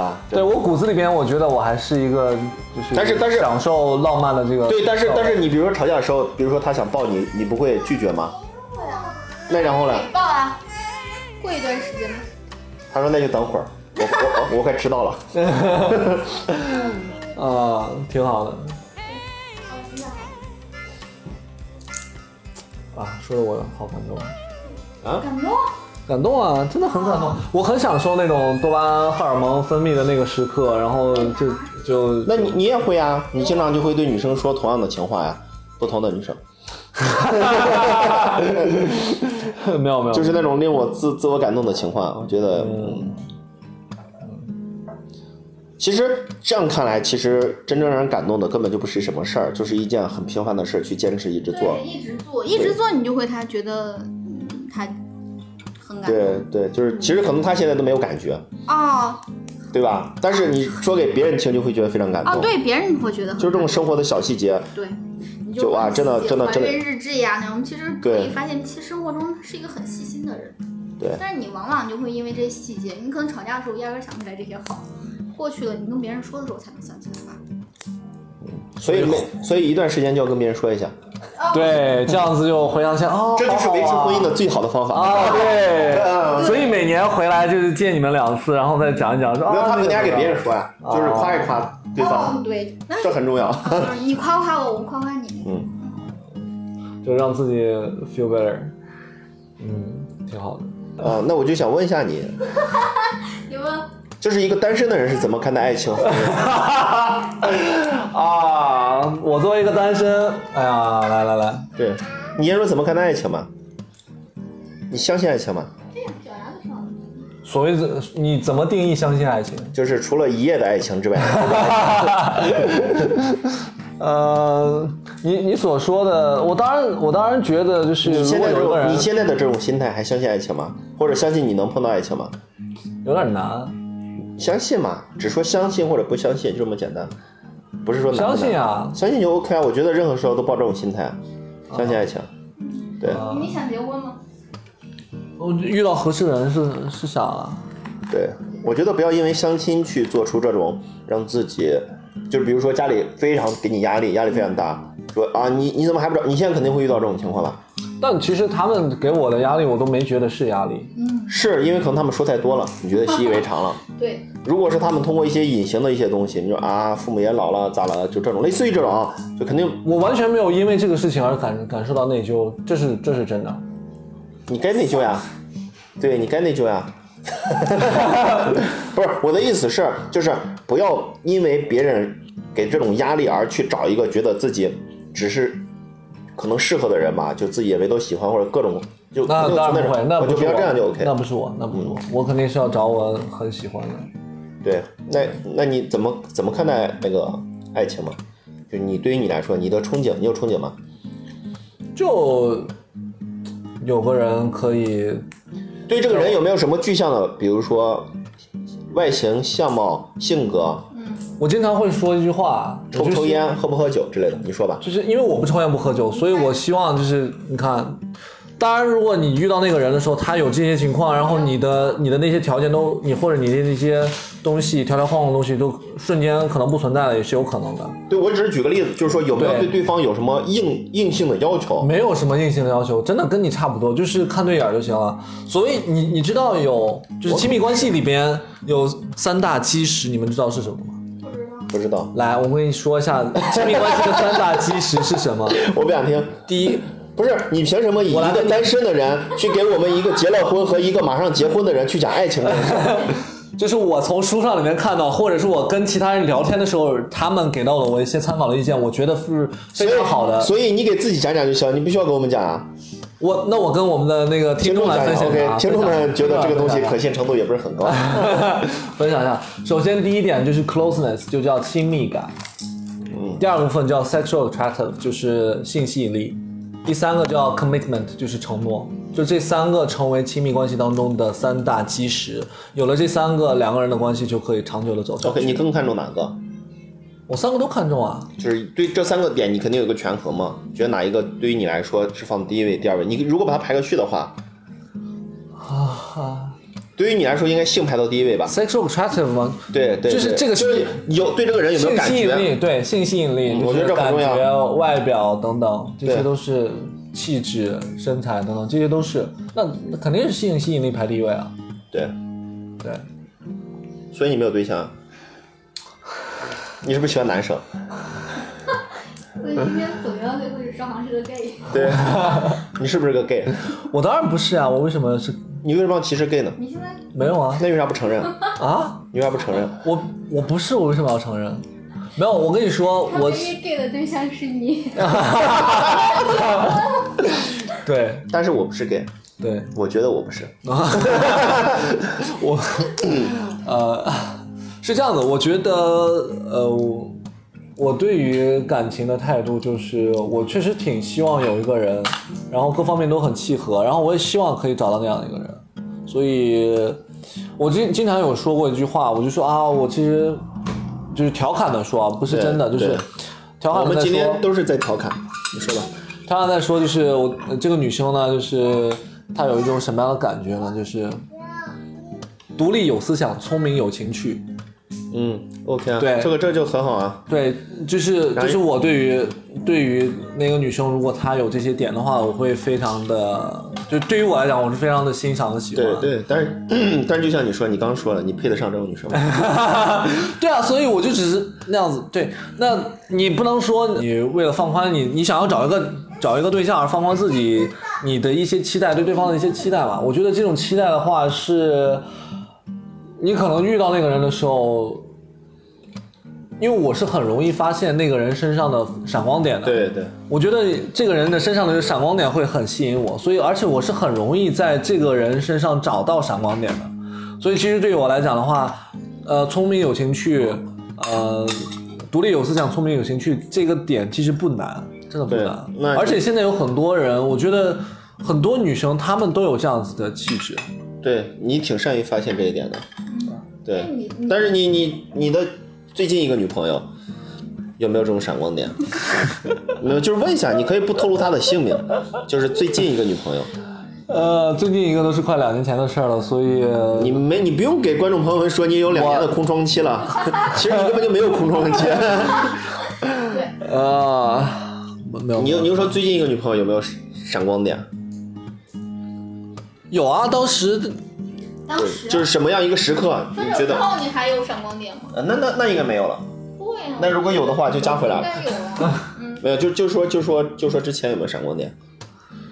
Speaker 3: 啊，
Speaker 1: 对我骨子里边，我觉得我还是一个就是，
Speaker 3: 但是但是
Speaker 1: 享受浪漫的这个，
Speaker 3: 对，但是但是你比如说吵架的时候，比如说他想抱你，你不会拒绝吗？那然后呢？
Speaker 4: 抱啊，过一段时间吧。
Speaker 3: 他说那就等会儿，我我我我快迟到 了。
Speaker 1: 啊、挺好的。啊，说的我好感动，
Speaker 4: 感动，
Speaker 1: 感动啊，真的很感动。我很享受那种多巴胺荷尔蒙分泌的那个时刻，然后就 就
Speaker 3: 那你你也会啊，你经常就会对女生说同样的情话呀，不同的女生。
Speaker 1: 没有没有，
Speaker 3: 就是那种令我自自我感动的情况，我觉得，嗯，其实这样看来，其实真正让人感动的根本就不是什么事儿，就是一件很平凡的事儿，去坚持一直做
Speaker 4: 对，。一直做，一直做，你就会他觉得，嗯，他很感动。
Speaker 3: 对对，就是其实可能他现在都没有感觉，
Speaker 4: 哦
Speaker 3: 对吧？但是你说给别人听，就会觉得非常感动。
Speaker 4: 哦，，对，别人你会觉得很
Speaker 3: 就是这种生活的小细节，
Speaker 4: 对，你
Speaker 3: 就
Speaker 4: 会
Speaker 3: 哇真的
Speaker 4: 自己
Speaker 3: 真的真的
Speaker 4: 还原日志呀那种，其实可
Speaker 3: 对
Speaker 4: 以发现，其实生活中他是一个很细心的人。
Speaker 3: 对
Speaker 4: 但是你往往就会因为这些细节，你可能吵架的时候压根儿想不起来这些好，过去了你跟别人说的时候才能想起来吧。
Speaker 3: 所以每所以一段时间就要跟别人说一下，
Speaker 1: 对，这样子就回想起来哦，
Speaker 3: 这就是维持婚姻的最好的方法。
Speaker 1: 啊，对，所以每年回来就是见你们两次，然后再讲一讲，说
Speaker 3: 没有，
Speaker 1: 啊，
Speaker 3: 他们家给别
Speaker 1: 人
Speaker 3: 人说呀，就是夸一夸对
Speaker 4: 哦
Speaker 3: 方，，
Speaker 4: 对，那
Speaker 3: 这很重 要。
Speaker 4: 就是你夸夸我，我夸夸 你。
Speaker 1: 就让自己 feel better，嗯，挺好的。
Speaker 3: 呃，那我就想问一下你，
Speaker 4: 你问
Speaker 3: 就是一个单身的人是怎么看待爱情？
Speaker 1: 啊，啊，我作为一个单身，哎呀，来来来，
Speaker 3: 对，你先说怎么看待爱情吧？你相信爱情吗？
Speaker 1: 所谓的你怎么定义相信爱情？
Speaker 3: 就是除了一夜的爱 情之外，
Speaker 1: 呃，你你所说的，我当然我当然觉得就是，
Speaker 3: 你
Speaker 1: 如
Speaker 3: 现
Speaker 1: 果
Speaker 3: 在这
Speaker 1: 有一个
Speaker 3: 种你
Speaker 1: 人
Speaker 3: 现在的这种心态还相信爱情吗？或者相信你能碰到爱情吗？
Speaker 1: 有点难，
Speaker 3: 相信嘛，只说相信或者不相信就这么简单，不是说难
Speaker 1: 相
Speaker 3: 不难
Speaker 1: 信，啊，
Speaker 3: 相信就 OK 啊。我觉得任何时候都抱这种心态，啊相信爱情。对，
Speaker 1: 啊
Speaker 4: 你想结婚吗？
Speaker 1: 我遇到合适的人是是想啊，
Speaker 3: 对，我觉得不要因为相亲去做出这种让自己，就是比如说家里非常给你压力，压力非常大，说啊你你怎么还不找？你现在肯定会遇到这种情况吧？
Speaker 1: 但其实他们给我的压力，我都没觉得是压力。
Speaker 3: 是因为可能他们说太多了，你觉得习以为常了。
Speaker 4: 对，
Speaker 3: 如果是他们通过一些隐形的一些东西，你说啊父母也老了咋了，就这种类似于这种啊，就肯定
Speaker 1: 我完全没有因为这个事情而感感受到内疚，这是这是真的。
Speaker 3: 你该内疚呀，对你该内疚呀。 不是我的意思是，就是不要因为别人给这种压力而去找一个觉得自己只是可能适合的人吧，就自己也没都喜欢或者各种就
Speaker 1: 那
Speaker 3: 肯定
Speaker 1: 当
Speaker 3: 存
Speaker 1: 然
Speaker 3: 在这
Speaker 1: 不会，
Speaker 3: 种
Speaker 1: 那
Speaker 3: 我
Speaker 1: 不
Speaker 3: 就是不要
Speaker 1: 我
Speaker 3: 这样就 OK
Speaker 1: 那。不是我，那不是我，我肯定是要找我很喜欢的。
Speaker 3: 对，那那你怎么怎么看待那个爱情嘛？就你对于你来说，你的憧憬，你有憧憬吗？
Speaker 1: 就有个人可以，
Speaker 3: 对这个人有没有什么具象的，比如说外形、相貌、性格，
Speaker 1: 我经常会说一句话，
Speaker 3: 抽不
Speaker 1: 我就
Speaker 3: 抽
Speaker 1: 是
Speaker 3: 烟、喝不喝酒之类的，你说吧。
Speaker 1: 就是因为我不抽烟不喝酒，所以我希望就是你看，当然如果你遇到那个人的时候，他有这些情况，然后你的你的那些条件都你或者你的那些东西条条框框的东西都瞬间可能不存在了，也是有可能的，
Speaker 3: 对，我只是举个例子，就是说有没有
Speaker 1: 对
Speaker 3: 对对方有什么硬硬性的要求？
Speaker 1: 没有什么硬性的要求，真的跟你差不多，就是看对眼儿就行了。所以你你知道有就是亲密关系里边有三大基石，你们知道是什么吗？
Speaker 3: 不知道，
Speaker 1: 来，我跟你说一下亲密关系的三大基石是什 么。
Speaker 3: 我不想听。
Speaker 1: 第一，
Speaker 3: 不是你凭什么以一
Speaker 1: 我来
Speaker 3: 个单身的人去给我们一个结了婚和一个马上结婚的人去讲爱情的故事？
Speaker 1: 就是我从书上里面看到，或者是我跟其他人聊天的时候，他们给到了我一些参考的意见，我觉得是 非常好的。
Speaker 3: 所以你给自己讲讲就行，你不需要给我们讲啊。
Speaker 1: 我那我跟我们的那个听
Speaker 3: 听
Speaker 1: 众
Speaker 3: 众
Speaker 1: 来
Speaker 3: 讲
Speaker 1: 分享一啊下啊，
Speaker 3: ，OK，听众们觉得这个东西可
Speaker 1: 以。
Speaker 3: 信程度也不是很高。
Speaker 1: 分享一下，首先第一点就是 closeness，就叫亲密感。
Speaker 3: 嗯
Speaker 1: 第二部分叫 sexual attractive，就是性吸引力。第三个叫 commitment，就是承诺。就这三个成为亲密关系当中的三大基石。有了这三个，两个人的关系就可以长久的走下去。
Speaker 3: OK，你更看重哪个？
Speaker 1: 我三个都看重啊。
Speaker 3: 就是对这三个点，你肯定有个权衡嘛？觉得哪一个对于你来说是放第一位、第二位？你如果把它排个序的话，
Speaker 1: 啊
Speaker 3: 对于你来说应该性排到第一位吧？
Speaker 1: ，sexual attractive 吗？
Speaker 3: 对对，
Speaker 1: 就是
Speaker 3: 对
Speaker 1: 这个
Speaker 3: 就是有对这个人有没有
Speaker 1: 性
Speaker 3: 感
Speaker 1: 吸引
Speaker 3: 觉？
Speaker 1: 力，对性吸引力，
Speaker 3: 嗯
Speaker 1: 就
Speaker 3: 我觉
Speaker 1: 是
Speaker 3: 得这很
Speaker 1: 感
Speaker 3: 重要
Speaker 1: 觉、外表等等，这些
Speaker 3: 对
Speaker 1: 都是气质、身材等等，这些都是，那那肯定是性吸引力排第一位啊。
Speaker 3: 对，
Speaker 1: 对，
Speaker 3: 所以你没有对象啊？你是不是喜欢男生？
Speaker 4: 所以今天怎么样就会是商行市的 gay。
Speaker 3: 对，你是不是个 gay？
Speaker 1: 我当然不是啊，我为什么是
Speaker 3: 你为什么要歧视 gay 呢？
Speaker 4: 你现在
Speaker 1: 没有啊？
Speaker 3: 那为啥不承认？
Speaker 1: 啊，
Speaker 3: 你为啥不承认？
Speaker 1: 我我不是，我为什么要承认？没有，我跟你说，我
Speaker 4: gay 的对象是 你，
Speaker 1: 对
Speaker 3: 但是我不是 gay，
Speaker 1: 对，
Speaker 3: 我觉得我不是。
Speaker 1: 我呃 是这样的，我觉得呃我我对于感情的态度就是，我确实挺希望有一个人，然后各方面都很契合，然后我也希望可以找到那样的一个人，所以我经经常有说过一句话，我就说啊，我其实就是调侃的说啊，不是真的，就
Speaker 3: 对
Speaker 1: 是
Speaker 3: 对
Speaker 1: 调
Speaker 3: 我
Speaker 1: 侃的
Speaker 3: 们
Speaker 1: 在
Speaker 3: 今
Speaker 1: 说
Speaker 3: 天都是在调侃，你说吧。
Speaker 1: 他刚才说就是我呃这个女生呢，就是她有一种什么样的感觉呢？就是独立有思想，聪明有情趣。
Speaker 3: 嗯，OK 啊，
Speaker 1: 对
Speaker 3: 这个这就很好啊。
Speaker 1: 对，就是
Speaker 3: 然后
Speaker 1: 就是我对于对于那个女生，如果她有这些点的话，我会非常的，就对于我来讲，我是非常的欣赏和喜欢。
Speaker 3: 对对，但是 但是就像你说，你刚说了，你配得上这种女生吗？
Speaker 1: 对啊，所以我就只是那样子。对，那你不能说你为了放宽你，你想要找一个找一个对象而放宽自己你的一些期待，对对方的一些期待吧。我觉得这种期待的话是，你可能遇到那个人的时候，因为我是很容易发现那个人身上的闪光点的。
Speaker 3: 对对，
Speaker 1: 我觉得这个人的身上的闪光点会很吸引我，所以而且我是很容易在这个人身上找到闪光点的，所以其实对于我来讲的话，呃，聪明有情趣，呃，独立有思想，聪明有情趣这个点其实不难，真的不
Speaker 3: 对
Speaker 1: 难
Speaker 3: 那。
Speaker 1: 而且现在有很多人，我觉得很多女生她们都有这样子的气质，
Speaker 3: 对你挺善于发现这一点的，对
Speaker 4: 那你你。
Speaker 3: 但是你你你的最近一个女朋友有没有这种闪光点？ 没有，就是问一下，你可以不透露她的姓名，就是最近一个女朋友，
Speaker 1: 呃，最近一个都是快两年前的事儿了，所以
Speaker 3: 你没你不用给观众朋友们说你有两年的空窗期了， 其实你根本就没有空窗期。
Speaker 1: 呃，没有
Speaker 3: 你又你又说最近一个女朋友有没有闪光点？
Speaker 1: 有啊，当时
Speaker 4: 当时啊
Speaker 3: 就是什么样一个时刻你
Speaker 4: 分
Speaker 3: 觉
Speaker 4: 手之
Speaker 3: 得？
Speaker 4: 后你还有闪光点吗？
Speaker 3: 呃那那那应该没有了，
Speaker 4: 会啊，
Speaker 3: 那如果有的话就加回来
Speaker 4: 应
Speaker 3: 了。
Speaker 4: 该有 啊。
Speaker 3: 没有，就就说就说就说之前有没有闪光点？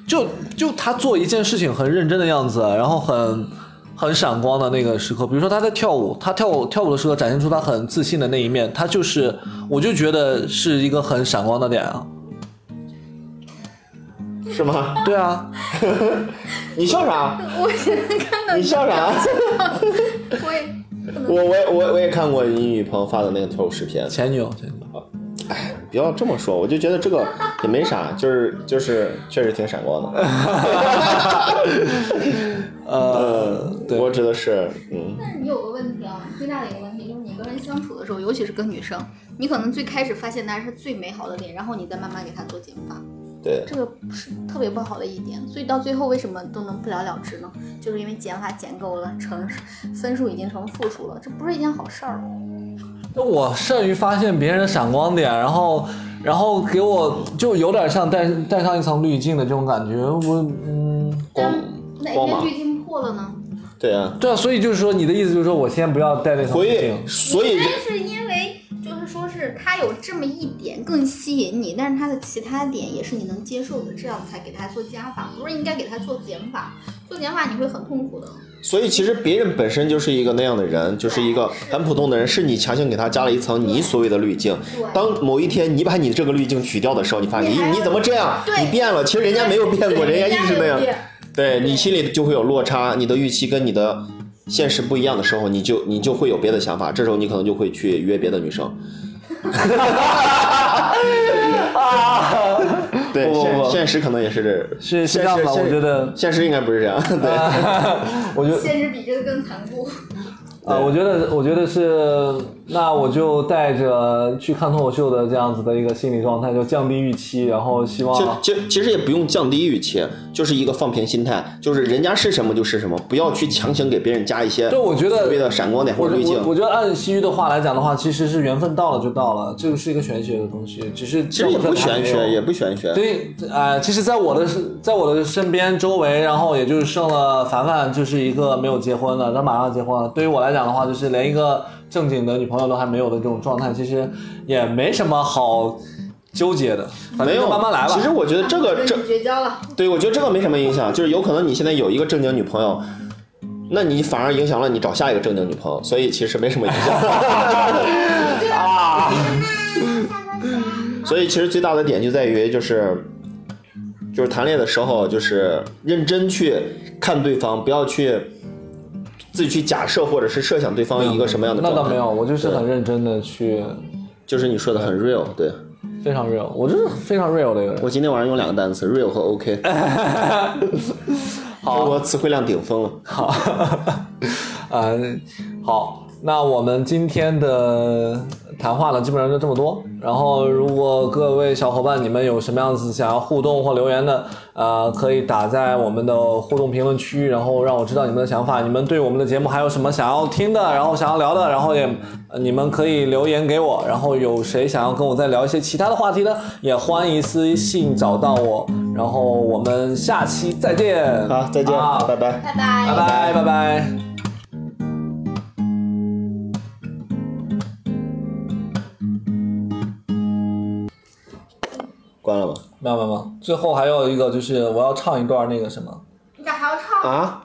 Speaker 1: 就就他做一件事情很认真的样子，然后很很闪光的那个时刻，比如说他在跳舞，他跳舞跳舞的时候展现出他很自信的那一面，他就是我就觉得是一个很闪光的点啊。
Speaker 3: 是 吗？
Speaker 1: 对啊，
Speaker 3: 你笑啥？
Speaker 4: 我现在看到
Speaker 3: 你笑 啥？
Speaker 4: 会，
Speaker 3: 我我也我我也看过你女朋友发的那个跳舞视频，
Speaker 1: 前女友，前女友，
Speaker 3: 不要这么说，我就觉得这个也没啥，就是就是确实挺闪光的。
Speaker 1: 呃，对，
Speaker 3: 我指的是，嗯，
Speaker 4: 但是你有个问题啊，最大的一个问题就是你跟人相处的时候，尤其是跟女生，你可能最开始发现她是最美好的脸，然后你再慢慢给她做减法，
Speaker 3: 对，
Speaker 4: 这个是特别不好的一点。所以到最后为什么都能不了了之呢？就是因为减法减够了，乘分数已经成负数了，这不是一件好事儿。哦
Speaker 1: 那我善于发现别人的闪光点，然后然后给我就有点像带带上一层滤镜的这种感觉，我嗯。
Speaker 3: 光
Speaker 4: 哪
Speaker 3: 光
Speaker 4: 天
Speaker 3: 芒，
Speaker 4: 滤镜破了呢？
Speaker 3: 对啊，
Speaker 1: 对啊，所以就是说，你的意思就是说我先不要戴那层
Speaker 3: 所
Speaker 1: 滤
Speaker 3: 以
Speaker 1: 镜，
Speaker 3: 所以
Speaker 4: 但是因为就是说是他有这么一点更吸引你，但是他的其他点也是你能接受的，这样才给他做加法，不是应该给他做减法。做减法你会很痛苦的。
Speaker 3: 所以其实别人本身就是一个那样的人，就是一个很普通的人，是你强行给他加了一层你所谓的滤镜。
Speaker 4: 对
Speaker 3: 当某一天你把你这个滤镜取掉的时候，你发现，
Speaker 4: 你还
Speaker 3: 咦，
Speaker 4: 要
Speaker 3: 你怎么这样？
Speaker 4: 对
Speaker 3: 你变了，其实人家没有变过，人家一直那样。对你心里就会有落差，你的预期跟你的现实不一样的时候，你就你就会有别的想法，这时候你可能就会去约别的女生。
Speaker 1: 啊
Speaker 3: 对，
Speaker 1: 不不不
Speaker 3: 现现实可能也是
Speaker 1: 是是
Speaker 3: 现
Speaker 1: 这样
Speaker 3: 实，
Speaker 1: 吧？
Speaker 3: 现
Speaker 1: 我觉得，
Speaker 3: 现实应该不是这样。对，
Speaker 1: 我觉得
Speaker 4: 现实比这个更残酷。
Speaker 1: 啊，我觉得，我觉得是，那我就带着去看脱口秀的这样子的一个心理状态，就降低预期，然后希望
Speaker 3: 其其其实也不用降低预期，就是一个放平心态，就是人家是什么就是什么，不要去强行给别人加一些
Speaker 1: 对我觉得
Speaker 3: 所谓的闪光点
Speaker 1: 我
Speaker 3: 或者滤镜
Speaker 1: 我。我觉得按西域的话来讲的话，其实是缘分到了就到了，这个是一个玄学的东西，只是
Speaker 3: 其实也不玄学，也不玄学。
Speaker 1: 对，呃，其实，在我的在我的身边周围，然后也就是剩了凡凡，就是一个没有结婚的，他马上结婚了。对于我来讲的话，就是连一个正经的女朋友都还没有的这种状态，其实也没什么好纠结的，反
Speaker 3: 没
Speaker 1: 正就
Speaker 3: 有，
Speaker 1: 慢慢来吧。
Speaker 3: 其实我觉得这个这
Speaker 4: 跟你绝交了，
Speaker 3: 对，我觉得这个没什么影响，就是有可能你现在有一个正经女朋友，那你反而影响了你找下一个正经女朋友，所以其实没什么影响啊。 所以其实最大的点就在于就是。就是谈恋爱的时候，就是认真去看对方，不要去自己去假设或者是设想对方一个什么样的
Speaker 1: 那
Speaker 3: 状
Speaker 1: 倒
Speaker 3: 态。
Speaker 1: 没有，，我就是很认真的去，
Speaker 3: 就是你说的很 real。对
Speaker 1: 非常 real，我就是非常 real 的一个人。
Speaker 3: 我今天晚上用两个单词 real 和 OK，
Speaker 1: 好
Speaker 3: 我词汇量顶峰了。
Speaker 1: 好， 嗯，好，那我们今天的谈话呢，基本上就这么多。然后，如果各位小伙伴你们有什么样子想要互动或留言的，呃，可以打在我们的互动评论区，然后让我知道你们的想法。你们对我们的节目还有什么想要听的，然后想要聊的，然后也呃你们可以留言给我。然后有谁想要跟我再聊一些其他的话题呢，也欢迎私信找到我。然后我们下期再见。
Speaker 3: 好，再见，
Speaker 1: 啊
Speaker 3: 拜拜。
Speaker 4: 拜拜
Speaker 1: 拜拜拜拜。
Speaker 3: 关了吧。
Speaker 1: 没有没有没有，最后还有一个就是我要唱一段那个什么，
Speaker 4: 你咋还要唱？
Speaker 3: 啊？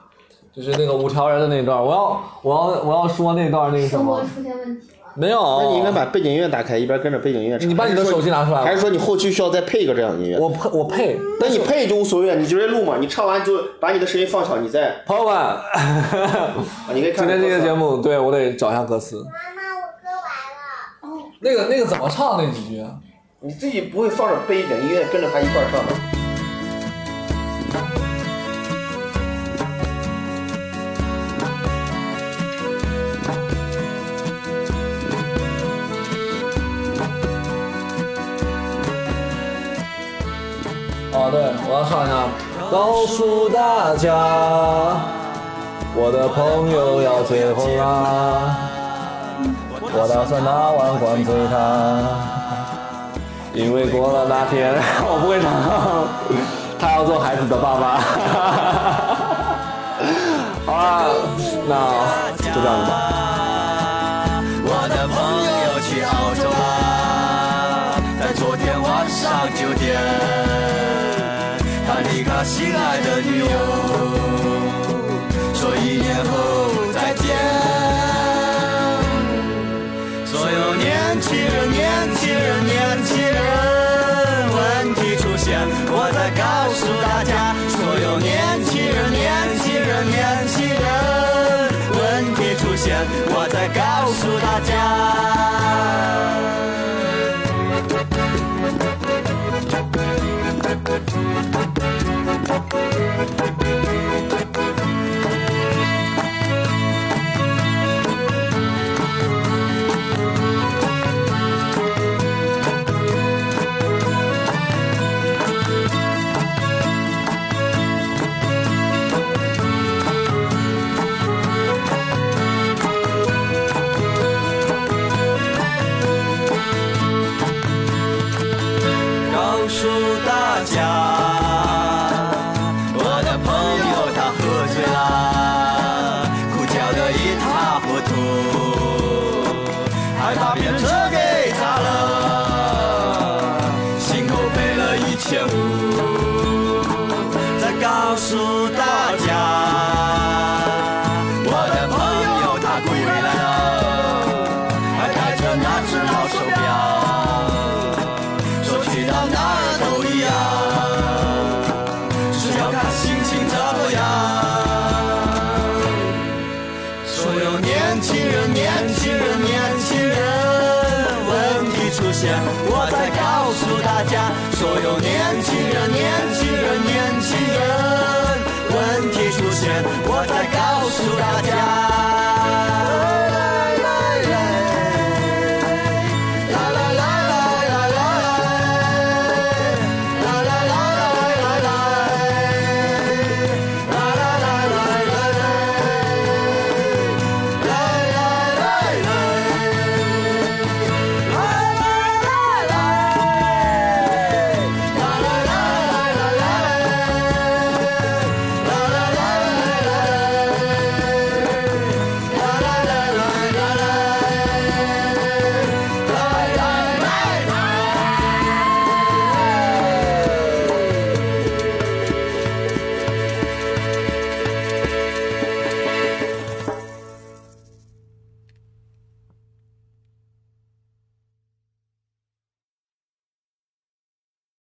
Speaker 1: 就是那个五条人的那段，我要我要我要说那段那个什
Speaker 4: 生活
Speaker 1: 么，
Speaker 4: 出现问题了。
Speaker 10: 没有，
Speaker 3: 那你应该把背景音乐打开，一边跟着背景音乐唱。
Speaker 10: 你把你的
Speaker 3: 还是说
Speaker 10: 手机拿出来
Speaker 3: 还是说你后期需要再配一个这样的音乐？
Speaker 10: 我配我配，
Speaker 3: 那你配就无所谓，你直接录嘛，你唱完就把你的声音放小，你再，
Speaker 10: 朋友 们，
Speaker 3: 啊你可以
Speaker 10: 今
Speaker 3: 看
Speaker 10: 天这个节
Speaker 3: 目，
Speaker 10: 目，对我得找一下歌词。
Speaker 2: 妈妈，我歌完了。
Speaker 10: 那个那个怎么唱那几句啊？
Speaker 3: 你自己不会放着背景音乐跟着他一块儿唱吗？
Speaker 10: 哦，对，我要唱一下。告诉大家，我的朋友要结婚啦，我打算拿碗灌醉他，因为过了那天 我不会唱，他要做孩子的爸爸。好啦，那就这样子吧。
Speaker 1: 我的朋友去澳洲啦，在昨天晚上九点，他离开心爱的女友，说一年后再见。所有年轻人，年轻人，年轻人，问题出现，我在告诉大家，所有年轻人，年轻人，年轻人，问题出现，我在告诉大家。告诉大家，我的朋友他喝醉啦，哭叫得一塌糊涂，害怕变车给砸了，心口赔了一千五。再告诉大家，我的朋友他归回来了，还带着那只老手表。说去到哪儿都一样，只要看心情怎么样。所有年轻人，年轻人，年轻人，问题出现，我在告诉大家。所有年轻人，年轻人，年轻人，问题出现，我在告诉大家。